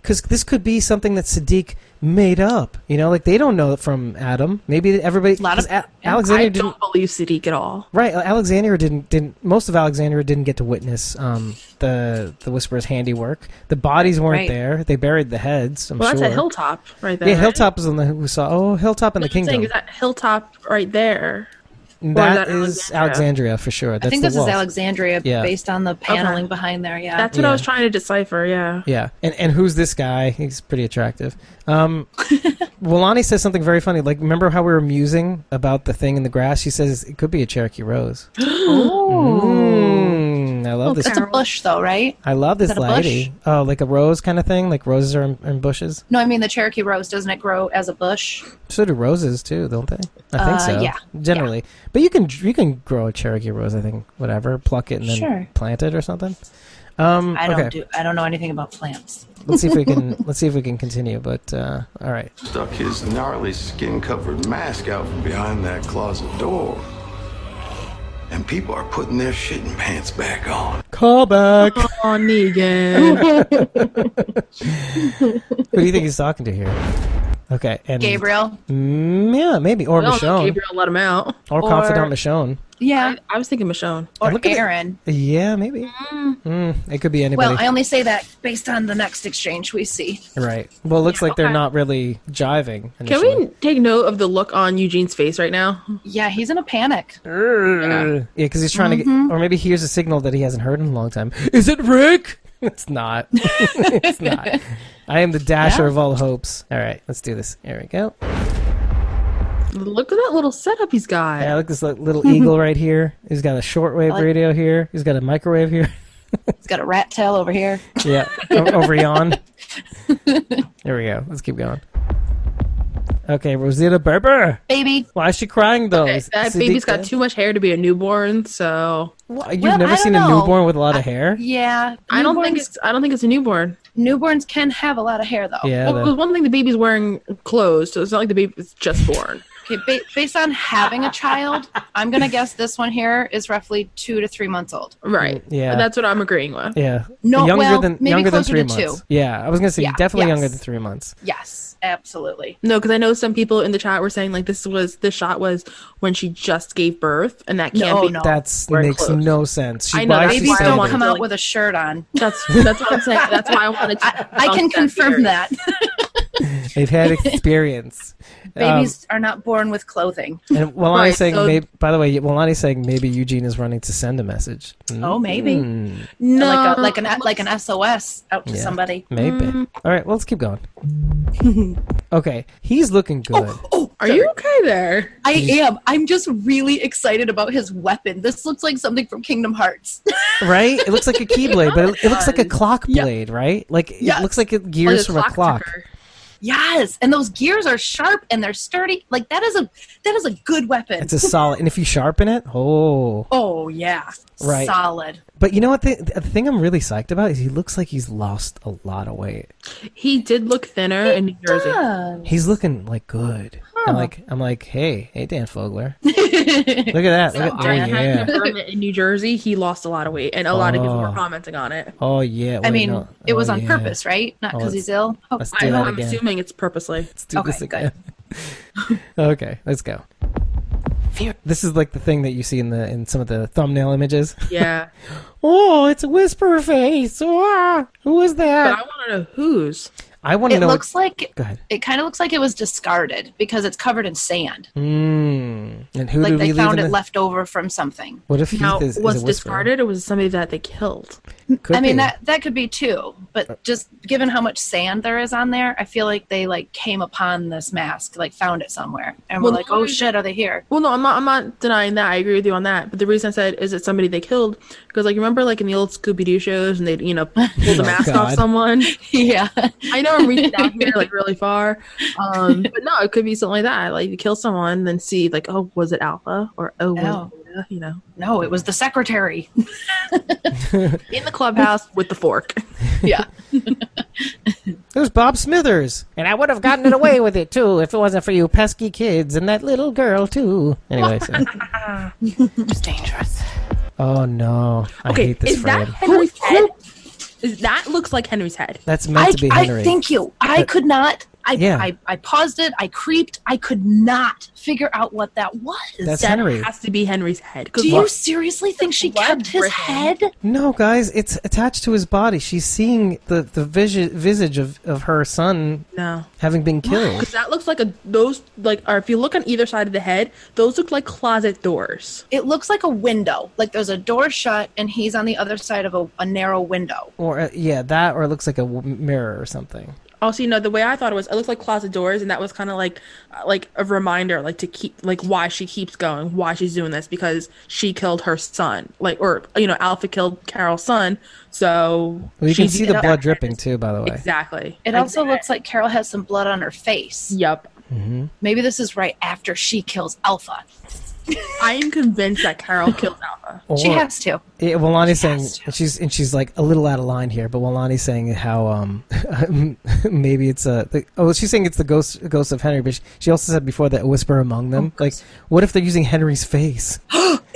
A: because this could be something that Sadiq made up. You know, like they don't know it from Adam. Maybe everybody. A lot of Alexandria
B: I
A: didn't.
B: don't believe Sadiq at all.
A: Right, Alexandria didn't didn't most of Alexandria didn't get to witness um, the the Whisperer's handiwork. The bodies weren't
B: Right.
A: there; they buried the heads. I'm
B: well,
A: sure.
B: that's a hilltop right there.
A: Yeah, Hilltop is on the who saw. Oh, Hilltop and the
B: I'm saying
A: Kingdom.
B: is that hilltop right there. or
A: that
B: is
A: is Alexandria? for sure. That's
C: I think
A: the
C: this
A: wall.
C: is Alexandria
A: Yeah.
C: based on the paneling behind there. Yeah.
B: That's what I
A: Yeah.
B: was trying to decipher. Yeah.
A: Yeah, and and who's this guy? He's pretty attractive.
C: <laughs>
A: Um, Walani says something very funny. Like, remember how we were musing about the thing in the grass? She says it could be a Cherokee
C: <gasps>
A: rose. Mm, I love this.
C: Oh. That's a bush, though, right?
A: I love this
C: Is that a bush?
A: lady. Oh, like a rose kind of thing. Like roses are in, in bushes.
C: No, I mean the Cherokee rose. Doesn't it grow as a bush?
A: So do roses too, don't they? I think
C: Uh,
A: so.
C: yeah.
A: Generally, but you can you can grow a Cherokee rose. I think whatever, pluck it and then
C: Sure.
A: plant it or something. Um,
C: I don't
A: okay. Mm.
C: do. I don't know anything about plants.
A: let's see if we can
C: <laughs>
A: let's see if we can continue. But uh, all right.
I: stuck his gnarly skin covered mask out from behind that closet door. And people are putting their shitting pants back on.
A: Call back.
B: Oh, Negan.
A: Who do you think he's talking to here? Okay, and
C: Gabriel.
A: Mm, yeah, maybe or
B: We all know
A: Michonne
B: Gabriel let him out.
A: or, confidant Michonne.
C: Yeah.
B: I, I was thinking Michonne.
C: Or
A: look at it.
C: Aaron.
A: Yeah, maybe. Mm, it could be anybody.
C: Well, I only say that based on the next exchange we see.
A: right. Well, it looks like they're not really jiving.
B: Can
A: Initially.
B: we take note of the look on Eugene's face right now?
C: Yeah, he's in a panic.
A: Yeah, because he's trying to get, or maybe here's a signal that he hasn't heard in a long time. Is it Rick? <laughs> It's not. it's not. I am the dasher
B: Yeah.
A: of all hopes. All right, let's do this. Here we go.
B: Look at that little setup he's got.
A: Yeah, look at this li- little eagle right here. He's got a shortwave
C: like-
A: radio here. He's got a microwave here.
C: He's got a rat tail over here.
A: yeah, o- over yon. There we go. Let's keep going. Okay, Rosita Berber.
C: Baby.
A: Why is she crying though?
B: Okay,
A: Is-
B: that
A: Sadiq
B: baby's got
A: dead?
B: too much hair to be a newborn, so
A: You've
C: Well,
A: never
C: I
A: seen
C: don't
A: a
C: know.
A: newborn with a lot of hair.
C: Yeah.
B: I don't think
C: newborns-
B: it's I don't think it's a newborn.
C: newborns can have a lot of hair though.
A: Yeah,
B: Well, it
A: the-
B: was one thing the baby's wearing clothes, so it's not like the baby's just born.
C: Okay, ba- based on having a child, I'm gonna guess this one here is roughly two to three months old.
B: Right.
A: Mm, yeah.
B: That's what I'm agreeing with.
A: Yeah.
C: No,
A: younger
C: well,
A: than
C: maybe
A: younger than
C: closer
A: three
C: to two.
A: months. Yeah, I was gonna say
C: Yeah,
A: definitely younger
C: yes.
A: than three months.
C: Yes, absolutely.
B: No, because I know some people in the chat were saying like this was this shot was when she just gave birth, and that can't
C: No,
B: be.
C: no.
A: That's
B: Wearing
A: makes
B: clothes.
A: no sense. She,
B: I know,
A: why
B: that's
A: is she
C: Babies
B: why I
A: still
C: don't
B: wanted
A: there?
C: come
B: to,
C: out
B: like-
C: with a shirt on.
B: That's that's what I'm saying. That's why I wanted to.
C: I can
B: debunk that
C: confirm
A: <laughs>
B: theory.
C: that.
A: Um, They've had experience.
C: <laughs>
A: Um,
C: Babies are not born with clothing.
A: And
C: <laughs>
A: Walani's
B: Right,
A: saying,
B: so-
A: maybe, by the way, Walani's saying maybe Eugene is running to send a message.
C: Oh, maybe.
A: Mm,
B: No,
C: Like a, like an like an SOS out to
A: Yeah. Hmm.
C: somebody.
A: Maybe. All right, well, let's keep going.
C: <laughs>
A: okay, he's looking good.
C: Oh,
B: Are you okay there?
C: I am. I'm just really excited about his weapon. This looks like something from Kingdom Hearts. <laughs>
A: Right? It looks like a keyblade, but it, it looks like a clock
C: oh. Yeah.
A: blade, right? Like, it
C: Yes.
A: looks like it gears from a clock.
B: ticker.
C: yes, and those gears are sharp and they're sturdy. Like that is a that is a good weapon.
A: It's a solid. And if you sharpen it, oh.
C: oh yeah,
A: Right.
C: solid.
A: But you know what? The, the thing I'm really psyched about is he looks like he's lost a lot of weight.
B: He did look thinner in New Jersey.
A: He's looking like good. I'm like, I'm like, hey, hey, Dan
C: <laughs>
A: Fogler, look at that. Look at, oh,
B: During
A: yeah.
B: having a permit in New Jersey, he lost a lot of weight, and a lot of people were
A: Oh.
B: commenting on it.
A: Oh yeah.
C: I
A: wait,
C: mean,
A: no.
C: it was
A: Oh,
C: on
A: yeah.
C: purpose, right? Not
A: Oh,
C: because
A: it's-
C: he's ill. Oh,
A: Let's do
B: I,
A: that
B: I'm
A: again. <laughs>
B: assuming it's purposely.
A: Let's do
C: Okay,
A: this
C: good.
A: again. okay, let's go. fear. This is like the thing that you see in the in some of the thumbnail images. <laughs>
B: Yeah.
A: oh, it's a whisper face. Ah, who is
B: But
A: that?
B: I want to know who's.
A: I want to
C: It
A: know.
C: looks like
A: Go ahead.
C: it kind of looks like it was discarded because it's covered in sand.
A: Mm. And who
C: like
A: did we
C: they
A: leave in
C: found it
A: the-
C: left over from something.
A: What if Heath is, is a whisper?
C: or was it somebody that they killed?
A: Could
C: I mean
A: be. Uh,
C: that that could be too, but just given how much sand there is on there, I feel like they like came upon this mask, like found it somewhere, and
B: Well,
C: we're like,
B: the
C: oh
B: reason-
C: shit, are they here? <laughs>
B: Well, no, I'm not. I'm not denying that. I agree with you on that. But the reason I said is it somebody they killed because, like, remember, like in the old Scooby Doo shows, and they'd you
A: <laughs>
B: know pull the
C: Oh,
B: mask off
C: God.
B: someone.
C: yeah,
B: I know I'm reaching out here <laughs> like really far, um, but no, it could be something like that. Like you kill someone, then see like, oh, was it Alpha or oh, was
C: No.
B: it Beta? You know,
C: No, it was the secretary. <laughs>
B: in the clubhouse <laughs> with the fork.
A: It was Bob Smithers, and I would have gotten it away <laughs> with it too if it wasn't for you pesky kids and that little girl too. Anyway, so.
G: It's dangerous.
A: <laughs> oh no, I
B: okay,
A: hate this
B: is that
A: frame.
B: Henry's head? Is that looks like Henry's head?
A: That's meant to be Henry.
C: I thank you. I
A: But-
C: could not. I,
A: Yeah.
C: I I paused it. I creeped. I could not figure out what that was.
A: That's That Henry. has
B: has to be Henry's head.
C: Do you seriously think she kept his head?
A: No, guys, it's attached to his body. She's seeing the the visi- visage of of her son
B: No.
A: having been
B: Because
A: killed.
B: that looks like a those like, or if you look on either side of the head, those look like closet doors.
C: It looks like a window. Like there's a door shut, and he's on the other side of a, a narrow window.
A: Or uh, yeah, that or it looks like a w- mirror or something.
B: Also, you know, Oh, the way I thought it was, it looked like closet doors, and that was kind of like, uh, like a reminder, like to keep, like why she keeps going, why she's doing this, because she killed her son, like, or you know, Alpha killed Carol's son, so
A: Well, you can
B: she's-
A: see
C: uh,
A: the
B: it-
A: blood dripping too, by the way.
B: Exactly.
C: It also looks like Carol has some blood on her face.
B: Yep.
A: Mm-hmm.
C: Maybe this is right after she kills Alpha.
B: I am convinced that <laughs> Carol killed Alpha.
C: she
A: Or-
C: has to.
A: Yeah, Walani's saying and she's and she's like a little out of line here, but Walani's saying how um <laughs> maybe it's a the, oh she's saying it's the ghost ghost of Henry, but she, she also said before that a whisper among them.
C: Oh,
A: like, what if they're using Henry's
C: <gasps>
A: face?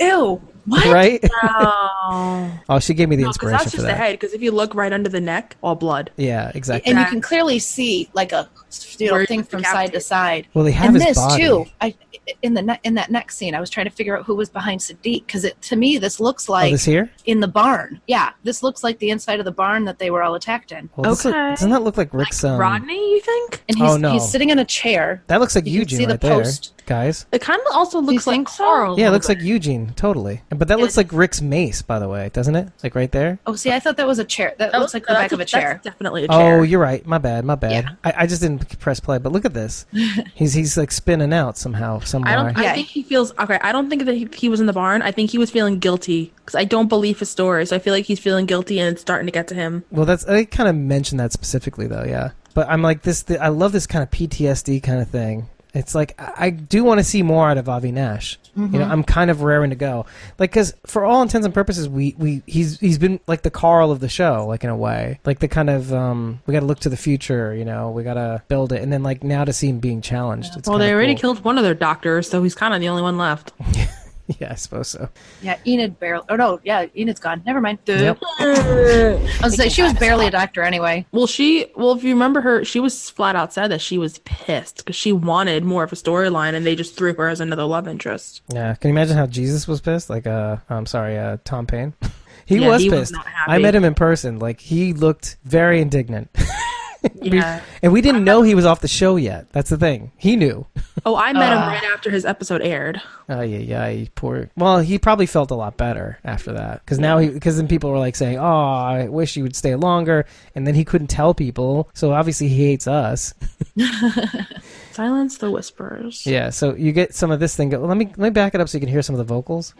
C: Ew. What?
A: Right?
B: No.
A: <laughs> Oh, she gave me the
B: No, because
A: inspiration
B: that's
A: for
B: just the
A: that.
B: head. Because if you look right under the neck, all blood.
A: Yeah, exactly.
C: and you can clearly see like a you know, thing from side to side.
A: Well, they have
C: and
A: his
C: this
A: body.
C: too. I in the ne- in that next scene, I was trying to figure out who was behind Sadiq because it to me this looks like
A: oh, this here?
C: in the barn. Yeah, this looks like the inside of the barn that they were all attacked in.
A: Well, this look- doesn't that look like Rick's? Um,
B: Rodney, you think?
C: And he's,
A: Oh, no.
C: he's sitting in a chair.
A: That looks like
C: You can
A: Eugene
C: see the
A: right there,
C: post.
A: guys.
B: It kind of also looks like Carl.
A: Yeah, it looks like Eugene totally. But that looks like Rick's mace, by the way, doesn't it? Like right there.
C: Oh, see, I thought that was a chair. That, looks like the back of a chair.
B: definitely a
A: Oh, you're right. My bad. My bad. I, I just didn't press play. But look at
C: <laughs>
A: this. he's he's like spinning out somehow somewhere.
B: I don't. I think he feels okay. I don't think that he, he was in the barn. I think he was feeling guilty because I don't believe his story. So I feel like he's feeling guilty and it's starting to get to him.
A: Well, that's I kind of mentioned that specifically though. Yeah. But I'm like this. I love this kind of PTSD kind of thing. It's like I, I do want to see more out of Avi Nash. You know,
B: Mm-hmm.
N: Mhm.
A: I'm kind of raring to go. Like, because for all intents and purposes, we, we he's he's been like the Carl of the show, like in a way, like the kind of um we got to look to the future. You know, we got to build it, and then like now to see him being challenged. It's
B: well,
A: kinda
B: they already
A: cool.
B: killed one of their doctors, so he's kind of the only one left.
A: <laughs> Yeah, I suppose so.
C: Yeah, Enid barely. Oh no, yeah, Enid's gone. Never mind.
A: Yep.
C: I was like, she was barely a doctor anyway.
B: Well, she. Well, if you remember her, she was flat out said that she was pissed because she wanted more of a storyline, and they just threw her as another love interest.
A: Yeah, can you imagine how Jesus was pissed? Like, uh, I'm sorry, uh, Tom Payne. <laughs> he
B: Yeah,
A: was
B: he was
A: pissed.
B: not happy.
A: I met him in person. Like, he looked very indignant. <laughs> We-
B: Yeah.
A: and we didn't know he was off the show yet. That's the thing. He knew.
B: Oh, I met him
A: Ah.
B: right after his episode aired.
A: Oh yeah, yeah. he Poor. Well, he probably felt a lot better after that because now he because then people were like saying, "Oh, I wish you would stay longer," and then he couldn't tell people. So obviously he hates
B: <laughs>
A: us.
B: Silence the whispers.
A: yeah. So you get some of this thing. Go, let me let me back it up so you can hear some of the vocals.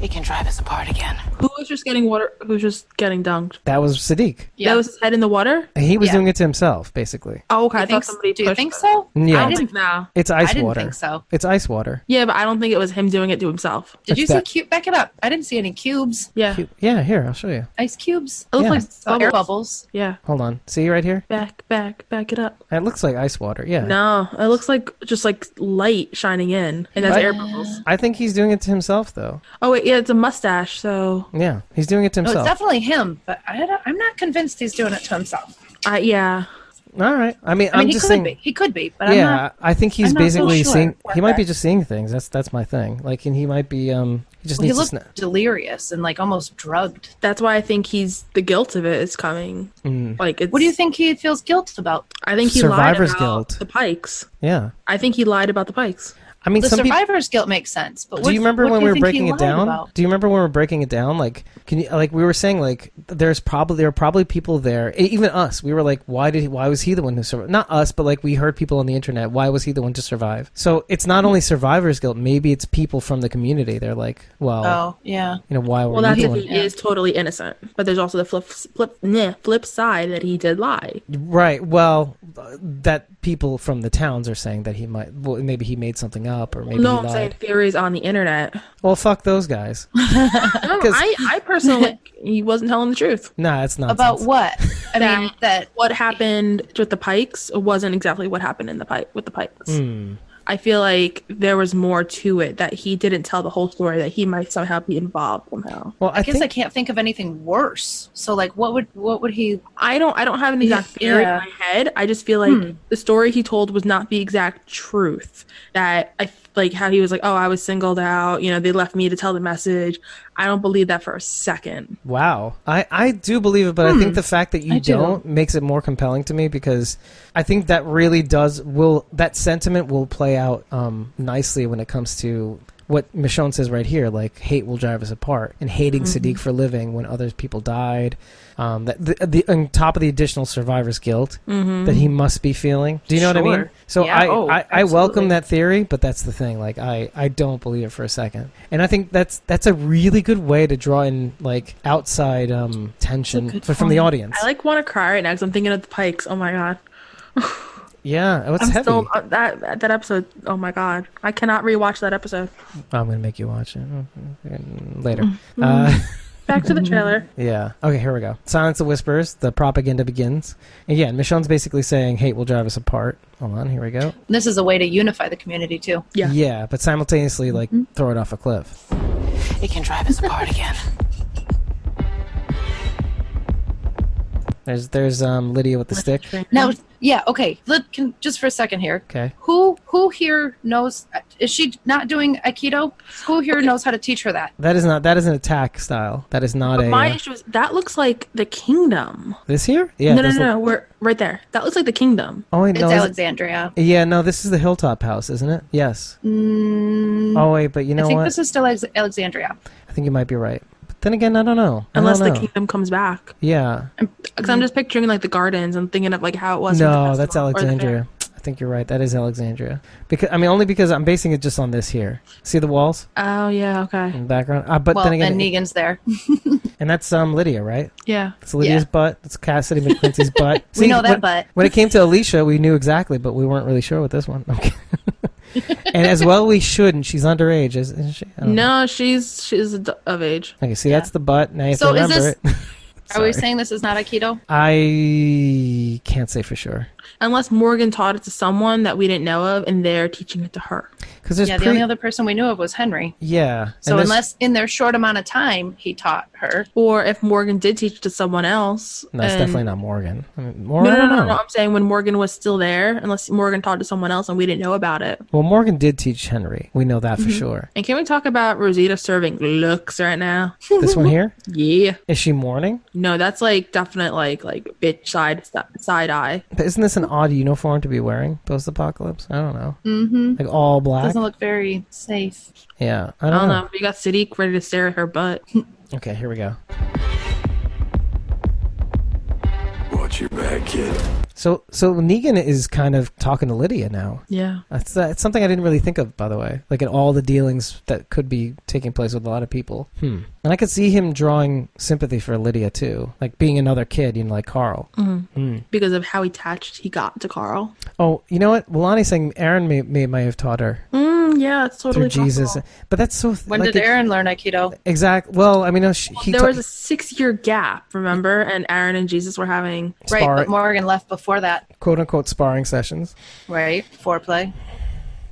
G: It can drive us apart again.
B: Who was just getting water? Who was just getting dunked?
A: That was Sadiq.
B: That was his head in the water.
A: And He was doing it to himself, basically.
B: Oh, okay. I
C: think
B: thought
C: s-
B: somebody.
C: do you think so?
A: Yeah.
B: I don't think no.
A: It's
B: I
A: ice
B: didn't
A: water.
B: think so.
A: It's ice water.
B: Yeah, but I don't think it was him doing it to himself.
A: Did you It's see that-
C: cute? Back it up. I didn't see any cubes.
B: Yeah.
A: Yeah, here I'll show you.
C: Ice cubes.
A: It looks Yeah. like
C: Oh, air bubbles.
B: Yeah.
A: Hold on. See right here.
B: Back, back, back it up.
A: It looks like ice water. Yeah.
B: No, it looks like just like light shining in, and that's
A: Right.
B: air bubbles.
A: I think he's doing it to himself, though.
B: Oh wait, yeah, it's a mustache. So,
A: Yeah, he's doing it to
C: No, it's
A: himself.
C: definitely him, but I don't, I'm not convinced he's doing it to himself.
B: uh, yeah,
A: All right. I mean,
C: I mean,
A: am
C: he
A: just
C: could
A: saying.
C: be. He could be,
A: yeah,
C: but I'm not.
A: I think he's
C: I'm not so
A: basically
C: sure
A: seeing.
C: about
A: He might be
C: that.
A: just seeing things. That's that's my thing. Like, and he might be. Um, he just
C: Well, he
A: needs to.
C: looked
A: Sna-
C: delirious and like almost drugged.
B: That's why I think he's the guilt of it is coming.
A: Mm.
B: Like, it's, what do you
C: think he feels guilt about?
B: I think he
A: Survivor's
B: lied about
A: guilt.
B: the Pikes.
A: yeah.
B: I think he lied about the Pikes.
A: I mean,
C: the
A: some people.
C: survivor's guilt makes sense. But
A: do
C: what-
A: you remember
C: what
A: when
C: do
A: we
C: you
A: were
C: think he
A: breaking it
C: lied
A: down?
C: about?
A: Do you remember when we were breaking it down? Like, can you like we were saying like there's probably there are probably people there, e- even us. We were like, why did he, why was he the one who survived? Not us, but like we heard people on the internet. Why was he the one to survive? So it's not only survivor's guilt. Maybe it's people from the community. They're like, well,
B: Oh,
C: yeah.
A: you know, why were
B: Well, that's
A: you the
B: if
A: one?
B: he is totally innocent. But there's also the flip flip meh, flip side that he did lie.
A: Right. Well, uh, that people from the towns are saying that he might. Well, maybe he made something up, or maybe
B: no,
A: he
B: I'm
A: lied.
B: saying theories on the internet.
A: Well, fuck those guys.
B: No, I,
A: <laughs>
B: I personally, he wasn't telling the truth.
A: Nah, <laughs> it's not
C: what? I
B: mean, that what happened with the Pikes wasn't exactly what happened in the pike with the Pikes.
A: Hmm.
B: I feel like there was more to it that he didn't tell the whole story. That he might somehow be involved somehow.
A: Well,
C: I, guess I can't think of anything worse. So like, what would what would he?
B: I don't. I don't have an exact theory
C: Yeah.
B: in my head. I just feel like
A: Hmm.
B: the story he told was not the exact truth. That I f- like how he was like, "Oh, I was singled out. You know, they left me to tell the message." I don't believe that for a second.
A: Wow. I, I do believe it, but I
N: Hmm.
A: think the fact that you
B: I do.
A: don't makes it more compelling to me because I think that really does will that sentiment will play out um, nicely when it comes to what Michonne says right here, like hate will drive us apart, and hating
N: Mhm.
A: Sadiq for living when others people died, um, that the, the on top of the additional survivor's guilt
N: Mhm.
A: that he must be feeling. Do you know what I mean?
N: Sure.
A: So
N: Yeah.
A: I,
N: Oh,
A: I, I welcome
N: absolutely.
A: that theory, but that's the thing. Like I, I don't believe it for a second. And I think that's that's a really good way to draw in like outside um, tension f- from the audience.
B: I like want to cry right now because I'm thinking of the Pikes. Oh my god.
A: yeah, oh, it's
B: I'm
A: heavy.
B: still uh, that that episode. Oh my god, I cannot rewatch that episode.
A: Oh, I'm gonna make you watch it Mm, later.
B: Mm.
A: Uh, <laughs>
B: Back to the trailer.
A: yeah. Okay, here we go. Silence the whispers. The propaganda begins. And yeah, Michonne's basically saying hate will drive us apart. Hold on, here we go.
C: This is a way to unify the community too.
A: Yeah, but simultaneously, like throw it off a cliff.
G: It can drive us apart again.
A: There's there's um Lydia with the stick.
C: Now, yeah, okay. Let can just for a second here.
A: Mm-hmm. Okay.
C: Who who here knows? Is she not doing aikido? Who here knows how to teach her that?
A: That is not that is an attack style. That is not a
B: My
A: uh,
B: issue is that looks like the kingdom.
A: this here. Yeah.
B: no, no,
A: there's
B: no,
A: a-
B: no. We're right there. That looks like the kingdom.
A: Oh, wait, no, is it-
C: Alexandria.
A: Yeah, no, this is the hilltop house, isn't it? Yes.
C: Mm,
A: Oh wait, but you know
C: I think
A: what?
C: this is still Alex- Alexandria.
A: I think you might be right. But then again, I don't know. I
B: Unless
A: don't
B: the
A: know.
B: kingdom comes back,
A: Yeah.
B: because I'm just picturing like the gardens and thinking of like how it was. with
A: No,
B: the
A: that's
B: festival or the fair.
A: Alexandria. I think you're right. That is Alexandria. Because I mean, only because I'm basing it just on this here. See the walls
B: Oh yeah, okay.
A: in the background. Uh, but
C: well,
A: then again,
C: and Negan's there.
A: and that's um Lydia, right?
B: Yeah.
A: It's Lydia's
C: Yeah.
A: butt. It's Cassidy McQuincy's
C: <laughs>
A: butt.
C: We know that
A: when,
C: butt.
A: when it came to Alicia, we knew exactly, but we weren't really sure with this one. <laughs> Okay. and as well, we shouldn't. She's underage, isn't isn't she? I don't know.
B: No, she's she's ad- of age.
A: Okay, see, that's the butt. Now you have
C: So
A: to
C: is
A: remember
C: this-
A: it. <laughs>
C: Are we saying this is not aikido?
A: I can't say for sure
B: Unless Morgan taught it to someone that we didn't know of, and they're teaching it to her.
A: because there's
C: yeah, the
A: pre-
C: only other person we knew of was Henry.
A: yeah. and
C: So
A: there's-
C: unless in their short amount of time he taught her,
B: Or if Morgan did teach to someone else,
A: no,
C: um,
A: it's
B: and-
A: definitely not Morgan. I mean,
B: No,
A: Morgan. I
B: no, no,
A: don't
B: no,
A: know.
B: no, I'm saying when Morgan was still there, unless Morgan taught to someone else and we didn't know about it.
A: Well, Morgan did teach Henry. We know that for
C: Mm-hmm.
B: Mhm.
A: sure.
B: And can we talk about Rosita serving looks right now?
A: This one here <laughs>
B: Yeah.
A: is she mourning?
B: No, that's like definite like like bitch side side eye.
A: But isn't this an odd uniform to be wearing post apocalypse? I don't know.
C: Mm-hmm.
A: Like all black.
C: doesn't look very safe.
A: Yeah, I
B: I
A: don't,
B: don't
A: know.
B: know. We got Sadiq ready to stare at her butt.
A: Okay, here we go.
I: Watch your back, kid.
A: So, so Negan is kind of talking to Lydia now.
B: Yeah.
A: That's that's something I didn't really think of, by the way. Like in all the dealings that could be taking place with a lot of people. Hmm. And I could see him drawing sympathy for Lydia too, like being another kid, you know, like Carl.
C: Mm.
B: Mhm.
A: Hmm.
B: Because of how attached he got to Carl.
A: Oh, you know what? Willani's saying Aaron may, may may have taught her
B: Mm, yeah, it's totally
A: through Jesus,
B: possible.
A: but that's so.
C: When
A: like,
C: did
A: it-
C: Aaron learn aikido?
A: Exact. Well, I mean, no, she, he
B: there
A: ta-
B: was a six year gap, remember? And Aaron and Jesus were having
C: Right,
A: Sparring.
C: but Morgan left before that.
A: quote unquote sparring sessions.
C: Right, foreplay.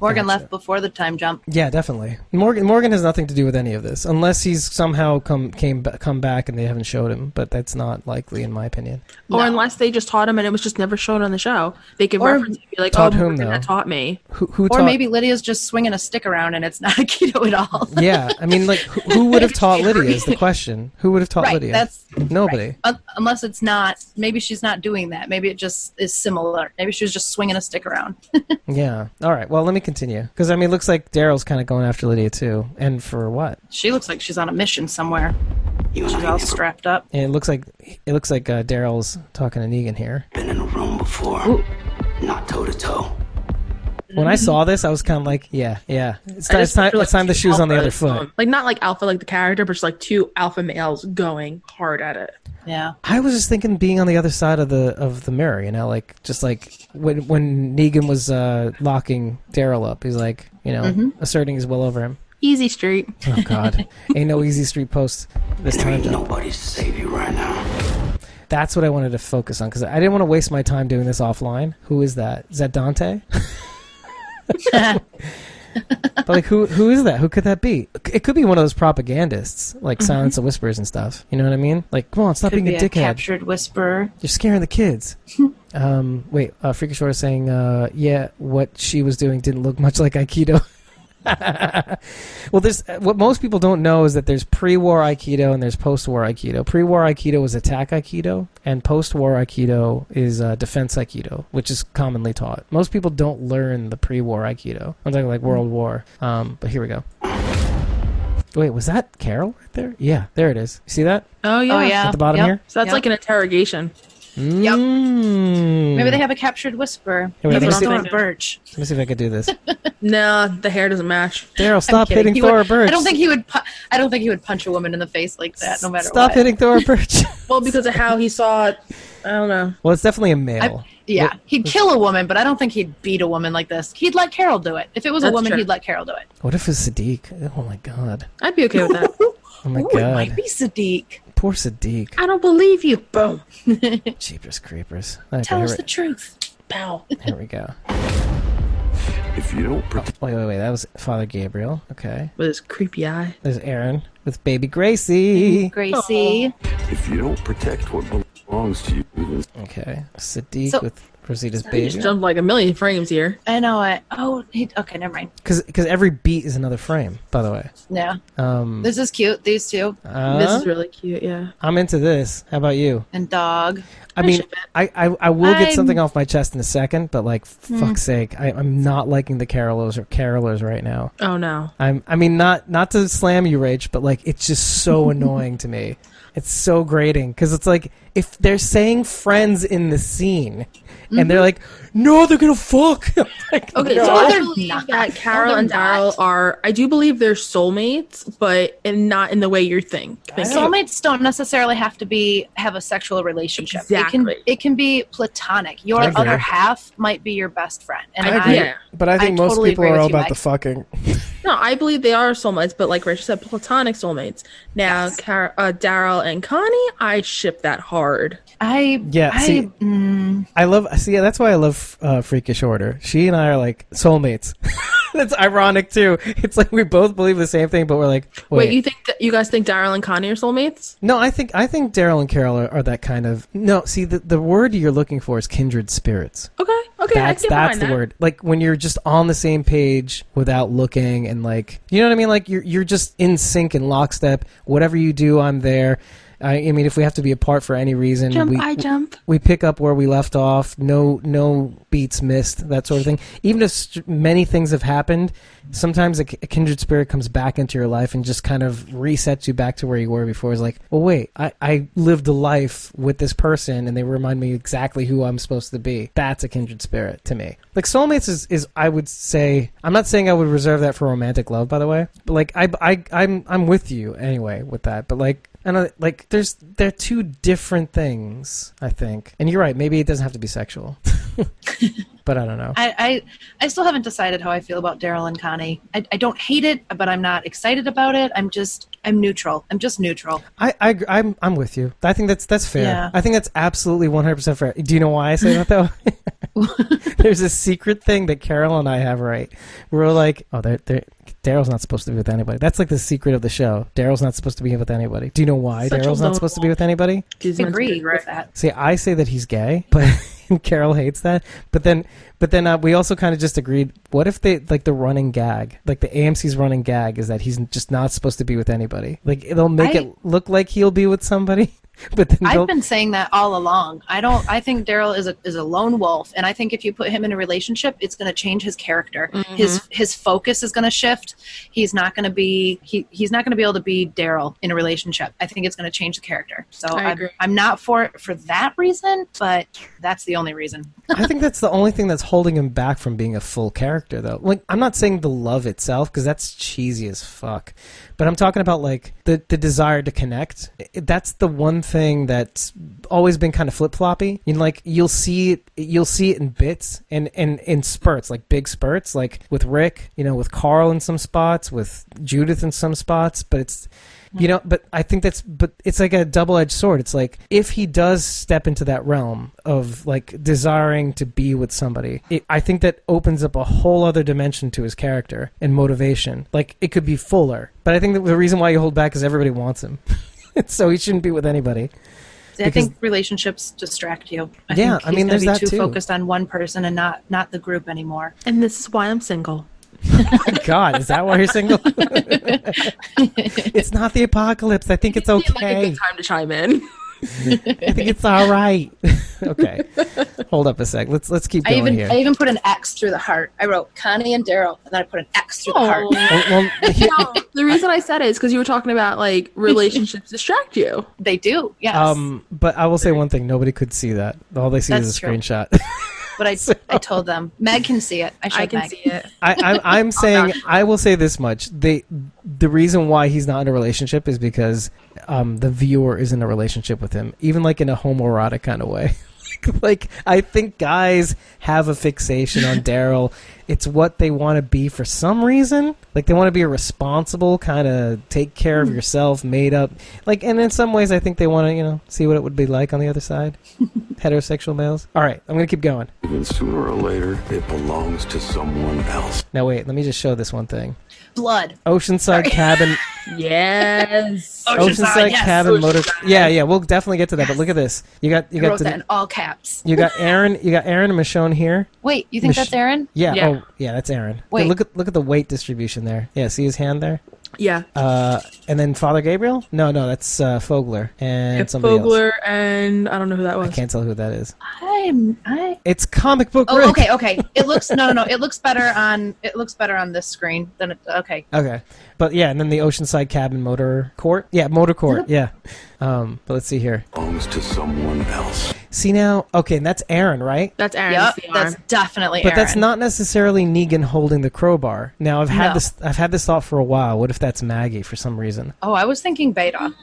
C: Morgan left before the time jump.
A: Yeah, definitely. Morgan Morgan has nothing to do with any of this, unless he's somehow come came ba- come back and they haven't showed him. But that's not likely, in my opinion.
B: Or unless they just taught him and it was just never shown on the show, they could
A: Or-
B: reference it and be like,
A: Taught
B: "Oh,
A: whom,
B: Morgan that
A: though?
B: taught me."
A: Who, who
C: or
A: taught-
C: maybe Lydia's just swinging a stick around and it's <laughs> not a keto at all.
A: <laughs>
C: <laughs>
A: yeah, I mean, like, who, who would have taught Lydia is the question. Who would have taught
C: Right,
A: Lydia?
C: that's-
A: nobody.
C: Un- Unless it's not, maybe she's not doing that. Maybe it just is similar. Maybe she was just swinging a stick around. <laughs>
A: Yeah. All right. Well, let me continue because I mean, it looks like Daryl's kind of going after Lydia too, and for what?
C: She looks like she's on a mission somewhere. She's all strapped up.
A: And it looks like it looks like uh, Daryl's talking to Negan here.
G: Been in a room before, not toe to toe.
A: When I
B: <laughs>
A: saw this, I was kind of like, yeah, yeah. It's,
B: I
A: ti- it's
B: just
A: time.
B: feel like
A: It's time the
B: two
A: shoes on the other
B: alphas,
A: foot.
B: um, Like not like alpha, like the character, but just like two alpha males going hard at it.
C: Yeah.
A: I was just thinking being on the other side of the of the mirror, you know, like just like when when Negan was uh, locking Daryl up, he's like, you know,
B: Mhm.
A: asserting his will over him.
B: Easy street.
A: Oh
B: <laughs>
A: God, ain't no easy street post this time. Joe.
G: Nobody's to save you right now.
A: That's what I wanted to focus on because I didn't want to waste my time doing this offline. Who is that? Is that Dante? but like, who who is that? Who could that be? It could be one of those propagandists, like Silence of Whispers and stuff. You know what I mean? Like, come on, stop
C: Could
A: being
C: be
A: a
C: a
A: dickhead.
C: captured whisperer.
A: You're scaring the
C: <laughs>
A: kids. um, wait, uh, Freaky Short is saying, uh, yeah, what she was doing didn't look much like Aikido. <laughs> well, there's what most people don't know is that there's pre-war Aikido and there's post-war Aikido. Pre-war Aikido is attack Aikido, and post-war Aikido is uh, defense Aikido, which is commonly taught. Most people don't learn the pre-war Aikido. I'm talking like World War. Um, but here we go. Wait, was that Carol right there? Yeah, there it is. You see that?
B: Oh yeah.
C: Oh, yeah.
A: At the bottom
C: Yep.
A: here?
B: So that's
C: Yep.
B: like an interrogation.
A: Mm.
C: Maybe they have a captured whisperer.
A: Yeah, wait,
C: Maybe
A: let me
C: it's
A: see-
C: Thora Birch.
A: Let me see if I could do this.
B: no, the hair doesn't match.
A: Daryl,
C: I'm
A: stop
C: kidding.
A: hitting
C: He
A: Thora
C: would-
A: Birch.
C: I don't think he would. Pu- I don't think he would punch a woman in the face like that, no matter
A: Stop
C: what.
A: hitting Thora
C: <laughs>
A: Birch.
B: Well, because of how he saw it, I don't know.
A: well, it's definitely a male.
C: Yeah, he'd kill a woman, but I don't think he'd beat a woman like this. He'd let Carol do it. If it was
B: That's
C: a woman,
B: true.
C: he'd let Carol do it.
A: What if it's Sadiq? Oh my god.
B: I'd be okay with that.
A: Oh my
C: <laughs> Ooh, it might
A: god.
C: be Sadiq.
A: Poor Sadiq.
B: I don't believe you. Boom.
A: Jeepers creepers. Okay,
C: Tell
A: here,
C: us
A: we-
C: the truth. Pow.
A: here we go.
I: If you don't protect
A: Wait, wait, wait. That was Father Gabriel. Okay.
B: With his creepy eye.
A: There's Aaron with baby Gracie.
C: Gracie.
I: if you don't protect what belongs to you, then
A: Okay. Sadiq
C: So-
A: with Rosita's
B: He just
A: baby.
B: jumped like a million frames here.
C: I know it. Oh, he, okay, never mind.
A: Because every beat is another frame, by the way.
C: Yeah,
A: Um,
C: this is cute. These two
A: uh,
B: This is really cute. Yeah.
A: I'm into this. How about you?
C: and dog.
A: I mean, I, I, I will get
C: I'm- Hmm.
A: something off my chest in a second, but like, fuck's sake, I, I'm not liking the carolers or carolers right now.
B: Oh no.
A: I'm, I mean, not not to slam you, Rach, but like, it's just
C: <laughs>
A: so annoying to me. It's so grating because it's like if they're saying friends in the scene, and
C: Mm-hmm.
A: they're like, no, they're gonna fuck. <laughs> I'm like,
B: Okay,
A: no.
B: so I
C: they're
B: believe
C: not.
B: that Carol
C: they're
B: and Daryl
C: not.
B: are. I do believe they're soulmates, but and not in the way you think. thinking.
C: Soulmates don't necessarily have to be have a sexual relationship. It
B: Exactly.
C: can it can be platonic. Your
A: I agree.
C: other half might be your best friend, and
A: I
C: I,
A: agree,
B: Yeah.
A: but I think
C: I
A: most
C: totally
A: people
C: agree
A: are
C: with
A: all
C: you,
A: about
C: Mike.
A: the fucking.
B: No, I believe they are soulmates, but like Rachel said, platonic soulmates. Now, Car- uh, Daryl and Connie, I ship that hard.
C: I
A: Yeah,
C: I,
A: see-
C: mm,
A: I love. See, yeah, that's why I love uh, Freakish Order. She and I are like soulmates. <laughs> that's ironic too. It's like we both believe the same thing, but we're like,
B: Wait,
A: wait,
B: you think that you guys think Daryl and Connie are soulmates?
A: No, I think I think Daryl and Carol are, are that kind of no. See, the, the word you're looking for is kindred spirits.
B: Okay, okay,
A: that's
B: I can
A: that's
B: behind
A: the
B: that.
A: word. Like when you're just on the same page without looking, and like you know what I mean. Like you're you're just in sync and lockstep. Whatever you do, I'm there. I, I mean, if we have to be apart for any reason,
B: Jump,
A: we,
B: I jump.
A: we pick up where we left off. No, no beats missed. That sort of thing. Even if st- many things have happened, sometimes a, k- a kindred spirit comes back into your life and just kind of resets you back to where you were before. It's like, well, wait, I, I lived a life with this person, and they remind me exactly who I'm supposed to be. That's a kindred spirit to me. Like soulmates is, is I would say. I'm not saying I would reserve that for romantic love, by the way. But like, I, I, I'm, I'm with you anyway with that. But like. And I, like, there's they're two different things, I think. And you're right. Maybe it doesn't have to be sexual, but I don't know.
C: I, I I still haven't decided how I feel about Daryl and Connie. I, I don't hate it, but I'm not excited about it. I'm just I'm neutral. I'm just neutral.
A: I, I agree- I'm I'm with you. I think that's that's fair.
C: Yeah.
A: I think that's absolutely 100 percent fair. Do you know why I say that though? <laughs> There's a secret thing that Carol and I have, right? We're like, oh, they're, they're, Daryl's not supposed to be with anybody. That's like the secret of the show. Daryl's not supposed to be with anybody. Do you know why
B: Such a
A: Daryl's
B: lone
A: not supposed to be with anybody?
B: She's agree with that.
A: See, I say that he's gay, <laughs> but Carol hates that. But then, but then uh, we also kind of just agreed. What if they like the running gag, like the AMC's running gag, is that he's just not supposed to be with anybody? Like they'll make
C: I-
A: it look like he'll be with somebody, <laughs> but then they'll,
C: I've been saying that all along. I don't. I think Daryl is a is a lone wolf, and I think if you put him in a relationship, it's going to change his character.
A: Mm-hmm.
N: Mhm.
C: His his focus is going to shift. He's not going to be he, he's not going to be able to be Daryl in a relationship. I think it's going to change the character. So
B: I
C: I'm,
B: agree.
C: I'm not for it for that reason, but that's the only reason.
A: I think that's the only thing that's holding him back from being a full character, though. Like, I'm not saying the love itself, because that's cheesy as fuck. But I'm talking about, like, the, the desire to connect. I- That's the one thing that's always been kind of flip floppy. You know, like, you'll see it, you'll see it in bits and, and in spurts, like big spurts, like with Rick, you know, with Carl in some spots, with Judith in some spots, but it's. You know, but I think that's but it's like a double edged sword. It's like if he does step into that realm of like desiring to be with somebody, it, I think that opens up a whole other dimension to his character and motivation. Like it could be fuller, but I think that the reason why you hold back is everybody wants him, <laughs> so he shouldn't be with anybody.
C: I think relationships distract you. I
A: Yeah,
C: think
A: I mean,
C: he's
A: there's
C: gonna
A: that
C: be too,
A: too.
C: focused on one person and not not the group anymore.
B: And this is why I'm single.
A: God, is that why you're single? <laughs> it's not the apocalypse. I think
C: <laughs>
A: it's okay.
B: Time to chime <laughs> in.
A: I think it's all right. <laughs> okay, hold up a sec. Let's let's keep
C: I
A: going
C: even
A: here.
C: I even put an X through the heart. I wrote Connie and Daryl, and then I put an X
A: Oh,
C: through the heart.
A: well,
B: no, the reason I said it is because you were talking about <laughs> like relationships distract you.
C: They do, yes.
A: Um, but I will say one thing: nobody could see that. All they see is
C: That's
A: a
C: true.
A: screenshot. <laughs>
C: but I, I told them Meg can see it. I, showed
B: can
C: Meg.
B: see it.
A: I, I'm, I'm saying I will say this much: they the reason why he's not in a relationship is because um, the viewer is in a relationship with him, even like in a homoerotic kind of way. <laughs> like I think guys have a fixation on Daryl. It's what they want to be for some reason. Like they want to be a responsible kind of take care of yourself, made up. Like and in some ways, I think they want to you know see what it would be like on the other side. Heterosexual males. All right, I'm gonna keep going.
I: Even sooner or later, it belongs to someone else.
A: Now wait, let me just show this one thing.
C: Blood.
A: Oceanside cabin.
B: Yes.
A: Oh, Oceanside cabin motor. Yeah, yeah, we'll definitely get to that. But look at this. You got you
C: I wrote
A: got
C: that in
A: the,
C: all caps.
A: you got Aaron. You got Aaron and Michonne here.
C: Wait, you think
A: Mich-
C: that's Aaron?
A: Yeah. Oh, yeah. That's Aaron. Yeah,
C: Wait.
A: look at look at the weight distribution there. Yeah. See his hand there.
B: Yeah.
A: Uh, and then Father Gabriel? No, no, that's uh, Fogler and somebody else.
B: Fogler and I don't know who that was.
A: I can't tell who that is.
C: I'm. I.
A: It's comic book.
C: Oh,
A: Rick.
C: okay, okay. It looks no, no, no. It looks better on. It looks better on this screen than it. Okay.
A: Okay. But yeah, and then the Oceanside Cabin Motor Court. Yeah, Motor Court.
C: Mm-hmm.
A: Yeah. Um, but let's see here.
I: Belongs to someone else.
A: See now, okay, and that's Aaron, right?
B: That's Aaron.
C: Yep, that's
A: <laughs>
C: definitely
A: But
C: Aaron.
A: that's not necessarily Negan holding the crowbar. Now I've had
C: No.
A: this I've had this thought for a while. What if that's Maggie for some reason?
C: Oh, I was thinking Beta.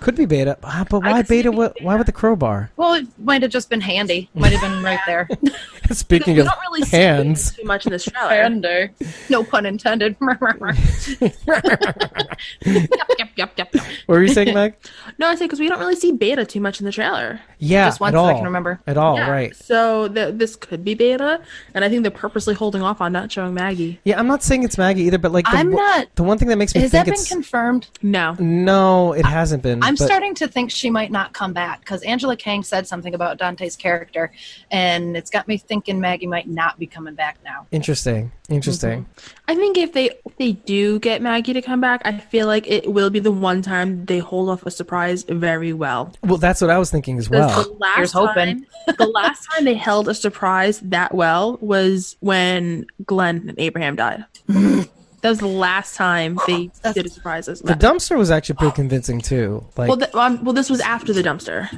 A: Could be Beta, ah, but why Beta? What? Why with the crowbar?
C: Well, it might have just been handy. Might have been right there.
A: Speaking
C: <laughs> We
A: of
C: don't really see
A: hands,
B: Too much in <laughs> this trailer.
C: Handy. No pun intended. <laughs>
B: Yep, yep, yep. yep.
A: what were you saying, Meg?
C: <laughs>
B: No, I say because we don't really see Beta too much in the trailer.
A: Yeah,
B: Just once
A: at
B: that
A: all.
B: I can remember.
A: At all, right?
B: Yeah, So th- this could be Beta, and I think they're purposely holding off on not showing Maggie.
A: Yeah, I'm not saying it's Maggie either, but like the,
C: I'm
A: wo-
C: not-
A: the one thing that makes me
C: Has that
A: think
C: been
A: it's
C: confirmed?
B: No.
A: no, it hasn't been.
C: I'm
A: but-
C: starting to think she might not come back because Angela Kang said something about Dante's character, and it's got me thinking Maggie might not be coming back now.
A: Interesting, interesting.
C: Mm-hmm.
B: I think if they if they do get Maggie to come back, I feel like it will be the one time they hold off a surprise very well.
A: Well, that's what I was thinking as
B: 'Cause
A: well.
B: the last
C: Here's hoping.
B: time, the last time they held a surprise that well was when Glenn and Abraham died. that was the last time they did a surprise. as
A: The
B: well.
A: dumpster was actually
C: Oh.
A: pretty convincing too. Like,
B: well, th- um, well, this was after the dumpster.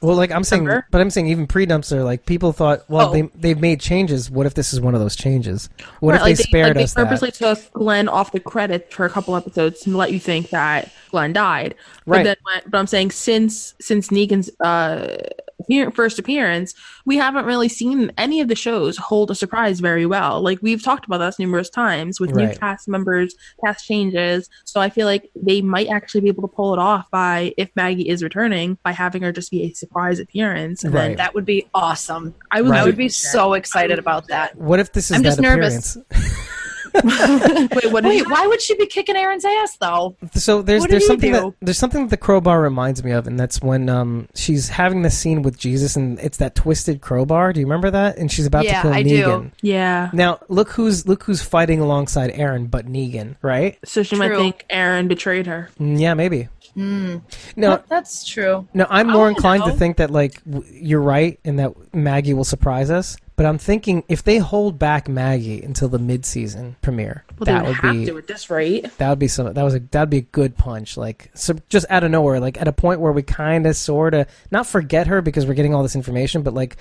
A: Well, like I'm saying, but I'm saying even pre-dumpster, like people thought, well,
B: Oh.
A: they they've made changes. What if this is one of those changes? What if
B: Right, like
A: they spared
B: like
A: us
B: They purposely
A: that?
B: took Glenn off the credit for a couple episodes to let you think that Glenn died. But
A: Right.
B: then, when, but I'm saying since since Negan's uh, appear- first appearance, we haven't really seen any of the shows hold a surprise very well. Like we've talked about this numerous times with new
N: Right.
B: cast members, cast changes. So I feel like they might actually be able to pull it off by if Maggie is returning by having her just be a surprise appearance. And
A: Right.
B: then
A: That
B: would be awesome. I
A: would Right.
C: I would be so excited about that.
A: What if this is
C: I'm
A: that
C: just nervous.
A: appearance?
C: <laughs> Wait, what Wait why would she be kicking Aaron's ass though?
A: So there's
C: What did
A: there's
C: he
A: something
C: do?
A: that, there's something that the crowbar reminds me of, and that's when um she's having the scene with Jesus, and it's that twisted crowbar. Do you remember that? And she's about to kill Negan.
B: Yeah.
A: Now look who's look who's fighting alongside Aaron, but Negan, right? Mm,
B: So she might think Aaron betrayed her.
A: Yeah, maybe. No.
C: That- that's true.
A: No, I'm more inclined to
C: know.
A: think that like w- you're right, and that Maggie will surprise us. But I'm thinking if they hold back Maggie until the mid-season premiere,
B: Well,
A: that would
B: they would have
A: be
B: to at this rate.
A: that would be some that was a that'd be a good punch like so just out of nowhere like at a point where we kind of sort of not forget her because we're getting all this information but like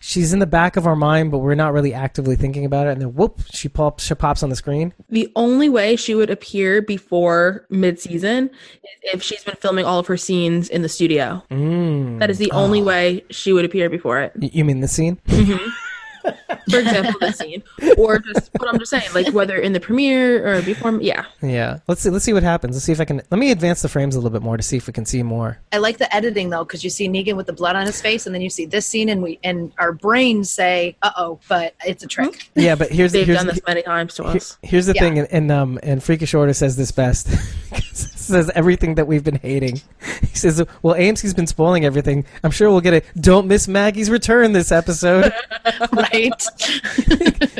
A: she's in the back of our mind but we're not really actively thinking about it and then whoop she pops she pops on the screen
B: The only way she would appear before mid-season is if she's been filming all of her scenes in the studio.
A: mm.
B: That is the only way she would appear before it.
A: Y- you mean the scene
B: For example,
A: <laughs>
B: this scene, or just what I'm just saying, like whether in the premiere or before. Yeah,
A: yeah let's see let's see what happens let's see if i can let me advance the frames a little bit more to see if we can see more
C: I like the editing though, because you see Negan with the blood on his face, and then you see this scene, and we and our brains say, "Uh oh," but it's a trick.
A: yeah but here's
C: They've
A: here's
C: done this
B: many times to
A: Here- here's the thing, and, and um, and Freakish Order says this best. <laughs> says everything that we've been hating. <laughs> He says, "Well, AMC's been spoiling everything. I'm sure we'll get a don't miss Maggie's return this episode
C: <laughs> right?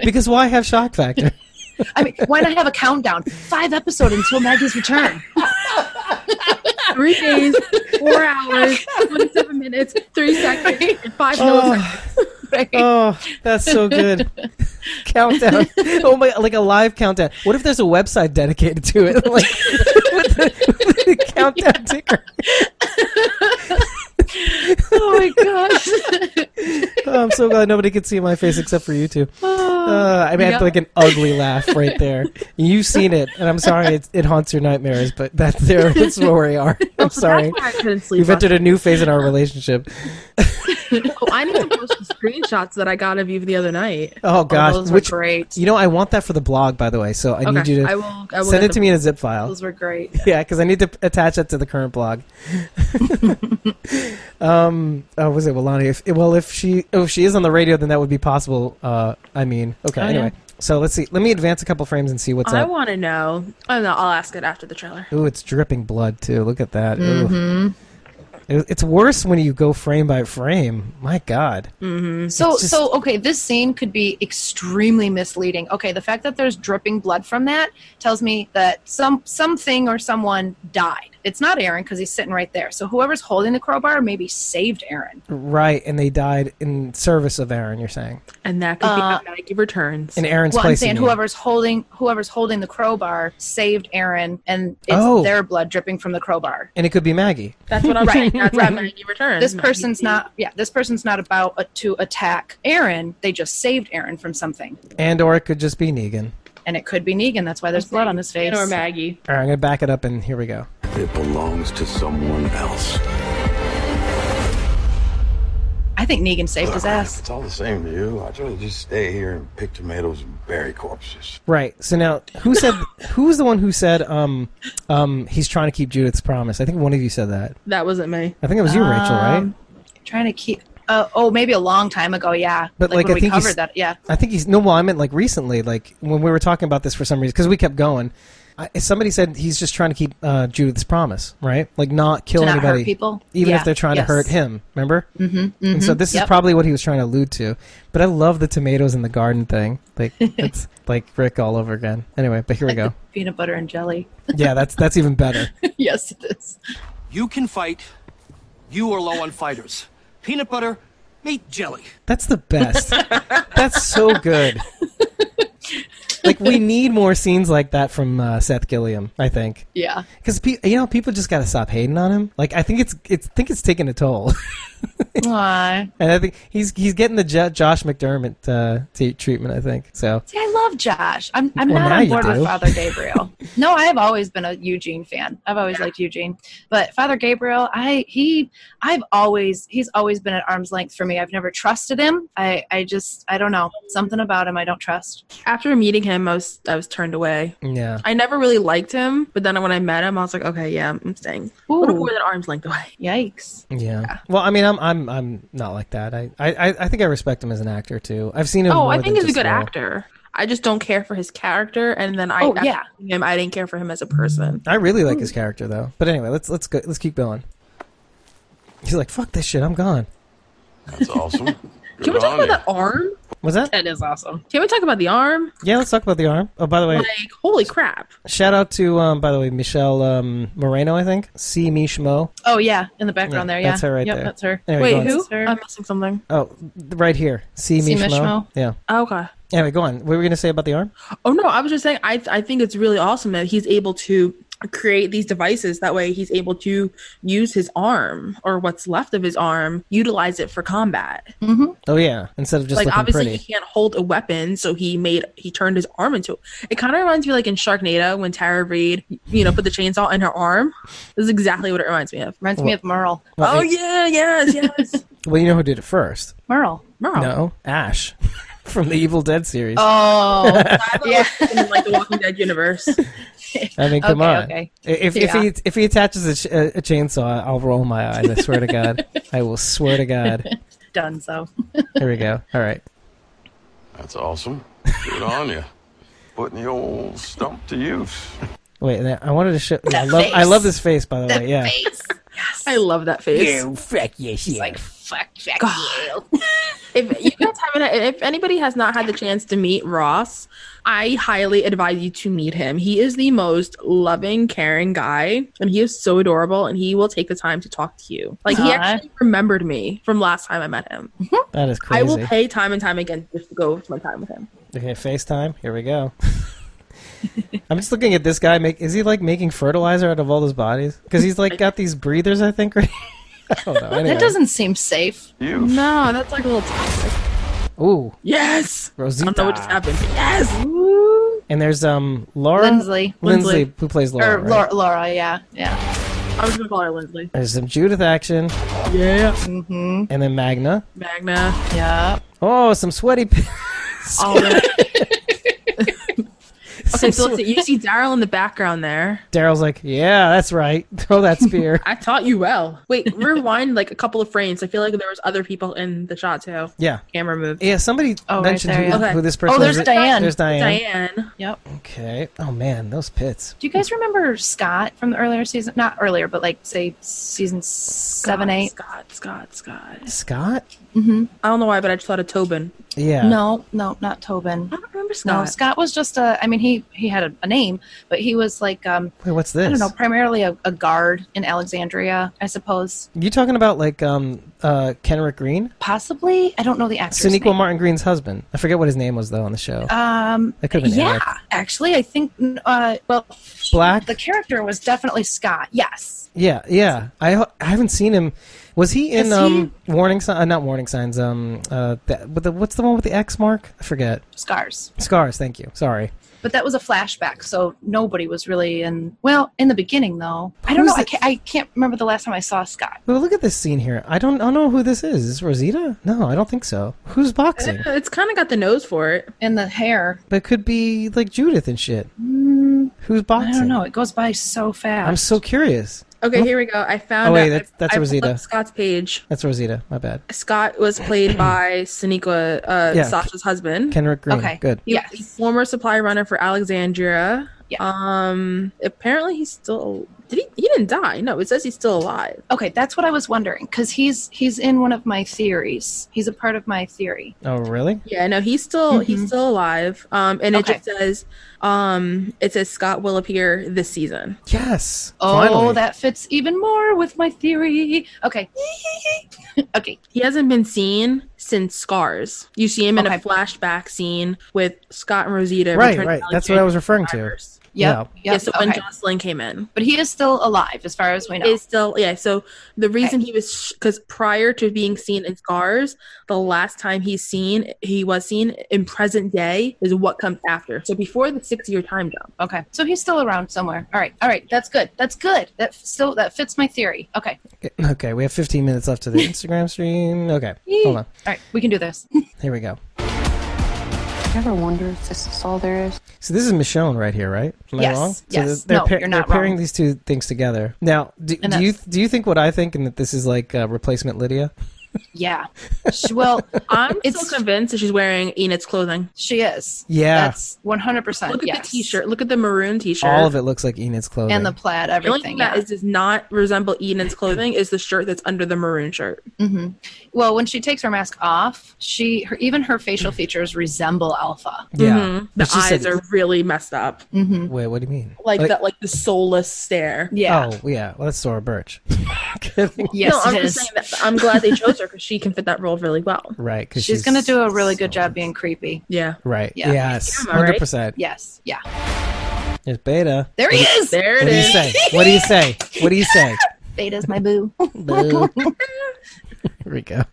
A: because why have shock factor?
C: <laughs> I mean, why not have a countdown? Five episode until Maggie's return.
A: <laughs>
B: three days, four hours, twenty-seven minutes, three seconds, and five
A: Oh, oh, that's so good. countdown. Oh my, like a live countdown. What if there's a website dedicated to it, <laughs> like with the, with the countdown ticker?
C: oh my
B: <laughs>
C: gosh.
A: Oh, I'm so glad nobody could see my face except for
B: <sighs>
A: you two.
B: Oh,
A: Uh, I mean,
C: Yeah.
A: like an ugly laugh right
B: <laughs>
A: there. You've seen it, and I'm sorry it, it haunts your nightmares, but that's
B: <laughs>
A: there. That's where we are. I'm sorry.
B: why I couldn't sleep
A: You've
B: last
A: entered a new phase in our relationship.
B: Oh, I need to post the screenshots that I got of you the other night.
A: Oh gosh,
B: those were
A: which
B: great.
A: you know, I want that for the blog, by the way. So I need
B: Okay,
A: you to
B: I will- I will
A: send
B: get
A: it to
B: them.
A: me in a zip file.
B: Those were great.
A: Yeah, because I need to attach that to the current
B: <laughs>
A: blog. um, oh, was it Walani? If well, if she oh, if she is on the radio, then that would be possible. Uh, I mean, okay.
B: Oh, yeah.
A: anyway, so let's see. Let me advance a couple frames and see what's
B: I
A: up.
B: want to know. I know. I'll ask it after the trailer.
A: Ooh, it's dripping blood too. Look at that. Ooh.
B: Mhm.
A: It- It's worse when you go frame by frame. My God.
B: Mm.
C: So,
A: It's just-
C: so okay, this scene could be extremely misleading. Okay, the fact that there's dripping blood from that tells me that some something or someone died. It's not Aaron because he's sitting right there. So whoever's holding the crowbar maybe saved Aaron.
A: Right, and they died in service of Aaron. You're saying
B: And that could be
A: Uh,
B: how Maggie returns.
A: in Aaron's
C: well, I'm
A: place.
C: saying
A: you mean.
C: whoever's holding whoever's holding the crowbar saved Aaron, and it's
A: Oh.
C: their blood dripping from the crowbar.
A: and it could be Maggie.
B: That's what I'm
A: <laughs>
B: saying. That's why
C: right.
B: Maggie returns.
C: This
B: Maggie
C: person's not. Yeah, this person's not about uh, to attack Aaron. They just saved Aaron from something,
A: and or it could just be Negan.
C: and it could be Negan. That's why there's blood on his face.
B: or Maggie.
A: All right, I'm gonna back it up, and here we go.
I: It belongs to someone else.
C: I think Negan saved his
I: Look,
C: ass.
I: It's all the same to you. I'd rather just stay here and pick tomatoes and bury corpses.
A: Right. So now, who
C: <laughs>
A: said who's the one who said um um he's trying to keep Judith's promise? I think one of you said that.
B: That wasn't me.
A: I think it was you, Rachel, right?
C: Um, Trying to keep. Uh, oh, maybe a long time ago. Yeah,
A: But like,
C: when
A: I think
C: we
A: he's-
C: covered that. Yeah,
A: I think he's no. Well, I meant like recently, like when we were talking about this for some reason because we kept going. I, somebody said he's just trying to keep uh, Judith's promise, right? Like not kill
C: To not hurt
A: anybody,
C: people?
A: even
C: Yeah,
A: if they're trying
C: yes.
A: to hurt him. Remember? Mm-hmm, And so
C: mhm,
A: this
C: yep.
A: is probably what he was trying to allude to. But I love the tomatoes in the garden thing.
C: <laughs>
A: Like it's like Rick all over again. Anyway, but here we go.
C: peanut butter and jelly. <laughs>
A: yeah, that's that's even better.
C: yes, it is.
P: You can fight. You are low on fighters. Peanut butter, meat jelly.
A: That's the best. That's so good. like we need more scenes like that from uh, Seth Gilliam. I think <laughs>
B: Yeah.
A: because pe- you know people just got to stop hating on him. Like I think it's it's I think it's taking a toll, <laughs>
C: Aww.
A: and I think he's he's getting the Jo- Josh McDermott uh, t- treatment. I think so.
C: See, I love Josh. I'm, I'm
A: Well,
C: not
A: now
C: on
A: you
C: board
A: do.
C: with Father
A: <laughs>
C: Gabriel. no, I have always been a Eugene fan. I've always liked Eugene, but Father Gabriel, I he I've always he's always been at arm's length for me. I've never trusted him. I I just I don't know something about him I don't trust.
B: After meeting him, I was I was turned away.
A: Yeah.
B: I never really liked him, but then when I met him, I was like, okay, yeah, I'm staying. A little more than arm's length away.
C: Yikes.
A: Yeah. Well, I mean, I'm I'm I'm not like that. I I, I- I think I respect him as an actor too. I've seen him.
B: Oh,
A: more
B: I think
A: than
B: he's a
A: just
B: good
A: role.
B: actor. I just don't care for his character, and then I
C: Oh,
B: after
C: yeah.
B: meeting him, I didn't care for him as a person.
A: I really like his character though. But anyway, let's let's go. Let's keep going. He's like, fuck this shit. I'm gone.
I: That's awesome.
B: <laughs> Can we talk about that arm?
A: Was that?
B: That is awesome. Can we talk about the arm?
A: Yeah, let's talk about the arm. Oh, by the way,
B: Like, holy crap!
A: shout out to um, by the way, Michelle um, Moreno. I think. See me schmo.
C: Oh yeah, in the background
A: Yeah,
C: there. Yeah,
A: that's her right
C: yep,
A: there.
C: That's her. Um,
A: Anyway, Wait, go on.
B: who?
C: That's her.
B: I'm missing something.
A: Oh, th- right here. See me
B: See me
A: schmo.
B: schmo.
A: Yeah.
B: Oh, okay.
A: Anyway, go on. What were you gonna say about the arm?
B: Oh no, I was just saying I I think it's really awesome that he's able to create these devices that way he's able to use his arm or what's left of his arm utilize it for combat
A: Oh yeah. Instead of just
B: like
A: looking
B: obviously
A: pretty.
B: he can't hold a weapon so he made he turned his arm into it, kind of reminds me like in sharknado when tara reed you know put the chainsaw in her arm this is exactly what it reminds me of
C: Reminds me of Merle.
A: Well,
B: oh
A: it-
B: yeah yes yes
A: Well, you know who did it first?
C: Merle.
A: <laughs>
B: Merle.
A: No, Ash <laughs> from the Evil Dead series.
C: Oh,
A: <laughs>
B: yeah. in like the walking dead universe
A: I mean, come
B: Okay,
A: on.
B: okay.
A: If if
B: Yeah.
A: he if he attaches a, ch- a chainsaw, I'll roll my eyes. I swear to God, I will swear to God.
C: Done so.
A: Here we go. All right.
I: That's awesome. Good on you. Putting the old stump to use.
A: Wait, and I- I wanted to
B: <laughs>
A: show. yeah, I
I: That
A: love I
I: face.
A: love this face by the way. Yeah.
B: i love that face
A: fuck yes, yeah.
C: fuck, fuck
A: <laughs>
B: you. if you guys haven't, if anybody has not had the chance to meet Ross, I highly advise you to meet him. He is the most loving, caring guy, and he is so adorable. And he will take the time to talk to you. Like he
C: Aw.
B: actually remembered me from last time I met him.
A: that is
B: I
A: crazy.
B: will pay time and time again just to go spend time with him.
A: Okay, FaceTime. Here we go. <laughs> I'm just looking at this guy. Make is he like making fertilizer out of all those bodies? Because he's like got these breathers. I think. Right? <laughs> I don't know. Anyway.
C: <laughs> That doesn't seem safe.
B: No, that's like a little toxic.
A: Ooh,
B: Yes.
A: Rosita.
B: I don't know what just happened. but Yes.
A: And there's um Laura
C: Lindsley.
A: Lindsley,
C: Lindsley.
A: who plays Laura.
C: or
A: right?
C: Laura, Laura, yeah, yeah.
B: I was gonna call her Lindsley.
A: There's some Judith action,
B: Yeah.
C: Mm-hmm.
A: and then Magna.
B: Magna.
C: Yeah.
A: Oh, some sweaty. p- <laughs>
B: All that. okay,
A: Some
B: so
A: sort-
B: let's see. You see Daryl in the background there.
A: Daryl's like, yeah, that's right. <laughs> Throw that
C: <laughs>
A: spear.
B: I taught you well. Wait, rewind like a couple of frames. I feel like there was other people in the shot too.
A: yeah.
B: Camera move.
A: Yeah, somebody
C: Oh, right
A: mentioned
C: there,
A: who,
C: yeah.
A: who this
C: Okay.
A: person
C: Oh, there's
A: is.
C: Diane.
A: There's Diane.
B: Diane.
C: Yep.
A: Okay. Oh, man, those pits.
C: Do you guys remember Scott from the earlier season? Not earlier, but like say season seven, eight.
B: Scott, Scott, Scott.
A: Scott?
C: Mm-hmm.
B: I don't know why, but I just thought of Tobin.
A: Yeah.
C: No, no, not Tobin. I
B: don't remember
C: No,
B: Scott.
C: Scott was just a. I mean, he he had a, a name, but he was like um.
A: Wait, what's this?
C: I don't know, primarily a, a guard in Alexandria, I suppose.
A: You talking about like um uh Kenrick Green?
C: Possibly, I don't know the actor's
A: Sonequa
C: name.
A: Martin Green's husband. I forget what his name was though on the show.
C: Um,
A: That could've been
C: yeah,
A: Eric.
C: actually, I think. Uh, well,
A: Black.
C: the character was definitely Scott. Yes,
A: Yeah, yeah. I ho- I haven't seen him. Was he in
C: Is
A: um warning sign? Uh, not warning signs. Um, uh, that, but the, what's the one with the X mark? I forget.
C: scars.
A: Scars. Thank you. Sorry.
C: But that was a flashback, so nobody was really in. Well, in the beginning, though, I don't know. I can't, I can't remember the last time I saw Scott.
A: Well, look at this scene here. I don't I don't know who this is. Is this Rosita? No, I don't think so. Who's
C: <laughs>
A: boxing?
B: Yeah, It's kind of got the nose for it.
C: And the hair.
A: That could be like Judith and shit.
C: Mm,
A: Who's boxing?
C: I don't know. It goes by so fast.
A: I'm so curious.
B: Okay, here we go. I found.
A: Oh, wait,
B: out-
A: that's- that's
B: I- I
A: Rosita.
B: pulled up Scott's page.
A: That's Rosita. My bad.
B: Scott was
A: <clears throat>
B: played by Sonequa, uh,
A: Yeah.
B: Sasha's husband.
A: Kenrick Green. Good.
B: He was a former supply runner for Alexandria. Um, apparently he's still Did he? He didn't die. No, it says he's still alive.
C: Okay, that's what I was wondering because he's he's in one of my theories. He's a part of my theory.
A: Oh, really?
B: Yeah, no, he's still he's still alive. Um, and it just says, um, it says Scott will appear this season.
A: Yes.
C: Oh,
B: Finally.
C: that fits even more with my theory. Okay. <laughs> okay.
B: He hasn't been seen since Scars. You see him in a
C: Okay.
B: flashback scene with Scott and Rosita.
A: Right,
B: Return to
A: right. That's what
B: Alexandria.
A: I was referring to. Yeah.
B: Yes, so when Jocelyn came in.
C: But he is still alive, as far as we know.
B: Is still yeah. So the reason he was because prior to being seen in Scars, the last time he's seen he was seen in present day is what comes after. So before the six year time jump.
C: Okay. So he's still around somewhere. All right. All right. That's good. That's good. That f- still that fits my theory. Okay.
A: Okay, we have 15 minutes left to the Instagram stream. Okay, hold on.
C: All right. We can
B: <laughs>
C: do this.
A: Here we go.
F: ever wonder if this is all there is?
A: So this is Michonne right here, right? Am
F: Yes,
A: I wrong?
F: yes.
A: So they're,
F: No,
A: they're
F: you're not
A: they're pairing
F: wrong.
A: these two things together. Now, do,
C: And
A: do you do you think what I think, and that this is like uh, replacement Lydia?
C: Yeah. She, well,
B: I'm still convinced that she's wearing Enid's clothing.
C: She is.
A: Yeah.
C: That's one hundred percent.
B: Look at the t-shirt. Look at the maroon t-shirt.
A: All of it looks like Enid's clothing.
C: and the plaid.
B: The only
C: Everything.
B: thing
C: yeah.
B: that is, does not resemble Enid's clothing is the shirt that's under the maroon shirt.
C: hmm Well, when she takes her mask off, she her, even her
A: Mm.
C: facial features resemble Alpha.
A: Yeah.
B: Mhm. the
A: But she
B: eyes
A: said-
B: are really messed up.
C: Mm-hmm.
A: <laughs> Wait, what do you mean?
B: Like, that, like the soulless stare.
A: Oh, yeah. Well, that's Sora Birch. <laughs> Kidding.
B: no, I'm just saying that I'm glad they chose her because she can fit that role really well.
A: Right, because
C: She's, gonna do a really good job being creepy.
B: Yeah.
A: Right.
C: Yeah.
A: Yes.
C: Am I right?
A: Hundred percent.
C: Yes. Yeah.
A: It's Beta.
C: There he
A: What do you-
C: is! There it
A: what
C: is.
A: do you say? What do you say? What do you say?
C: <laughs> Beta's
A: <laughs>
C: my boo.
A: Boo. Here we
C: <laughs>
A: go.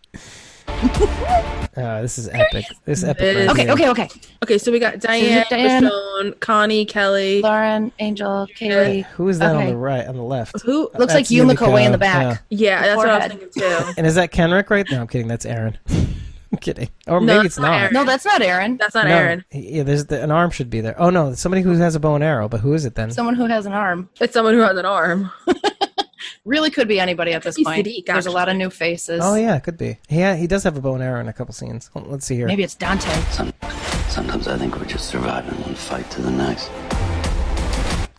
A: Oh, this is epic. This is epic. right here.
C: okay.
B: Okay, so we got Diane,
C: Diane.
B: Michonne, Connie, Kelly,
C: Lauren, Angel, Kaylee.
A: Who is that on
C: Okay.
A: the right? On the left?
B: Who
C: Looks like Yumiko way in the back.
B: Yeah, that's what I was
C: Forehead.
B: thinking too.
A: yeah. And is that Kenrick right? No, I'm kidding. That's Aaron. <laughs> I'm kidding. Or maybe it's not.
C: No, that's not Aaron.
B: That's not
A: No.
B: Aaron.
A: Yeah, there's the, an arm should be there. Oh no, somebody who has a bow and arrow. But who is it then?
C: Someone who has an arm.
B: It's someone who has an arm.
C: really could be anybody at this
B: be
C: point.
B: Sadiq,
C: There's a lot of new faces.
A: Oh yeah, it could be. Yeah, he does have a bow and arrow in a couple scenes. Hold- Let's see here.
C: Maybe it's Dante.
G: Sometimes I think we're just surviving one fight to the next.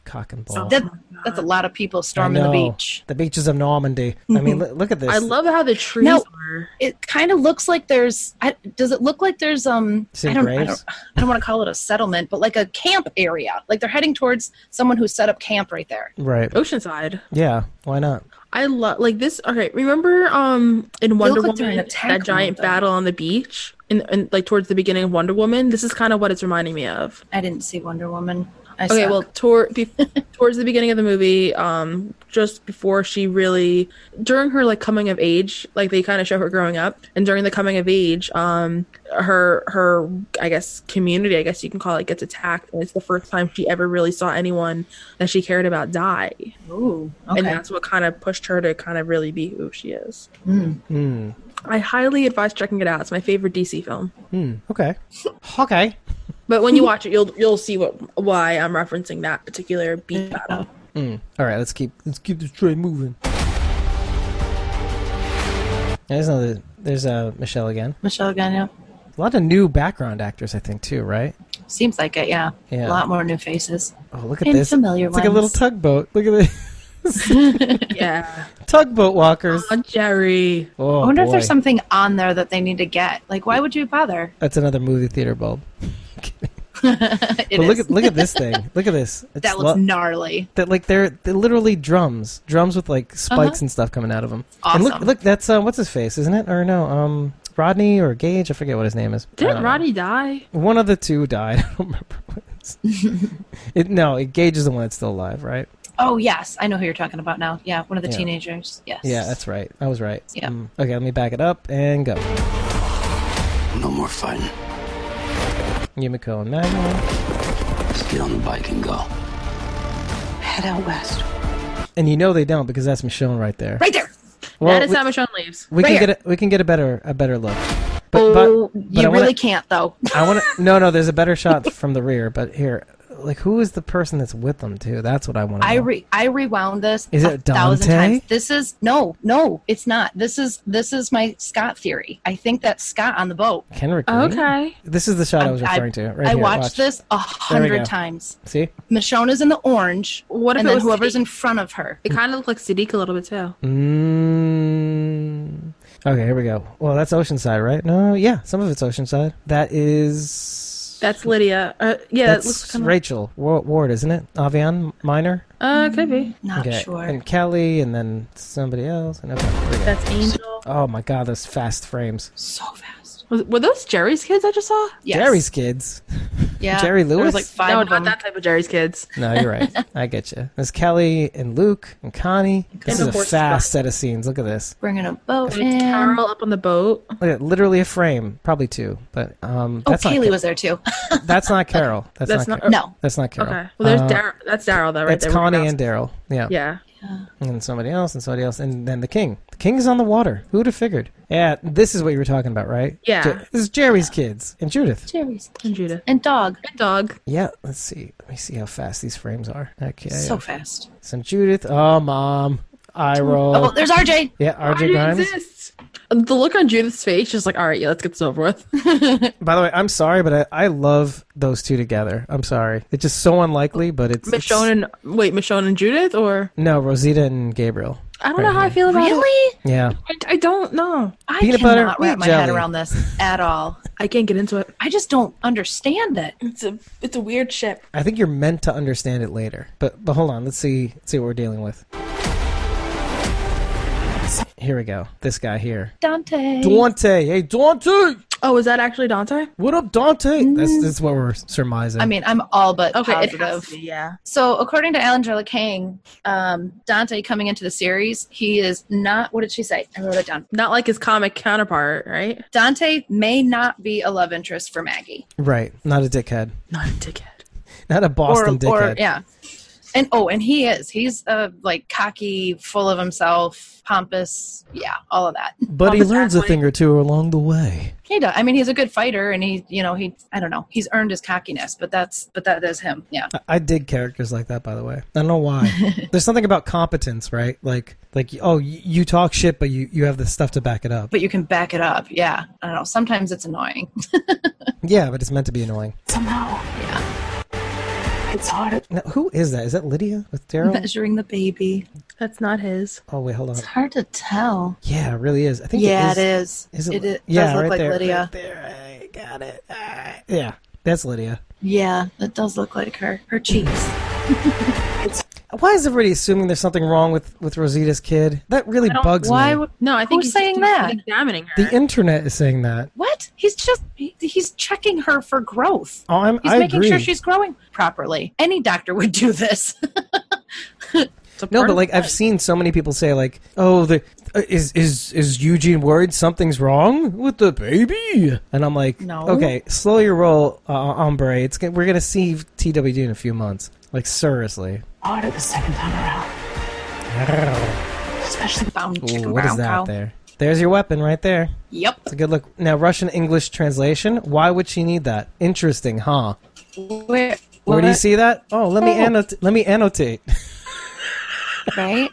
A: cock and ball.
C: That, that's a lot of people storming the
A: I know.
C: beach.
A: The beaches of Normandy. I mean,
C: Mhm.
A: look, look at this.
B: I love how the trees
C: Now-
B: are.
C: It kind of looks like there's. I, does it look like there's um?
A: Is it
C: I don't, I
A: graves?
C: don't. I don't want to call it a settlement, but like a camp area. Like they're heading towards someone who set up camp right there.
A: Right.
B: Oceanside.
A: Yeah. Why not?
B: I love like this. Okay, remember um in Wonder
C: look like they're in
B: Woman
C: attack
B: that giant
C: mode, though.
B: battle on the beach and and like towards the beginning of Wonder Woman. This is kind of what it's reminding me of.
C: I didn't see Wonder Woman. I
B: okay,
C: suck.
B: well, toward
C: <laughs>
B: be- towards the beginning of the movie, um, just before she really, during her like coming of age, like they kind of show her growing up, and during the coming of age, um, her her I guess community, I guess you can call it, gets attacked, and it's the first time she ever really saw anyone that she cared about die,
C: Ooh,
B: and
C: okay.
B: that's what kind of pushed her to kind of really be who she is.
C: Hmm.
A: Hmm.
B: I highly advise checking it out. It's my favorite DC film.
A: Hmm. Okay.
C: <laughs>
A: Okay.
B: But when you watch it, you'll you'll see what why I'm referencing that particular beat battle. <laughs>
A: Hmm. All right. Let's keep let's keep this train moving. There's another. There's uh, Michelle again.
C: Michelle Gagnon.
A: A lot of new background actors, I think, too. Right.
C: Seems like it. Yeah.
A: Yeah.
C: A lot more new faces.
A: Oh, look at
C: And
A: this.
C: familiar
A: it's like a little
C: ones.
A: tugboat. Look at this.
B: yeah.
A: <laughs> tugboat walkers.
B: Oh, Jerry.
A: Oh,
C: I wonder if
A: boy.
C: there's something on there that they need to get. Like, why would you bother?
A: That's another movie theater bulb.
C: It
A: but look
C: is.
A: at look at
C: <laughs>
A: this thing. Look at this. It's
C: that looks
A: lo-
C: gnarly.
A: that like they're, they're literally drums, drums with like spikes
C: Uh-huh.
A: and stuff coming out of them.
C: Awesome.
A: And look, look, that's uh, what's his face, isn't it? Or no, um, Rodney or Gage? I forget what his name is. I
B: Didn't
A: don't know.
B: Roddy die?
A: One of the two died. <laughs> I don't remember. What it
C: <laughs>
A: is. it, no, it, Gage is the one that's still alive, right?
C: Oh yes, I know who you're talking about now. Yeah, one of the
A: Yeah.
C: teenagers. Yes.
A: Yeah, that's right. I was right.
C: Yeah.
A: Mm. Okay, let me back it up and go.
G: No more fighting.
A: Yumiko and Magnum.
G: Just get on the bike and go.
O: Head out west.
A: And you know they don't because that's Michonne right there.
C: Right there.
A: Well,
B: that is
A: we-
B: how Michonne leaves.
A: We
B: Right
A: can
B: here.
A: get a, we can get a better a better look. But,
C: oh,
A: but
C: you
A: I wanna-
C: really can't though.
A: I want to. No, no. There's a better shot from the rear, but here, like who is the person that's with them too? That's what I want to.
C: I
A: know.
C: re- I rewound this
A: Is
C: a
A: it
C: thousand
A: Dante?
C: times. This is no, no, it's not. This is this is my Scott theory. I think that's Scott on the boat.
A: Kenrick.
B: Oh,
A: Green? This is the shot I, was referring to. Right
C: I
A: here,
C: watched
A: watch.
C: this a
A: There we go.
C: hundred times.
A: See.
C: Michonne's in the orange. What
B: if
C: and
B: it
C: then
B: was
C: whoever's in front of her?
B: It kind of looked like Sadiq a little bit too.
A: Mm. Okay, here we go. Well, that's Oceanside, right? No, yeah, some of it's Oceanside. That is.
B: That's Lydia. Uh, yeah,
A: that's
B: it looks kind of.
A: Rachel Wa- Ward, isn't it? Avian Minor.
B: Uh, could be.
A: Okay, And Kelly, and then somebody else. And okay, here we go.
B: That's Angel.
A: Oh my God, those fast frames.
B: So fast. Was, were those Jerry's kids I just saw?
A: Jerry's kids. Jerry
B: There
A: Lewis.
B: was like five. No, not that type of Jerry's kids.
A: no, you're right.
B: <laughs>
A: I get you. There's Kelly and Luke and Connie. This
B: the
A: is a
B: horses
A: fast set of scenes. Look at this.
C: Bringing a boat
B: There's Carol up on the boat.
A: Look at literally a frame, probably two, but um.
C: Oh,
A: that's not
C: Kaylee
A: Ca-
C: was there too. <laughs>
A: That's not Carol.
B: <laughs>
A: That's,
B: That's
A: not.
B: not-
A: Ca-
B: no.
A: That's not Carol.
B: Okay. Well, there's
A: Uh,
B: Daryl. That's Daryl though, right?
A: It's
B: there.
A: Connie and Daryl. Yeah.
B: Yeah.
A: And somebody else, and somebody else, and then the king. The king is on the water. Who would have figured? Yeah, this is what you were talking about, right?
B: Yeah.
A: Je- this is Jerry's kids and Judith.
C: Jerry's
B: and Judith
C: and dog
B: and dog.
A: Yeah, let's see. Let me see how fast these frames are. Okay.
C: So fast.
A: Some Judith. Oh, mom. I roll.
C: Oh, there's RJ.
A: Yeah, RJ Grimes.
B: exists. The look on Judith's face, she's like, "All right, yeah, let's get this over <laughs> with."
A: By the way, I'm sorry, but I, I love those two together. I'm sorry. It's just so unlikely, but it's. it's-
B: Michonne and wait, Michonne and Judith, or
A: no, Rosita and Gabriel.
B: I don't know how I feel about
C: really?
A: Yeah.
B: it. I, I don't know.
C: I
A: Peanut
C: cannot
A: butter
C: wrap
A: with
C: my head
A: jelly.
C: around this at all.
B: I can't get into it.
C: I just don't understand it.
B: It's a it's a weird ship.
A: I think you're meant to understand it later. But but hold on, let's see let's see what we're dealing with. Here we go. This guy here.
C: Dante.
A: Dante. Hey Dante.
B: Oh, is that actually Dante?
A: What up, Dante? That's that's what we're surmising.
C: I mean, I'm all but
B: Okay, it
C: positive.
B: has to be, yeah.
C: So, according to Angela Kang, um, Dante coming into the series, he is not. What did she say? I wrote it down.
B: Not like his comic counterpart, right?
C: Dante may not be a love interest for Maggie.
A: Right. Not a dickhead.
B: Not a dickhead.
A: Not a Boston
C: or,
A: dickhead.
C: Or, yeah. And oh, and he is. He's uh, like cocky, full of himself, pompous. Yeah, all of that.
A: But he
C: Pompous
A: learns a
C: athlete.
A: thing or two along the way.
C: He does. I mean, he's a good fighter, and he, you know, he. I don't know. He's earned his cockiness, but that's, but that is him. Yeah.
A: I- I dig characters like that, by the way. I don't know
C: <laughs>
A: why. There's something about competence, right? Like, like oh, you, you talk shit, but you, you have the stuff to back it up.
C: But you can back it up. Yeah. I don't know. Sometimes it's annoying. <laughs>
A: Yeah, but it's meant to be annoying.
C: Somehow. Yeah.
A: It's hard. Now, who is that? Is that Lydia with Daryl?
C: Measuring the baby.
B: That's not his.
A: Oh wait, hold on.
C: It's hard to tell.
A: Yeah, it really is. I think
C: yeah,
A: it is.
C: It is.
A: it?
C: It, it
A: yeah,
C: does look
A: right
C: like
A: there,
C: Lydia.
A: right there. I got it. Ah, yeah, that's Lydia.
C: Yeah, it does look like her. Her cheeks.
A: Why is everybody assuming there's something wrong with with Rosita's kid? That really bugs
C: why
A: me.
C: would-
B: No, I think he's
C: Who's saying
B: he's
C: that?
B: Examining her.
A: The internet is saying that.
C: What? He's just he- he's checking her for growth.
A: Oh, I'm,
C: He's
A: I
C: making
A: agree.
C: sure she's growing properly. Any doctor would
O: <laughs>
C: do this.
A: No, but like I've seen so many people say like, "Oh, the uh, is is is Eugene worried something's wrong with the baby?" And I'm like,
C: No.
A: okay, slow your roll, uh, hombre. It's gonna- we're gonna see TWD in a few months. Like seriously,
O: Harder the second time around. Especially
C: bound
A: Ooh, what is that there? There's your weapon right there.
C: Yep.
A: It's a good look. Now Russian English translation. Why would she need that? Interesting, huh?
C: Where,
A: Where do you see that? Oh, let me
C: Oh.
A: annotate. Let me annotate.
C: Right.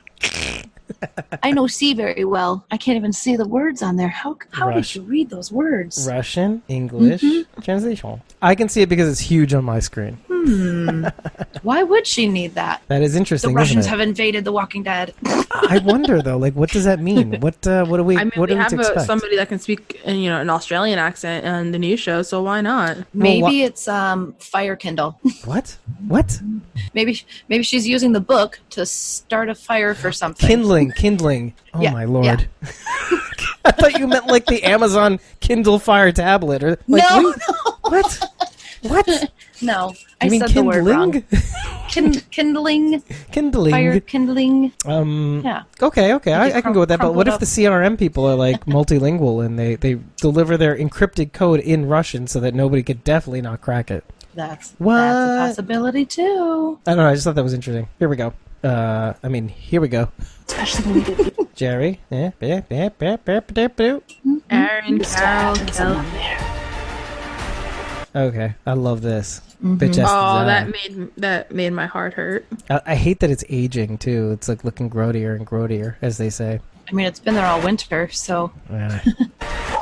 C: I know see very well. I can't even see the words on there. How how
A: Rush.
C: did you read those words?
A: Russian English
C: Mm-hmm.
A: translation. I can see it because it's huge on my screen.
C: Hmm. Why would she need that?
A: That is
C: The
A: interesting.
C: Russians
A: isn't
C: have invaded the
A: <laughs>
C: Walking Dead.
A: it? I wonder though, like, what does that mean? What uh, what do we
B: I mean,
A: what
B: we
A: do we
B: have
A: to
B: a,
A: expect?
B: somebody that can speak, uh, you know, an Australian accent on the news show, so why not?
C: Maybe it's um fire kindle. <laughs>
A: What? What?
C: maybe maybe she's using the book to start a fire for something.
A: Kindling, kindling. Oh
C: Yeah, <laughs>
A: my lord! <laughs> I thought you meant like the Amazon Kindle Fire tablet, or like,
C: no,
A: we- What? What?
C: no.
A: You
C: I
A: mean
C: said the word wrong.
A: kindling?
C: Kin- kindling,
A: <laughs> kindling.
C: fire kindling.
A: Um.
C: Yeah.
A: Okay. Okay. I, I can go with that. But what
C: crumpled
A: if
C: up.
A: the CRM people are
C: <laughs>
A: like multilingual and they they deliver their encrypted code in Russian so that nobody could definitely not crack it?
C: That's that's a
A: What?
C: possibility too.
A: I don't know. I just thought that was interesting. Here we go. Uh, I mean, here we go. <laughs> Jerry. Yeah, yeah, yeah, yeah, yeah, yeah, yeah.
B: Aaron, Carol, Kel.
A: Okay, I love this.
B: Mhm.
A: Bitch ass
B: oh,
A: design.
B: that made that made my heart hurt.
A: I, I hate that it's aging too. It's like looking grodier and grodier, as they say.
C: I mean, it's been there all winter, so
A: Yeah.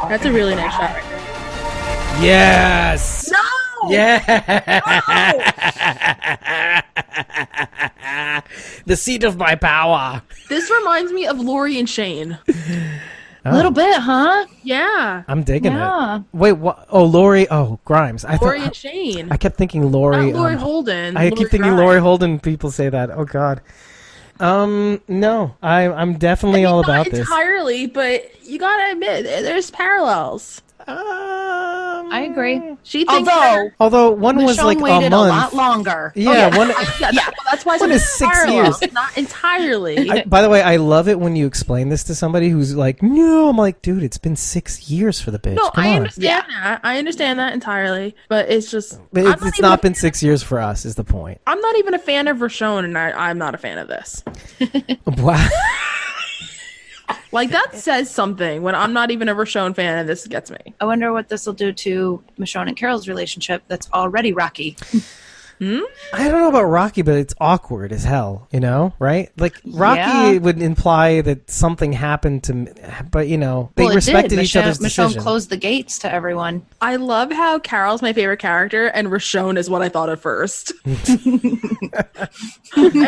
B: That's a really nice shot. Right there.
A: yes. <laughs>
B: No!
A: Yeah. the seat of my power.
B: This reminds me of Lori
A: <laughs>
B: and Shane.
A: A little
C: bit, huh?
B: Yeah.
A: I'm digging
B: Yeah.
A: it. Wait, what? Oh, Lori. Oh, Grimes. I
B: Lori and
A: thought.
B: Shane.
A: I kept thinking Lori. um,
B: Not Lori Holden,
A: I
B: Lori
A: keep thinking
B: Grimes.
A: Lori Holden. People say that. Oh God. Um. No. I. I'm definitely all about
B: Not
A: this.
B: entirely, but you gotta admit there- there's parallels.
C: I agree.
B: She thinks
C: although
A: Um, Although one was
C: Michonne
A: like
C: waited
A: a month.
C: lot longer. Oh,
A: Yeah,
C: <laughs>
A: one-
B: yeah, that- that's why I
A: One
B: said
A: is six
B: parallels,
A: years.
B: <laughs> Not entirely.
A: I, by the way, I love it when you explain this to somebody who's like, "No," I'm like, "Dude, it's been six years for the bitch."
B: no,
A: Come
B: I
A: on.
B: understand that. I understand that entirely, but it's just
A: But
B: I'm
A: it's,
B: not
A: it's
B: even-
A: not been six years for us. Is the point? <laughs>
B: I'm not even a fan of Rashawn, and I, I'm not a fan of this.
A: Wow.
B: Like that says something when I'm not even a Rashawn fan, and this gets me.
C: I wonder what this will do to Michonne and Carol's relationship that's already rocky.
A: I don't know about Rocky, but it's awkward as hell. You know, right? Like Rocky
C: Yeah.
A: would imply that something happened to, m- but you know, they
C: Well, it did.
A: respected each
C: Michonne-
A: other's
C: Michonne
A: decision.
C: closed the gates to everyone.
B: I love how Carol's my favorite character, and Rashawn is what I thought at first. <laughs> I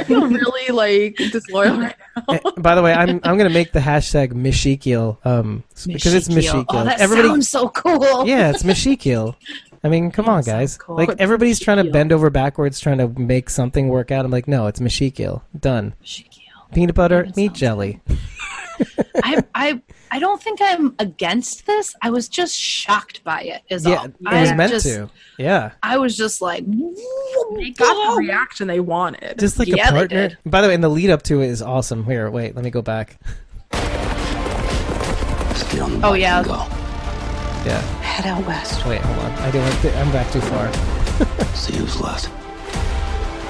B: feel really like disloyal right now.
A: Eh, By the way, I'm I'm gonna make the hashtag Mishikiel, um, s- because it's Mishikiel.
C: Oh, that sounds so cool.
A: yeah, it's Mishikiel. I mean, come on, guys. Like everybody's trying to bend over backwards, trying to make something work out. I'm like, no, it's Mishikiel. Done. Peanut butter, meat jelly.
C: I, I, I don't think I'm against this. I was just shocked by it. Is
A: Yeah,
C: all.
A: it
C: I
A: was meant
C: just-
A: to. Yeah.
C: I was just like,
B: They got the reaction they wanted.
A: Just like
B: yeah,
A: a
B: They
A: partner.
B: did.
A: By the way, and the lead up to it is awesome. Here, wait, let me go back.
C: oh yeah,
A: <laughs> Yeah.
O: Head out west.
A: Wait, hold on. I didn't. th- I'm back too far.
G: See who's left.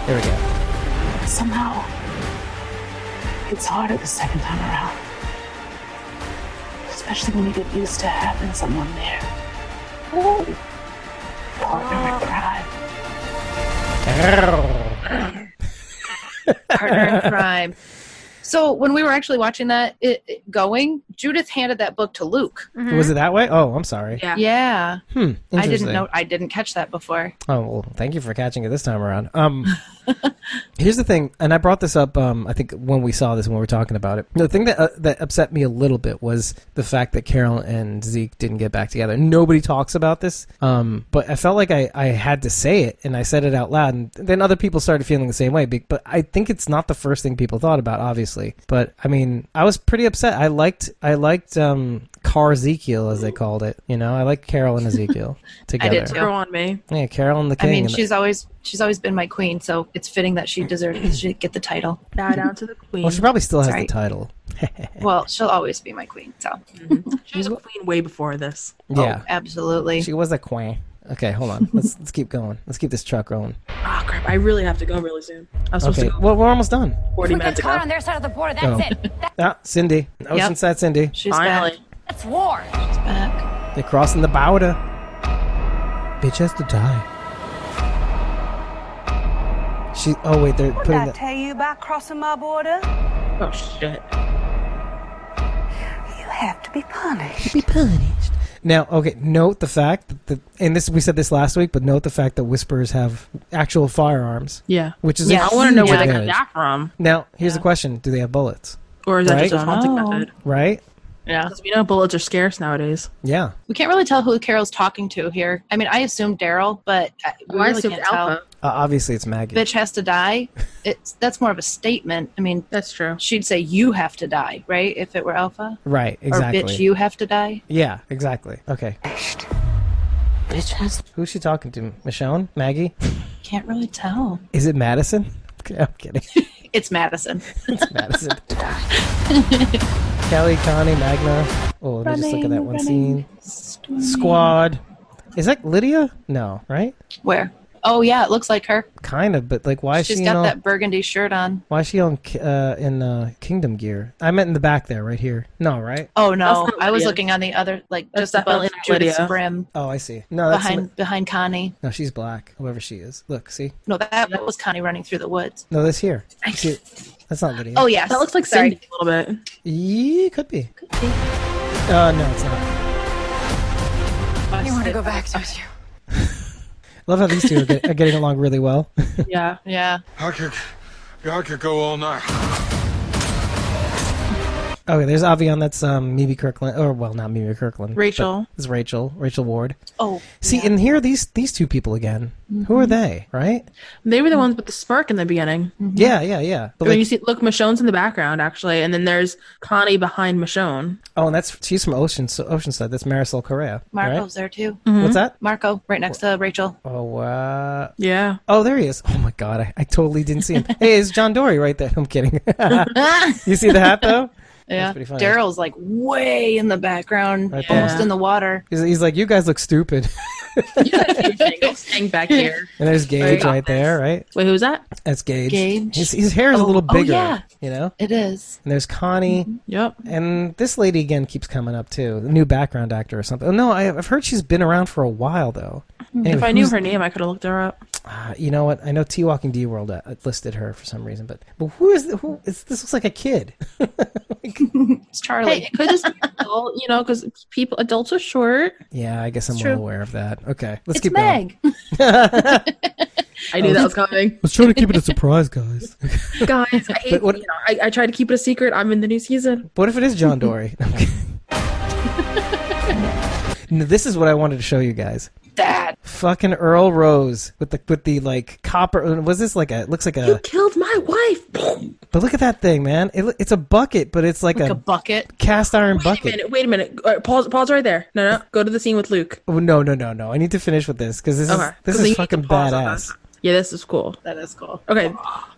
A: There we go.
O: Somehow, it's harder the second time around. Especially when you get used to having someone there. Partner in crime.
C: partner in crime. So when we were actually watching that it, it going, Judith handed that book to Luke.
B: Mm-hmm.
A: Was it that way? Oh, I'm sorry.
C: Yeah.
A: Hmm.
C: I
A: interesting.
C: didn't know. I didn't catch that before.
A: Oh well, thank you for catching it this time around. Um, <laughs> here's the thing, and I brought this up. Um, I think when we saw this, when we were talking about it, the thing that uh, that upset me a little bit was the fact that Carol and Zeke didn't get back together. Nobody talks about this. Um, but I felt like I I had to say it, and I said it out loud, and then other people started feeling the same way. be- But I think it's not the first thing people thought about, obviously. But I mean, I was pretty upset. I liked I liked um Car Ezekiel as they called it. You know, I liked Carol and Ezekiel
C: <laughs> I
A: together.
C: did too.
B: on me.
A: Yeah, Carol and the
C: I
A: King.
C: mean,
A: and the-
C: she's always she's always been my queen, so it's fitting that she deserves she get the title.
B: Bow down to the queen.
A: Well, she probably still has
C: Sorry.
A: the title.
C: Well, she'll always be my queen. So
B: She was a queen way before this.
C: Oh.
A: Yeah,
C: absolutely.
A: She was a queen. Okay, hold on. Let's let's keep going. Let's keep this truck rolling.
B: Oh crap! I really have to go really soon. I was supposed
A: Okay,
B: to go
A: well we're almost done.
B: 40 minutes ago.
N: their side of the border.
A: Oh. ah, Cindy, Oceanside Cindy.
C: She's
B: Finally.
N: That's war.
A: They're crossing the border. Bitch has to die. She. Oh wait, they're
Q: What did
A: putting
Q: I
A: that.
Q: tell you about crossing my border?
B: Oh shit!
Q: You have to be punished.
A: Be punished. Now, okay, note the fact that, the, and this we said this last week, but note the fact that whisperers have actual firearms.
B: Yeah.
A: which is
B: Yeah,
A: I
B: I wanna know where they got that from.
A: Now, here's the question: Do they have bullets,
B: Or is that
A: Right?
B: just a haunting method?
A: Right?
C: Yeah.
B: Because we know bullets are scarce nowadays.
A: Yeah.
C: we can't really tell who Carol's talking to here. I mean, I assumed Daryl, but uh, we
B: Oh, I
C: really
B: assumed
C: can't
B: Alpha.
C: tell.
A: Uh, obviously, it's Maggie.
C: bitch has to die it's that's more of a statement i mean
B: that's true
C: she'd say you have to die right if it were alpha
A: Right, exactly.
C: or bitch you have to die
A: Yeah, exactly. Okay. Bitch has. Who's she talking to? Michonne? Maggie?
C: can't really tell
A: Is it Madison? <laughs> Okay, I'm kidding.
C: it's madison <laughs>
A: it's madison <laughs> Kelly, Connie, Magna. Oh, let me just look at that one
C: Running,
A: scene. Squad. Is that Lydia? No, right?
C: Where? oh yeah, it looks like her.
A: Kind of, but like, why is
C: She's
A: she
C: got
A: in all-
C: that burgundy shirt on.
A: Why is she on Ki- uh, in uh, Kingdom gear? I meant in the back there, right here. No, right?
C: Oh no,
B: That's not
C: I was
B: Lydia.
C: looking on the other, like
B: That's
C: just above
B: definitely not
C: Judith's
B: Lydia.
C: brim.
A: Oh, I see. No, that's
C: behind
A: Li-
C: behind Connie.
A: No, she's black. Whoever she is. Look, see?
C: No, that was Connie running through the woods.
A: No, that's here. See? That's not Lydia.
C: Oh yes,
B: That looks like
C: sorry.
B: Cindy a little bit.
A: Yeah, could be. Could be. Uh, no, it's not.
Q: You want to go back, don't you?
A: Love how these two are, get, are getting along really well. <laughs>
B: Yeah,
C: yeah.
J: I could, I could go all night.
A: Okay, there's Avion. That's um, Mimi Kirkland, or well, not Mimi Kirkland.
B: Rachel.
A: It's Rachel. Rachel Ward.
C: Oh,
A: See, and here are these these two people again. Who are they? Right?
B: They were the ones with the smirk in the beginning.
A: Yeah, yeah, yeah. But
B: I mean,
A: like-
B: you see, look, Michonne's in the background actually, and then there's Connie behind Michonne.
A: oh, and that's she's from Ocean Oceanside. That's Marisol Correa.
C: Marco's
A: right?
C: there too.
B: Mm.
A: What's that?
C: Marco, right next to Rachel.
A: Oh wow.
B: Yeah.
A: Oh, there he is. Oh my god, I, I totally didn't see him. hey, it's John Dory right there. <laughs> I'm kidding. you see the hat though?
C: Yeah,
A: pretty funny.
C: Daryl's like way in the background,
A: Right there.
C: almost in the water.
A: He's, he's like, you guys look stupid. <laughs>
B: <laughs> Hang back here.
A: and there's Gage
B: Right.
A: right there, right?
B: Wait, who's that?
A: That's Gage.
C: Gage.
A: His, his hair is a little
C: Oh,
A: bigger.
C: yeah. Mm-hmm.
A: You know.
C: It is.
A: And there's Connie.
B: Yep.
A: And this lady again keeps coming up too. The new background actor or something. Oh, no, I, I've heard she's been around for a while though.
C: Mm-hmm.
A: Anyway,
B: if I knew
A: who's- <laughs>
B: her name, I could have looked her up.
A: uh, you know what? I know T Walking D World uh, listed her for some reason, but but who is the, who? Is, this looks like a kid. <laughs>
C: It's Charlie.
B: Hey, it could <laughs> just be an adult, you know, because people adults are short.
A: Yeah, I guess I'm
B: true.
A: well aware of that. Okay, let's
C: it's
A: keep going.
C: Meg.
B: I
A: <laughs>
B: knew that was coming,
A: Let's try to keep it a surprise, guys.
B: guys. I hate,
A: But what-
B: you know, I, I try to keep it a secret. I'm in the new season.
A: What if it is John Dory? No, this is what I wanted to show you guys.
C: That
A: Fucking Earl Rose with the with the like copper. uh, Was this like a? It looks like a.
B: Killed my wife.
A: But look at that thing, man. It, lo- it's a bucket, but it's like,
C: like
A: a,
C: a bucket.
A: cast iron
B: Wait a
A: bucket.
B: minute. Wait a minute. All right, pause. Pause right there. No, no. Go to the scene with Luke.
A: Oh, no, no, no, no. I need to finish with this because this
B: Okay.
A: is this is
B: 'Cause we need to
A: fucking
B: pause on
A: badass.
B: Yeah, this is cool.
C: That is cool.
B: Okay,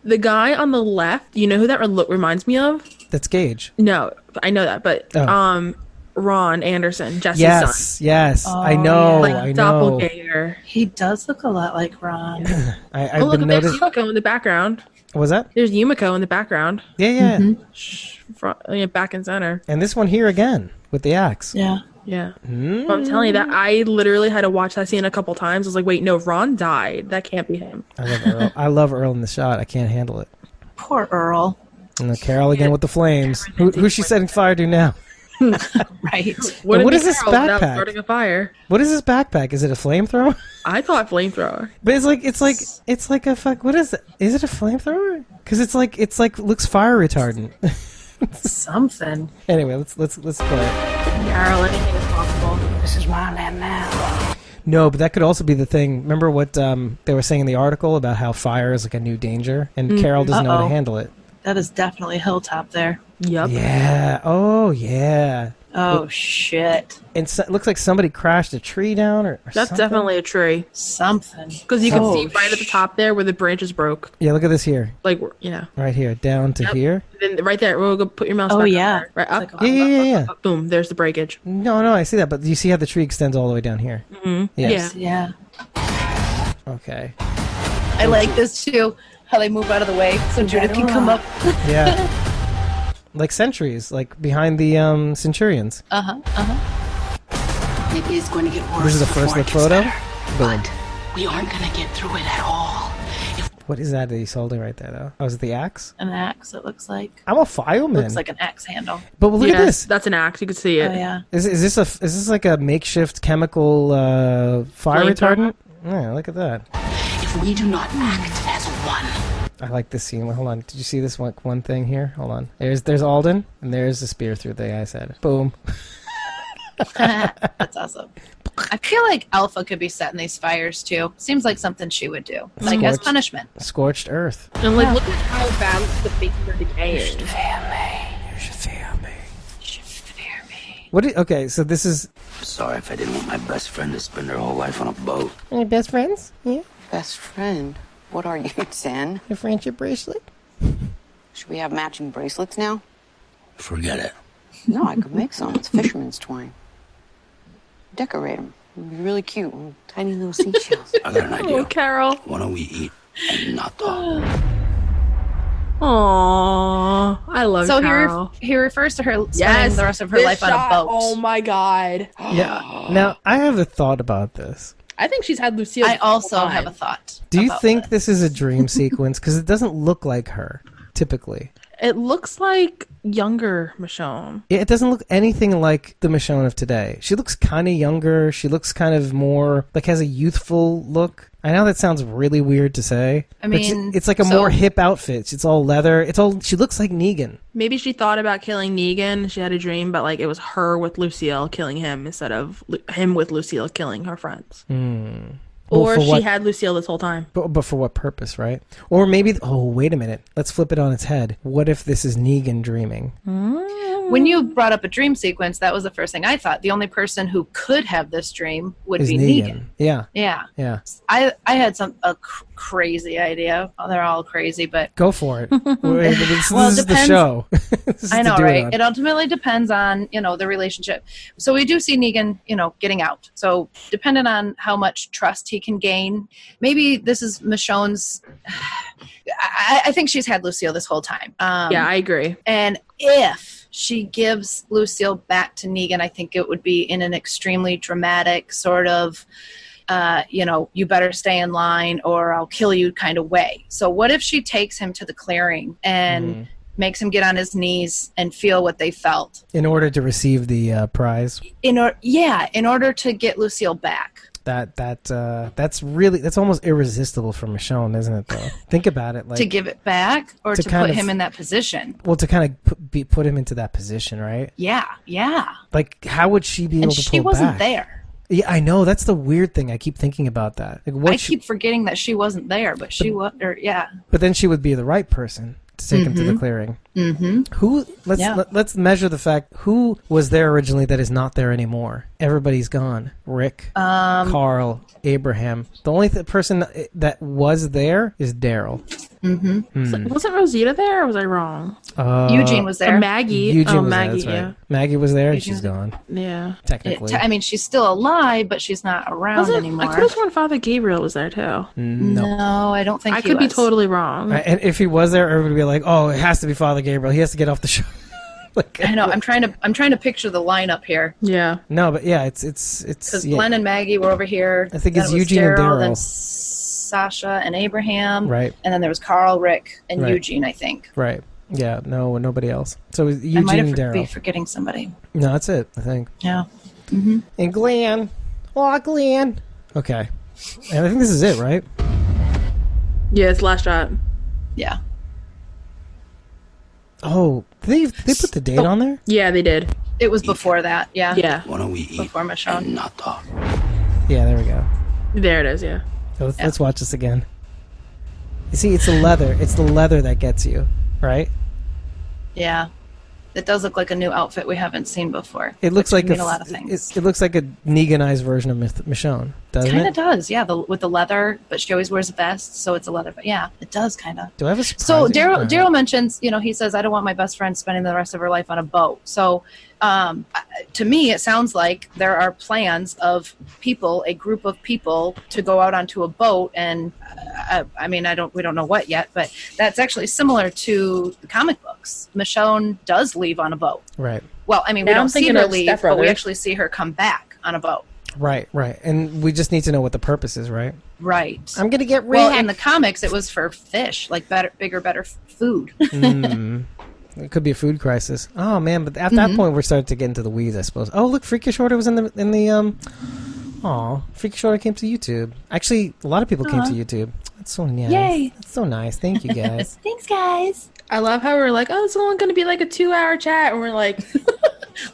B: the guy on the left. You know who that re- look reminds me of?
A: That's Gage.
B: No, I know that, but
A: Oh.
B: um, Ron Anderson, Jesse's son,
A: Yes, yes. I
C: Oh,
A: know.
B: like
A: I know.
B: doppelganger.
C: He does look a lot like Ron.
A: I,
B: Oh,
A: I've
B: look,
A: been
B: there's
A: noticing.
B: Yumiko in the background.
A: Was that?
B: There's Yumiko in the background,
A: Yeah, yeah.
B: Mm-hmm. front, yeah, back and center.
A: And this one here again with the axe.
C: yeah.
B: Yeah, I'm telling you that I literally had to watch that scene a couple times. I was like, wait, no, Ron died. That can't be him.
A: I love Earl. I love Earl in the shot. I can't handle it.
C: Poor Earl.
A: And then Carol again with the flames. Who, who's she setting fire to now?
B: <laughs>
C: Right.
A: And what
B: Wouldn't be
A: is this
B: Carol without
A: backpack?
B: Starting a fire.
A: What is this backpack? Is it a flamethrower? <laughs>
B: I call it flamethrower.
A: But it's like it's like it's like a fuck. What is it? Is it a flamethrower? Because it's like it's like looks fire retardant. <laughs>
C: Something.
A: anyway, let's let's let's play it.
C: Carol, anything is possible.
Q: This is my land now.
A: No, but that could also be the thing. Remember what um, they were saying in the article about how fire is like a new danger, and Carol doesn't know how
C: Uh-oh.
A: to handle it.
C: That is definitely hilltop there.
B: Yep.
A: Yeah. Oh yeah.
C: Oh shit.
A: And so, it looks like somebody crashed a tree down, or, or
B: That's
A: something.
B: definitely a tree.
C: Something.
B: Because you can
C: Oh,
B: see right at the top there where the branches broke.
A: Yeah, look at this here.
B: Like, you know.
A: Right here, down to here.
B: Then right there, we'll go put your mouse
C: Oh,
B: back up
C: yeah.
B: there. Right up.
A: Yeah, yeah, yeah, yeah.
B: up, Boom, there's the breakage.
A: No, no, I see that, but you see how the tree extends all the way down here.
B: Mm-hmm.
A: Yes.
B: Yeah.
C: Yeah.
A: Okay.
C: I like this too. How they move out of the way so Judith can come up.
A: Yeah. like sentries, like behind the um centurions.
C: Uh huh. Uh huh.
O: It is going to get worse.
A: This is a first
O: before it
A: look
O: gets
A: photo.
O: better.
A: Boom.
O: We aren't going to get through it at all.
A: What is that that he's holding right there though? Oh, is it the axe?
C: An axe. It looks like.
A: I'm a fireman.
C: Looks like an axe handle.
A: but look
B: Yeah,
A: at this.
B: That's an axe. You can see it.
C: Oh yeah.
A: Is is this a is this like a makeshift chemical uh fire
B: Flamethrower?
A: retardant? Yeah, look at that.
O: If we do not act as one,
A: I like this scene. Hold on. Did you see this one one thing here? Hold on. There's there's Alden and there's the spear through the eye said. Boom.
C: That's awesome. I feel like Alpha could be setting these fires too. Seems like something she would do, like as
A: Scorched.
C: punishment.
A: Scorched earth.
B: And like, look at how bad the faces are decaying.
A: What did, okay, so this is
G: Sorry if I didn't want my best friend to spend her whole life on a boat.
A: Any best friends? Yeah.
F: Best friend. What are you, Zen?
A: Your friendship bracelet?
F: Should we have matching bracelets now?
G: Forget it.
F: No, I could make some. It's fisherman's twine. Decorate them. Really cute, tiny little seashells.
G: I got an idea.
B: Oh, Carol.
G: Why don't we eat and not
B: <gasps> Aww, I love
C: so
B: Carol.
C: he, re- he refers to her spending
B: Yes,
C: the rest of her
B: this
C: life
B: shot,
C: on a boat.
B: Oh my god.
A: Yeah. Now I have a thought about this.
B: I think she's had Lucille. I
C: also have a thought.
A: Do you think this is a
B: <laughs>
A: dream sequence? Because it doesn't look like her typically.
B: It looks like younger Michonne.
A: Yeah, It doesn't look anything like the Michonne of today. She looks kind of younger. She looks kind of more like has a youthful look. I know that sounds really weird to say.
B: I
A: but it's-
B: mean,
A: it's, like a
B: so-
A: more hip outfit. It's all leather. It's all. She looks like Negan.
B: Maybe she thought about killing Negan. She had a dream, but like it was her with Lucille killing him instead of Lu- him with Lucille killing her friends.
A: Hmm. Well,
B: Or
A: for
B: she
A: what-
B: had Lucille this whole time.
A: But, but for what purpose, right? Or maybe. Oh, wait a minute. Let's flip it on its head. What if this is Negan dreaming?
C: When you brought up a dream sequence, that was the first thing I thought. The only person who could have this dream would
A: is
C: be
A: Negan.
C: Negan.
A: Yeah.
C: Yeah.
A: Yeah.
C: I I had some a cr- crazy idea. Oh, they're all crazy, but
A: Go for
C: <laughs>
A: it. Wait, this, this
C: Well,
A: is the
C: depends-
A: show. <laughs> This is
C: I
A: to
C: know,
A: do it
C: right?
A: on.
C: It, ultimately depends on you know the relationship. So we do see Negan, you know, getting out. So depending on how much trust he can gain, maybe this is Michonne's. <sighs> I, I think she's had Lucille this whole time. Um,
B: yeah, I agree.
C: and if she gives Lucille back to Negan, I think it would be in an extremely dramatic sort of, uh, you know, you better stay in line or I'll kill you kind of way. So, what if she takes him to the clearing and
A: Mm-hmm.
C: makes him get on his knees and feel what they felt?
A: in order to receive the uh, prize.
C: In or yeah, in order to get Lucille back.
A: That that uh, that's really that's almost irresistible for Michonne, isn't it?
C: <laughs>
A: Though think about it, like
C: to give it back or
A: to
C: to,
A: kind
C: put
A: of-
C: him in that position.
A: well, to kind of put, be, put him into that position, right?
C: Yeah, yeah.
A: Like, how would she be
C: And
A: able to
C: she
A: pull back?
C: wasn't there.
A: Yeah, I know. That's the weird thing. I keep thinking about that. Like, what?
C: I
A: she-
C: keep forgetting that she wasn't there, but she was. Or yeah.
A: but then she would be the right person to take him to the
C: Mhm.
A: clearing.
C: Mm-hmm.
A: Who? Let's
C: Yeah.
A: let, let's measure the fact who was there originally that is not there anymore. Everybody's gone. Rick,
C: Um,
A: Carl, Abraham. The only th- person that was there is Daryl.
C: Mm-hmm.
A: Hmm.
B: Wasn't Rosita there? Or was I wrong?
A: Uh,
C: Eugene was there.
B: Or Maggie.
A: Eugene
B: oh,
A: was there,
B: Maggie.
A: that's right. Maggie was there, and she's gone.
B: Yeah. Yeah.
A: Technically,
C: I mean, she's still alive, but she's not around
B: Wasn't- I could
C: anymore.
B: have sworn Father Gabriel was there too.
A: no.
C: I don't think
B: I
C: he
B: could be
C: was.
B: totally wrong.
A: I- And if he was there, everybody would be like, "Oh, it has to be Father Gabriel. He has to get off the show." <laughs>
C: I know.
B: <laughs>
C: I'm trying to. I'm trying to picture the lineup here
B: yeah.
A: No, but yeah, it's it's it's.
C: because
A: Yeah.
C: Glenn and Maggie were over here.
A: I think
C: then
A: it's
C: it was
A: Eugene and
C: Then
A: Daryl.
C: Sasha and Abraham.
A: Right.
C: And then there was Carl, Rick, and
A: Right.
C: Eugene. I think.
A: Right. Yeah. No. Nobody else. So it was
C: I
A: Eugene
C: might have
A: and
C: for- be
A: Daryl.
C: forgetting somebody.
A: No, that's it. I think.
C: Yeah. Mm-hmm.
A: And Glenn. Oh, Glenn. Okay. And I think this is it, right?
B: Yeah, it's last shot.
C: Yeah.
A: Oh, they they put the date on there.
B: Yeah, they did.
C: It was before that. Yeah.
B: Yeah.
G: Why don't we eat
C: Before Michonne.
G: not talk?
A: Yeah. There we go.
B: There it is, yeah.
A: So let's, let's watch this again. You see, it's the leather. It's the leather that gets you, right?
C: Yeah. It does look like a new outfit we haven't seen before.
A: It looks
C: which
A: like
C: could
A: a,
C: mean a, lot of
A: it-
C: things.
A: It, it looks like a Neganized version of Mich- Michonne, doesn't
C: Kind
A: it?
C: of does, yeah. The, with the leather, but she always wears a vest, so it's a leather. But yeah, it does kind of.
A: Do I have a
C: So
A: surprise? Uh,
C: Daryl
A: Alright.
C: Daryl mentions, you know, he says, "I don't want my best friend spending the rest of her life on a boat." So, um, I- to me, it sounds like there are plans of people, a group of people, to go out onto a boat, and uh, I, I mean, I don't, we don't know what yet, but that's actually similar to the comic books. Michonne does leave on a boat.
A: Right,
C: Well, I mean, we
B: Now I'm
C: don't see
B: thinking
C: her
B: of
C: leave,
B: Step
C: but we
B: Brothers.
C: actually see her come back on a boat.
A: right, right. And we just need to know what the purpose is, right?
C: Right.
A: I'm gonna get
C: Well,
A: wrecked.
C: in the comics, it was for fish, like better, bigger, better f-
A: <laughs>
C: food.
A: mm. It could be a food crisis. Oh man, but at that
B: Mm-hmm.
C: Mhm.
A: point we're starting to get into the weeds, I suppose. Oh look, Freakish Order was in the in the um. Aw, Freakish Order came to YouTube. Actually, a lot of people
B: Aw.
A: came to YouTube. That's so nice.
B: Yay.
A: That's so nice. Thank you
B: <laughs>
A: guys.
B: Thanks, guys. I love how we're like, oh, it's only going to be like a two hour chat. And we're like,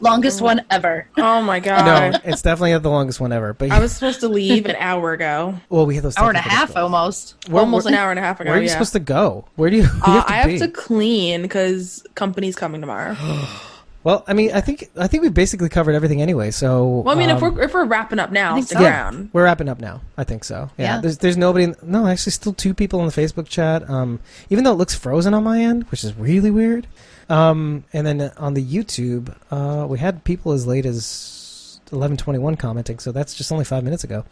C: longest
A: Mm.
C: one ever.
A: <laughs>
B: Oh my God.
A: no, it's definitely not the longest one ever. But
B: I was supposed to leave an hour ago.
A: well, we had those
B: hour and a
A: technical
B: half
A: difficulties.
C: almost.
A: Where-
B: Almost
A: where-
B: an hour and a half ago.
A: Where are you
B: yeah.
A: supposed to go? Where do you? <laughs> where do you
B: Uh, I
A: be?
B: have to clean because company's
A: <gasps>
B: coming tomorrow.
A: Well, I mean, I think I think we basically covered everything anyway. So,
B: Well, I mean,
A: um,
B: if we're if we're wrapping up now, stick
A: yeah,
B: around.
A: we're wrapping up now. I think so. Yeah,
B: Yeah.
A: there's there's nobody. in- no, actually, still two people in the Facebook chat. Um, even though it looks frozen on my end, which is really weird. Um, and then on the YouTube, uh, we had people as late as eleven twenty one commenting, so that's just only five minutes ago.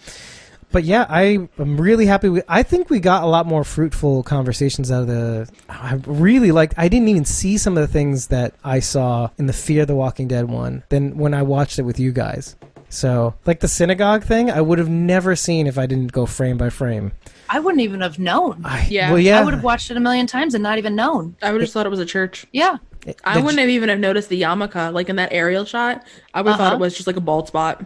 A: But yeah, I am really happy. We, I think we got a lot more fruitful conversations out of the. I really liked. I didn't even see some of the things that I saw in the Fear the Walking Dead one than when I watched it with you guys. So, like the synagogue thing, I would have never seen if I didn't go frame by frame.
C: I wouldn't even have known.
A: Yeah. well, yeah.
C: I would have watched it a million times and not even known.
B: I would have just thought it was a church.
C: Yeah.
B: I wouldn't have even have noticed the yarmulke, like in that aerial shot. I would have thought
C: Uh-huh.
B: it was just like a bald spot.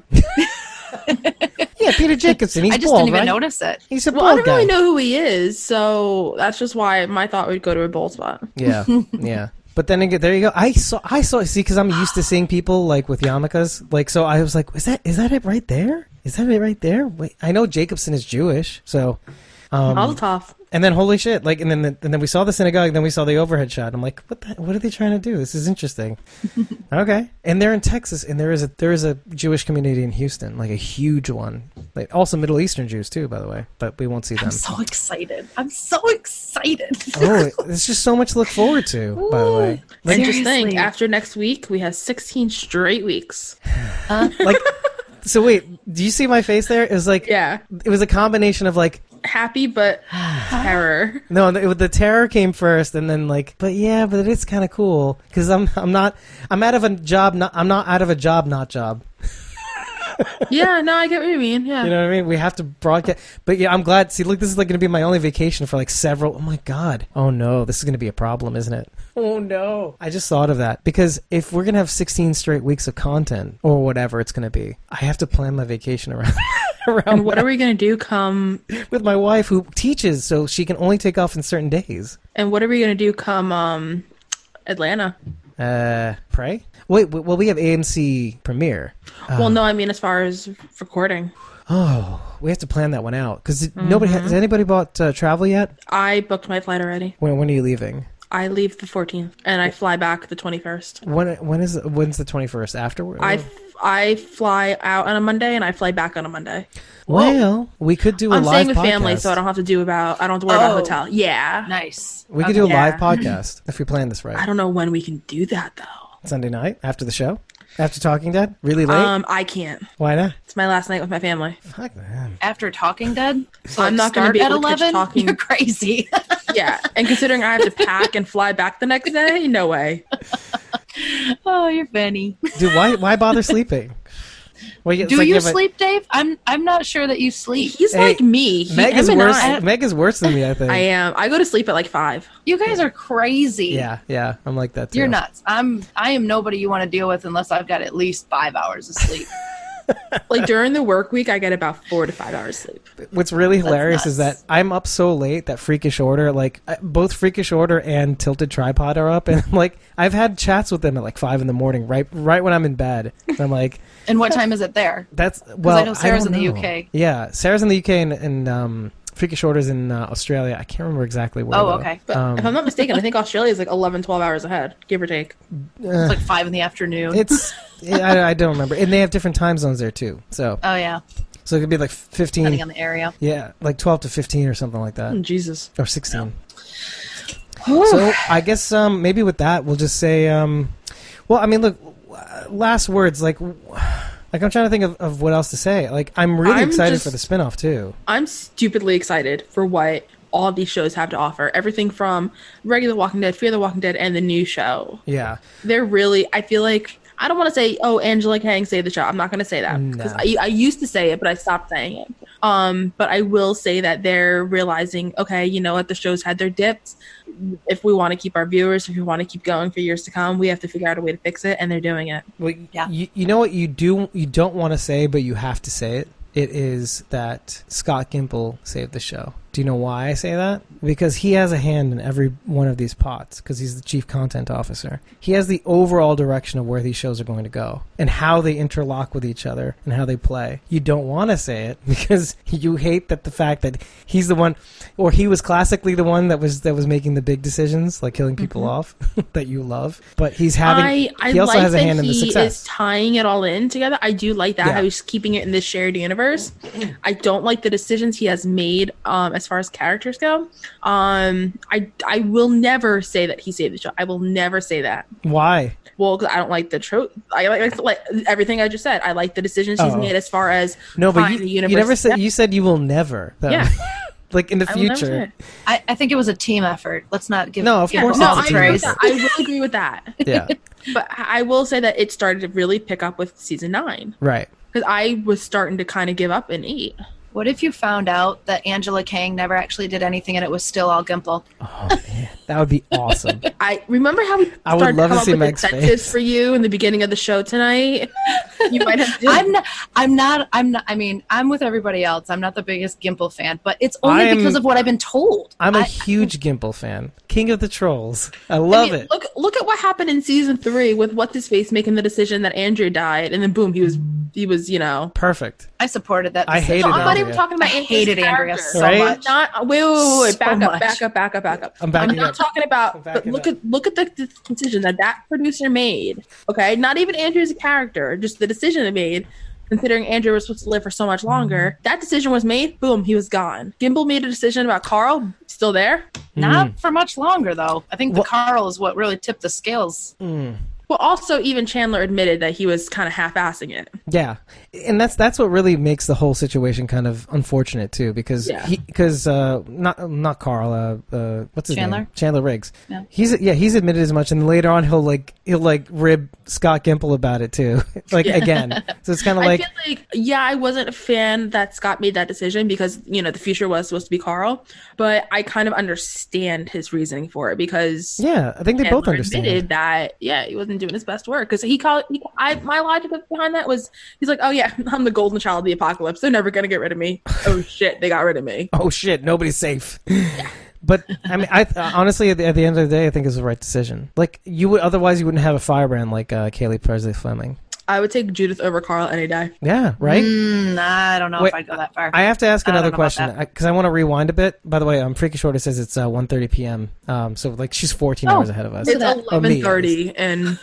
A: yeah, Peter Jacobson. He's
B: <laughs> I just
A: bald,
B: didn't even
A: right?
B: notice
C: it.
A: He's a
B: well, I
A: bald
B: don't really
A: guy.
B: know who he is, so that's just why my thought would go to a bald spot.
C: <laughs>
A: Yeah, yeah. But then again, there you go. I saw, I saw. See, because I'm used to seeing people like with yarmulkes. Like, so I was like, is that is that it right there? Is that it right there? Wait, I know Jacobson is Jewish, so. Um,
B: All tough.
A: And then holy shit! Like, and then the, and then we saw the synagogue, and then we saw the overhead shot. and I'm like, what the, what are they trying to do? This is
C: <laughs>
A: interesting. okay, and they're in Texas, and there is a there is a Jewish community in Houston, like a huge one. Like, also Middle Eastern Jews too, by the way. But we won't see them.
C: I'm so excited. I'm so excited. <laughs>
A: oh, there's just so much to look forward to. By the way,
B: Like,
A: Like-
B: just think, after next week, we have 16 straight weeks.
A: So wait, do you see my face there? It was like
B: yeah,
A: it was a combination of like <sighs>
B: Happy, but terror.
A: no, it, was- the terror came first, and then like, but yeah, but it's kind of cool because I'm I'm not I'm out of a job, not I'm not out of a job, not job.
B: Yeah, no, I get what you mean. Yeah.
A: You know what I mean? We have to broadcast, but yeah, I'm glad. See, look, this is like going to be my only vacation for like several. Oh my god! Oh no, this is going to be a problem, isn't it? Oh no. I just thought of that because if we're going to have 16 straight weeks of content or whatever it's going to be, I have to plan my vacation around. <laughs>
B: and what are we going to do come
A: with my wife who teaches, so she can only take off in certain days.
B: And what are we gonna do come um Atlanta?
A: Uh, pray. Wait, w- well, we have AMC premiere. Uh,
B: well, no, I mean as far as recording.
A: Oh, we have to plan that one out because nobody
B: Mm-hmm.
A: ha- has anybody bought uh, travel yet.
B: I booked my flight already.
A: When when are you leaving?
B: I leave the 14th and I fly back the 21st.
A: When when is when's the twenty first? Afterward.
B: I f- I fly out on a Monday and I fly back on a Monday.
A: well, we could do a
B: I'm
A: live
B: staying with
A: podcast.
B: family, so I don't have to do about I don't have to worry
C: Oh.
B: about hotel. Yeah,
C: nice. Uh,
A: we could do a
B: Yeah.
A: live podcast if we plan this right.
B: <laughs> I don't know when we can do that though.
A: Sunday night after the show, after Talking Dead, really late.
B: Um, I can't.
A: Why not?
B: It's my last night with my family.
A: Fuck that.
C: After Talking Dead, so
B: I'm not going to be
C: at
B: able to catch
C: eleven. <laughs>
B: Talking.
C: You're crazy. <laughs>
B: yeah, and considering I have to pack and fly back the next day, no way.
C: oh, you're funny.
A: Dude, why why bother
B: <laughs>
A: sleeping? Well, it's
C: Do
A: like
C: you
A: have a-
C: sleep, Dave? I'm I'm not sure that you sleep.
B: He's
A: Hey, like
B: me.
A: Meg is worse. Meg is worse than me. I think.
B: I am. I go to sleep at like five.
C: You guys are crazy.
A: Yeah, yeah. I'm like that too.
C: You're nuts. I'm I am nobody you want to deal with unless I've got at least five hours of sleep.
B: Like during the work week, I get about four to five hours sleep.
A: What's really hilarious is that I'm up so late that Freakish Order, like I- both Freakish Order and Tilted Tripod are up, and I'm like, I've had chats with them at like five in the morning, right, right when I'm in bed. And I'm like,
C: And what time is it
A: <laughs>
C: there?
A: that's
C: <laughs> 'Cause
A: well,
C: I know Sarah's
A: don't
C: in the
A: know.
C: UK.
A: Yeah, Sarah's in the UK, and, and um, Freakish Order's in uh, Australia. I can't remember exactly where.
C: Oh,
A: though.
C: okay.
B: But
A: Um,
B: if I'm not mistaken, I think Australia is like 11, 12 hours ahead, give or take.
A: It's like
C: five in the afternoon.
A: It's
C: <laughs>
A: I, I don't remember, and they have different time zones there too. So,
C: oh yeah,
A: so it could be like 15
C: depending on the area.
A: Yeah, like 12 to 15 or something like that.
C: Mm,
B: Jesus.
A: Or 16. Oh, So I guess um, maybe with that, we'll just say, um, well, I mean, look, uh, last words, like, like I'm trying to think of, of what else to say. Like, I'm really
B: I'm
A: excited
B: just-
A: for the spinoff, too.
B: I'm stupidly excited for what all these shows have to offer. Everything from regular Walking Dead, Fear the Walking Dead, and the new show.
A: Yeah.
B: They're really, I feel like, I don't want to say, oh, Angela Kang saved the show. I'm not going to say that. Because
A: No.
B: I, I used to say it, but I stopped saying it. Um, but I will say that they're realizing, okay, you know what, the show's had their dips. If we want to keep our viewers, if we want to keep going for years to come, we have to figure out a way to fix it, and they're doing it.
A: Well, yeah. You, you know what you do you don't want to say, but you have to say it. It is that Scott Gimple saved the show. Do you know why I say that? Because he has a hand in every one of these pots because he's the chief content officer. He has the overall direction of where these shows are going to go and how they interlock with each other and how they play. You don't want to say it <laughs> because you hate that the fact that he's the one or he was classically the one that was that was making the big decisions like killing people off <laughs> that you love, but he's having
B: I, I
A: he also
B: like
A: has a
B: that
A: hand in the
B: he
A: success.
B: is tying it all in together. I do like that
A: Yeah.
B: how he's keeping it in this shared universe. I don't like the decisions he has made um, as as far as characters go. Um, I I will never say that he saved the show. I will never say that.
A: Why?
B: Well, because I don't like the trope. I like, like everything I just said. I like the decisions he's
A: Oh.
B: made as far as
A: No, but
B: finding
A: you,
B: the
A: you
B: universe.
A: never said you said you will never. That
B: Yeah.
A: <laughs> like in the
B: I will never
A: future.
B: say
C: I, I think it was a team effort. Let's not give
A: No, of
C: yeah,
A: course it's
C: no,
A: a
C: I
A: team
C: agree
A: effort.
C: with that.
B: I will agree with that. <laughs>
A: Yeah.
B: But I I will say that it started to really pick up with season nine
A: Right.
B: because I was starting to kind of give up and eat.
C: What if you found out that Angela Kang never actually did anything and it was still all Gimple?
A: That would be
B: <laughs>
A: awesome.
B: I remember how we
A: I would
B: started
A: love to
B: to come up
A: see
B: with
A: Meg's
B: incentives for you in the beginning of the show tonight. <laughs> You might have. to-
C: I'm not, I'm not, I'm not, I mean, I'm with everybody else. I'm not the biggest Gimple fan, but it's only
A: I am-
C: because of what I've been told.
A: I'm a huge Gimple fan. King of the Trolls. I love
B: mean,
A: it.
B: Look, look at what happened in season three with what's his face making the decision that Andrew died, and then boom, he was, he was, you know,
A: Perfect.
C: I supported that.
A: I
C: decision.
A: hated
B: No, I'm not
A: Andrea.
B: even talking about
C: I
B: Andrea's
C: hated Andrea
B: character.
C: so
A: Right?
C: much.
B: Not wait, wait, wait, wait,
C: So
B: back up,
C: much.
B: back up, back up, back up.
A: I'm backing
B: not
A: up.
B: talking about. But
A: backing
B: look
A: up.
B: at look at the, the decision that that producer made. Okay, not even Andrew's character, just the decision it made. Considering Andrew was supposed to live for so much
A: Mm-hmm.
B: longer, that decision was made. Boom, he was gone. Gimbal made a decision about Carl, still there.
A: Mm-hmm.
C: Not for much longer, though. I think the Carl is what really tipped the scales.
B: Well, also even Chandler admitted that he was kind of half-assing it.
A: Yeah, and that's that's what really makes the whole situation kind of unfortunate too, because
B: Yeah.
A: he because uh, not not Carl, uh, uh, what's his
C: Chandler?
A: name? Chandler Riggs.
C: Yeah.
A: He's yeah he's admitted as much, and later on he'll like he'll like rib Scott Gimple about it too, <laughs> like
B: Yeah.
A: again. So it's kind of like
B: I feel like yeah, I wasn't a fan that Scott made that decision because you know the future was supposed to be Carl, but I kind of understand his reasoning for it because
A: yeah, I think they both
B: Chandler
A: understand.
B: admitted that yeah he wasn't doing his best work because he called he, I my logic behind that was he's like oh yeah <laughs> I'm the golden child of the apocalypse they're never gonna get rid
A: <laughs>
B: of me oh shit they got rid of me
A: Oh shit, nobody's safe. <laughs> But I mean, I honestly, at the, at the end of the day, I think it's the right decision. Like you would otherwise, you wouldn't have a firebrand like uh, Kaylee Presley Fleming.
B: I would take Judith over Carl any day
A: Yeah, right.
C: Mm, I don't know
A: Wait,
C: if I'd go that far.
A: I have to ask
C: I don't
A: another
C: know about
A: question
C: that.
A: because I, want to rewind a bit. By the way, um, Freaky Shorter says it's uh, 1.30 p.m. Um, so like she's 14
C: Oh.
A: hours ahead of us.
B: it's
A: Of me, at
B: eleven
A: least.
B: thirty and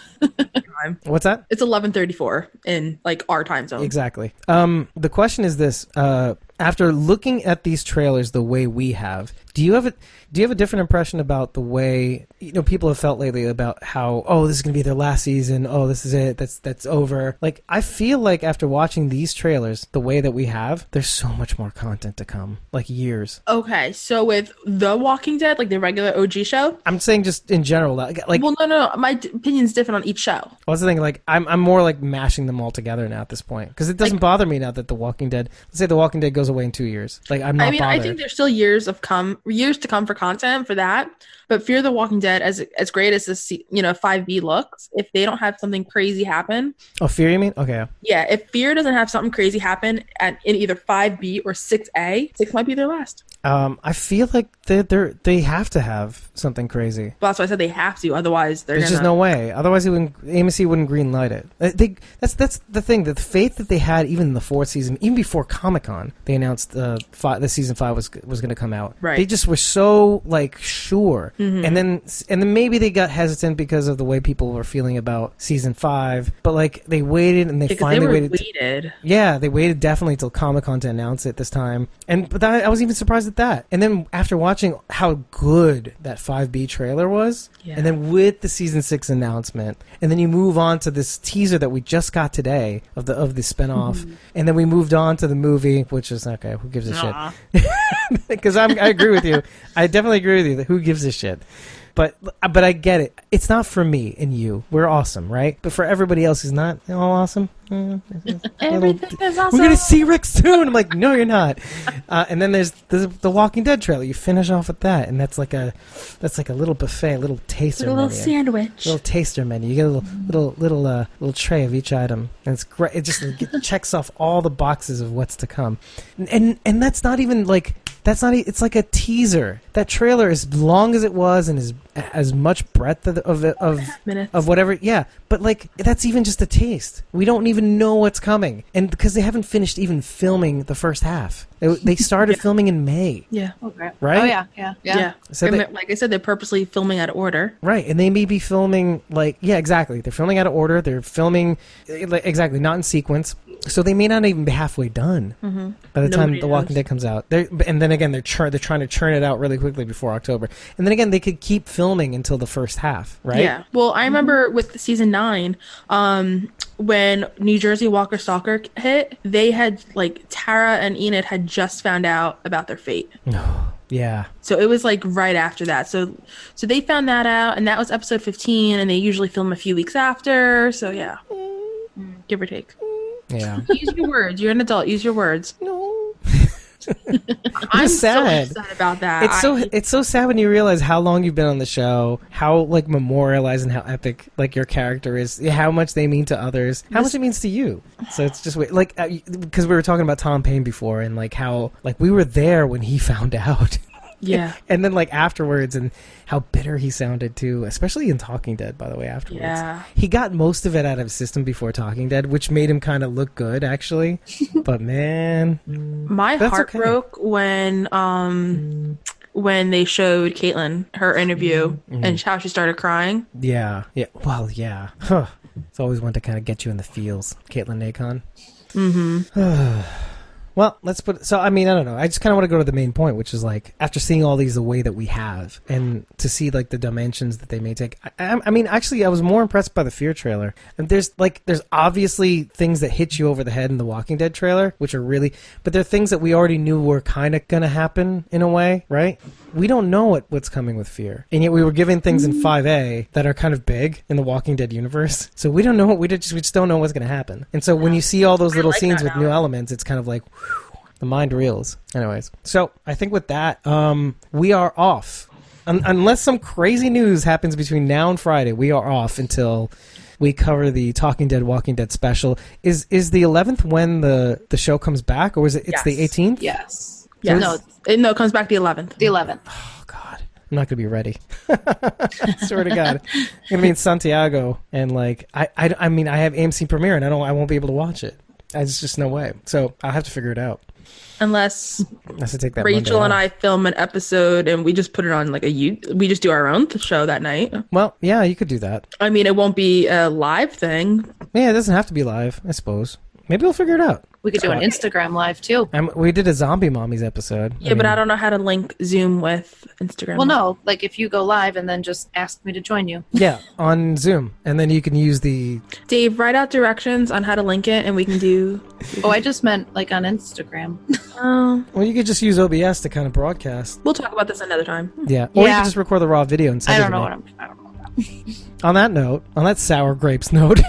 A: What's that?
B: it's eleven thirty four in like our time zone
A: Exactly. Um, the question is this: uh, After looking at these trailers the way we have, do you have a do you have a different impression about the way you know people have felt lately about how oh this is going to be their last season oh this is it that's that's over like I feel like after watching these trailers the way that we have there's so much more content to come like years.
B: Okay, so with The Walking Dead, like the regular OG show,
A: I'm saying just in general like, like
B: well, no, no, no, my d- opinion's different on each show.
A: I was thinking like I'm I'm more like mashing them all together now at this point because it doesn't bother me now that The Walking Dead let's say The Walking Dead goes away in two years like I'm not
B: I mean,
A: bothered.
B: I think there's still years of come years to come for content for that. But Fear the Walking Dead, as as great as this, se- you know, five B looks, if they don't have something crazy happen,
A: oh fear you mean okay
B: yeah, if Fear doesn't have something crazy happen at in either five B or six A, six might be their last.
A: um I feel like they they they have to have something crazy.
B: But that's why I said they have to, otherwise they're
A: There's
B: gonna.
A: just no way. Otherwise, he wouldn't. AMC wouldn't green light it. Uh, They, that's that's the thing. The faith that they had, even in the fourth season, even before Comic Con, they announced uh, fi the season five was was going to come out.
B: Right.
A: They just were so like sure,
B: Mhm.
A: and then and then maybe they got hesitant because of the way people were feeling about season five. But like they waited and they
B: because
A: finally
B: they were
A: waited.
B: waited.
A: Yeah, they waited definitely till Comic Con to announce it this time, and but that, I was even surprised at that. And then after watching how good that five B trailer was,
B: Yeah.
A: and then with the season six announcement, and then you move on to this teaser that we just got today of the of the spinoff,
B: Mhm.
A: and then we moved on to the movie, which is okay. Who gives a <laughs>
B: Aw.
A: shit? Because I agree with you. I definitely agree with you. That who gives a shit? But but I get it. It's not for me and you. We're awesome, right? But for everybody else who's not all awesome, eh, it's- it's a little-
B: is
A: we're gonna see Rick soon. I'm like, no, you're not. Uh, and then there's the, the Walking Dead trailer. You finish off with that, and that's like a that's like a little buffet, a little taster,
B: Like a little
A: menu.
B: sandwich.
A: little taster menu. You get a little little little uh, little tray of each item, and it's great. It just it checks off all the boxes of what's to come, and and, and that's not even like. That's not. e- It's like a teaser. That trailer, as long as it was, and as as much breadth of of of,
B: Minutes.
A: of whatever. Yeah, but like that's even just a taste. We don't even know what's coming, and because they haven't finished even filming the first half. They, they started filming in May,
B: Yeah.
C: Okay.
A: Right?
C: Oh, yeah, yeah, yeah.
B: Yeah.
A: So they-
B: like I said, they're purposely filming out of order.
A: right? And they may be filming like yeah, exactly. They're filming out of order. They're filming eh, like, exactly not in sequence, so they may not even be halfway done
B: Mhm.
A: by the time
B: Nobody
A: The Walking
B: knows.
A: Dead comes out. They're, and then then again, they're chur- they're trying to churn it out really quickly before October. And then again, they could keep filming until the first half, right? Mm-hmm.
B: Yeah. Well, I remember with season nine, um, when New Jersey Walker Stalker hit, they had like Tara and Enid had just found out about their fate.
A: Mm. Yeah.
B: So it was like right after that. So so they found that out and that was episode 15 and they usually film a few weeks after. So yeah.
A: Mm.
B: Give or take. <laughs>
A: Yeah.
B: Use your words. You're an adult. Use your words.
A: No. <laughs>
B: I'm
A: It's sad.
B: so upset about that.
A: It's so
B: I-
A: it's so sad when you realize how long you've been on the show, how like memorialized and how epic like your character is, how much they mean to others, how
B: This-
A: much it means to you. So it's just weird. like because we were talking about Tom Payne before and like how like we were there when he <laughs> found out.
B: Yeah.
A: and then like afterwards and how bitter he sounded too, especially in Talking Dead by the way afterwards.
B: Yeah.
A: He got most of it out of his system before Talking Dead, which made him kind of look good
B: <laughs>
A: actually. but man,
B: My
A: That's
B: heart
A: okay.
B: broke when um when they showed Caitlyn her interview
C: Mm-hmm.
A: Mhm.
B: and how she started crying.
A: Yeah. Yeah. Well, yeah. Huh. It's always one to kind of get you in the feels. Caitlin Nacon.
B: Mm-hmm.
A: <sighs> Well, let's put. So, I mean, I don't know. I just kind of want to go to the main point, which is like after seeing all these, the way that we have, and to see like the dimensions that they may take. I, I, I mean, actually, I was more impressed by the Fear trailer. And there's like, there's obviously things that hit you over the head in the Walking Dead trailer, which are really, but they're things that we already knew were kind of gonna happen in a way, right? We don't know what, what's coming with Fear, and yet we were given things in 5A that are kind of big in the Walking Dead universe. <laughs> So we don't know what we just, we just don't know what's gonna happen. And so when you see all those little scenes with new elements, it's kind of like the mind reels. Anyways, so I think with that, um, we are off. Un- unless some crazy news happens between now and Friday, we are off until we cover the Talking Dead Walking Dead special. Is is the eleventh when the the show comes back, or is it? It's the
B: Yes.
A: eighteenth.
B: Yes.
A: So
B: Yeah.
A: it's-
B: No, it, no, it comes back the 11th.
C: The 11th.
A: Oh, I'm not gonna be ready. <laughs> Swear to God, I'm gonna be in Santiago, and like I, I, I mean, I have AMC Premiere, and I don't, I won't be able to watch it. There's just no way. So I'll have to figure it out.
B: Unless
A: Unless I take that.
B: Rachel
A: Monday
B: and
A: off.
B: I film an episode and we just put it on like a you we just do our own th- show that night.
A: Well, yeah, you could do that.
B: I mean, it won't be a live thing.
A: Yeah, it doesn't have to be live, I suppose. Maybe we'll figure it out.
C: We could do an
A: Uh,
C: Instagram live too.
A: I'm- we did a zombie mommies episode.
B: Yeah, but I don't know how to link Zoom with Instagram.
C: Well, no, like if you go live and then just ask me to
A: <laughs>
C: join you.
A: <laughs> Yeah, on Zoom, and then you can use the.
B: Dave, write out directions on how to link it and we can do
C: Oh, I just meant like on Instagram. <laughs>
B: Oh,
A: Well, you could just use OBS to kind of broadcast.
B: we'll talk about this another time.
C: <laughs>
A: Yeah, or you
B: Yeah.
A: could just record the raw video and send
B: I
A: it
B: don't
A: to
B: know
A: me.
B: what I'm
A: On that note, on that sour grapes <laughs> note,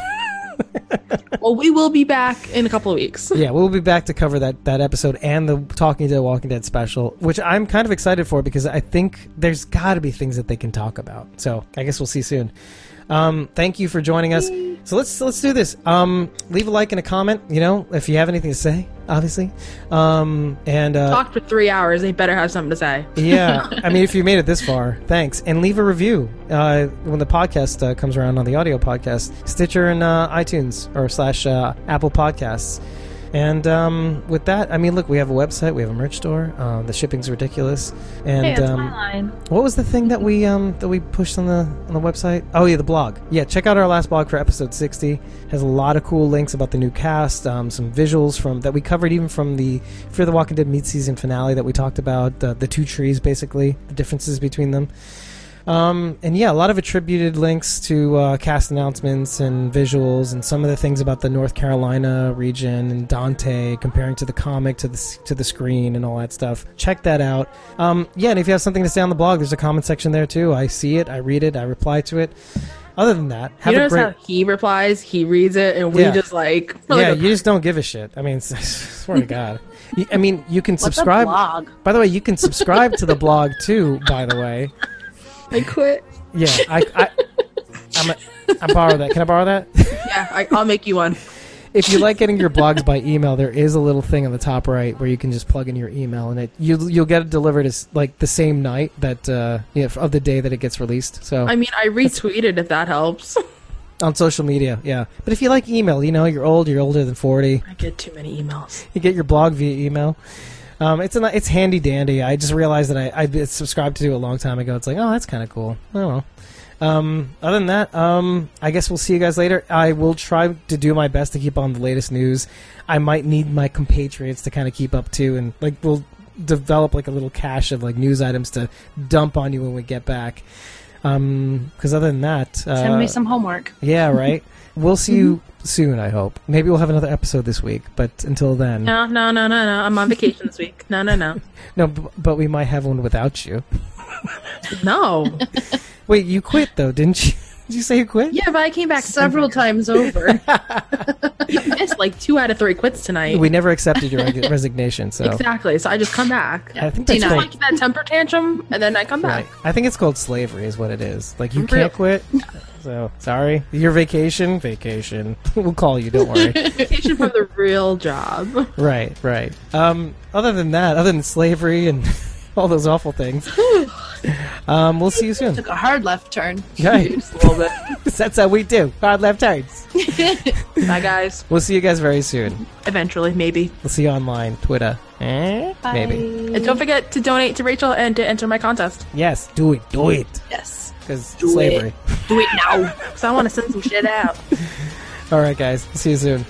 B: Well, we will be back in a couple of weeks.
A: <laughs> yeah, we'll be back to cover that that episode and the Talking Dead Walking Dead special, which I'm kind of excited for because I think there's got to be things that they can talk about. So I guess we'll see soon. Um, thank you for joining us. So let's let's do this. Um, leave a like and a comment. You know, if you have anything to say, obviously. Um, and uh,
B: Talked for three hours. They better have something to say.
A: yeah <laughs> i mean if you made it this far thanks and leave a review uh, when the podcast uh, comes around on the audio podcast stitcher and uh, itunes or slash uh, apple podcasts and um, with that i mean look we have a website we have a merch store uh, the shipping's ridiculous and
N: Hey, that's my
A: um,
N: line.
A: what was the thing that we um, that we pushed on the on the website? Oh yeah, the blog. Yeah, check out our last blog for episode sixty. Has a lot of cool links about the new cast, um, some visuals from that we covered even from the Fear the Walking Dead mid season finale that we talked about uh, the two trees basically the differences between them. Um, and yeah, a lot of attributed links to uh, cast announcements and visuals, and some of the things about the North Carolina region and Dante comparing to the comic to the s- to the screen and all that stuff. Check that out. Um, yeah, and if you have something to say on the blog, there's a comment section there too. I see it, I read it, I reply to it. Other than that, have
B: you
A: a
B: notice
A: great.
B: how he replies, he reads it, and we
A: Yeah.
B: just like, <laughs> we're
A: yeah,
B: like,
A: you just don't give a shit. I mean, <laughs> swear to
B: <laughs>
A: God. You- I mean, you can
B: What's a
A: subscribe.
B: blog?
A: By the way, you can subscribe to the blog too. By the way,
B: I quit.
A: yeah, I, I, I'm a, I borrow that. Can I borrow that? <laughs>
B: Yeah, I, I'll make you one.
A: if you like getting your blogs by email, there is a little thing on the top right where you can just plug in your email, and it you you'll get it delivered as like the same night that uh, yeah, of the day that it gets released. So
B: I mean, I retweeted if that helps.
A: on social media, yeah. But if you like email, you know you're old, you're older than forty.
B: I get too many emails.
A: You get your blog via email. Um, it's a, ni- it's handy dandy. I just realized that I, I subscribed to it a long time ago. It's like, oh, that's kind of cool. Oh, well. Um, other than that, um, I guess we'll see you guys later. I will try to do my best to keep on the latest news. I might need my compatriots to kind of keep up too, and like we'll develop like a little cache of like news items to dump on you when we get back. Because other than that, uh,
C: Send me some Mm-hmm. homework.
A: Yeah,
C: <laughs>
A: right. we'll see you soon. I hope. Maybe we'll have another episode this week. But until then,
B: No, no, no, no, no. I'm on vacation this week. No, no, no.
A: no. B- but we might have one without you.
B: No.
A: Wait, you quit though, didn't you? <laughs> Did you say you quit?
B: Yeah, but I came back <laughs> several times over. you missed like two out of three quits tonight.
A: We never accepted your reg- resignation, so
B: Exactly. So I just come back.
A: I think
B: Do you
A: that's
B: know,
A: right.
B: like that temper tantrum, and then I come back.
A: Right. I think it's called slavery, is what it is. Like you
B: Real-
A: can't
B: <laughs>
A: quit. So sorry, your vacation, vacation. <laughs> we'll call you. Don't worry.
B: <laughs> Vacation from the real job.
A: right, right. Um, other than that, other than slavery and <laughs> all those awful
B: <laughs>
A: things, um, we'll see you soon.
C: Took a hard left turn.
A: Yeah.
C: Just
A: <laughs>
C: a little bit.
A: That's how we do. Hard left turns.
B: Bye, guys.
A: We'll see you guys very soon.
B: Eventually, maybe.
A: We'll see you online, Twitter, eh? maybe.
B: And don't forget to donate to Rachel and to enter my contest.
A: Yes, do it, do it,
B: Yes.
A: because
B: Do it.
A: slavery.
B: Do it now. Because I want to send some shit out.
A: All right, guys. See you soon.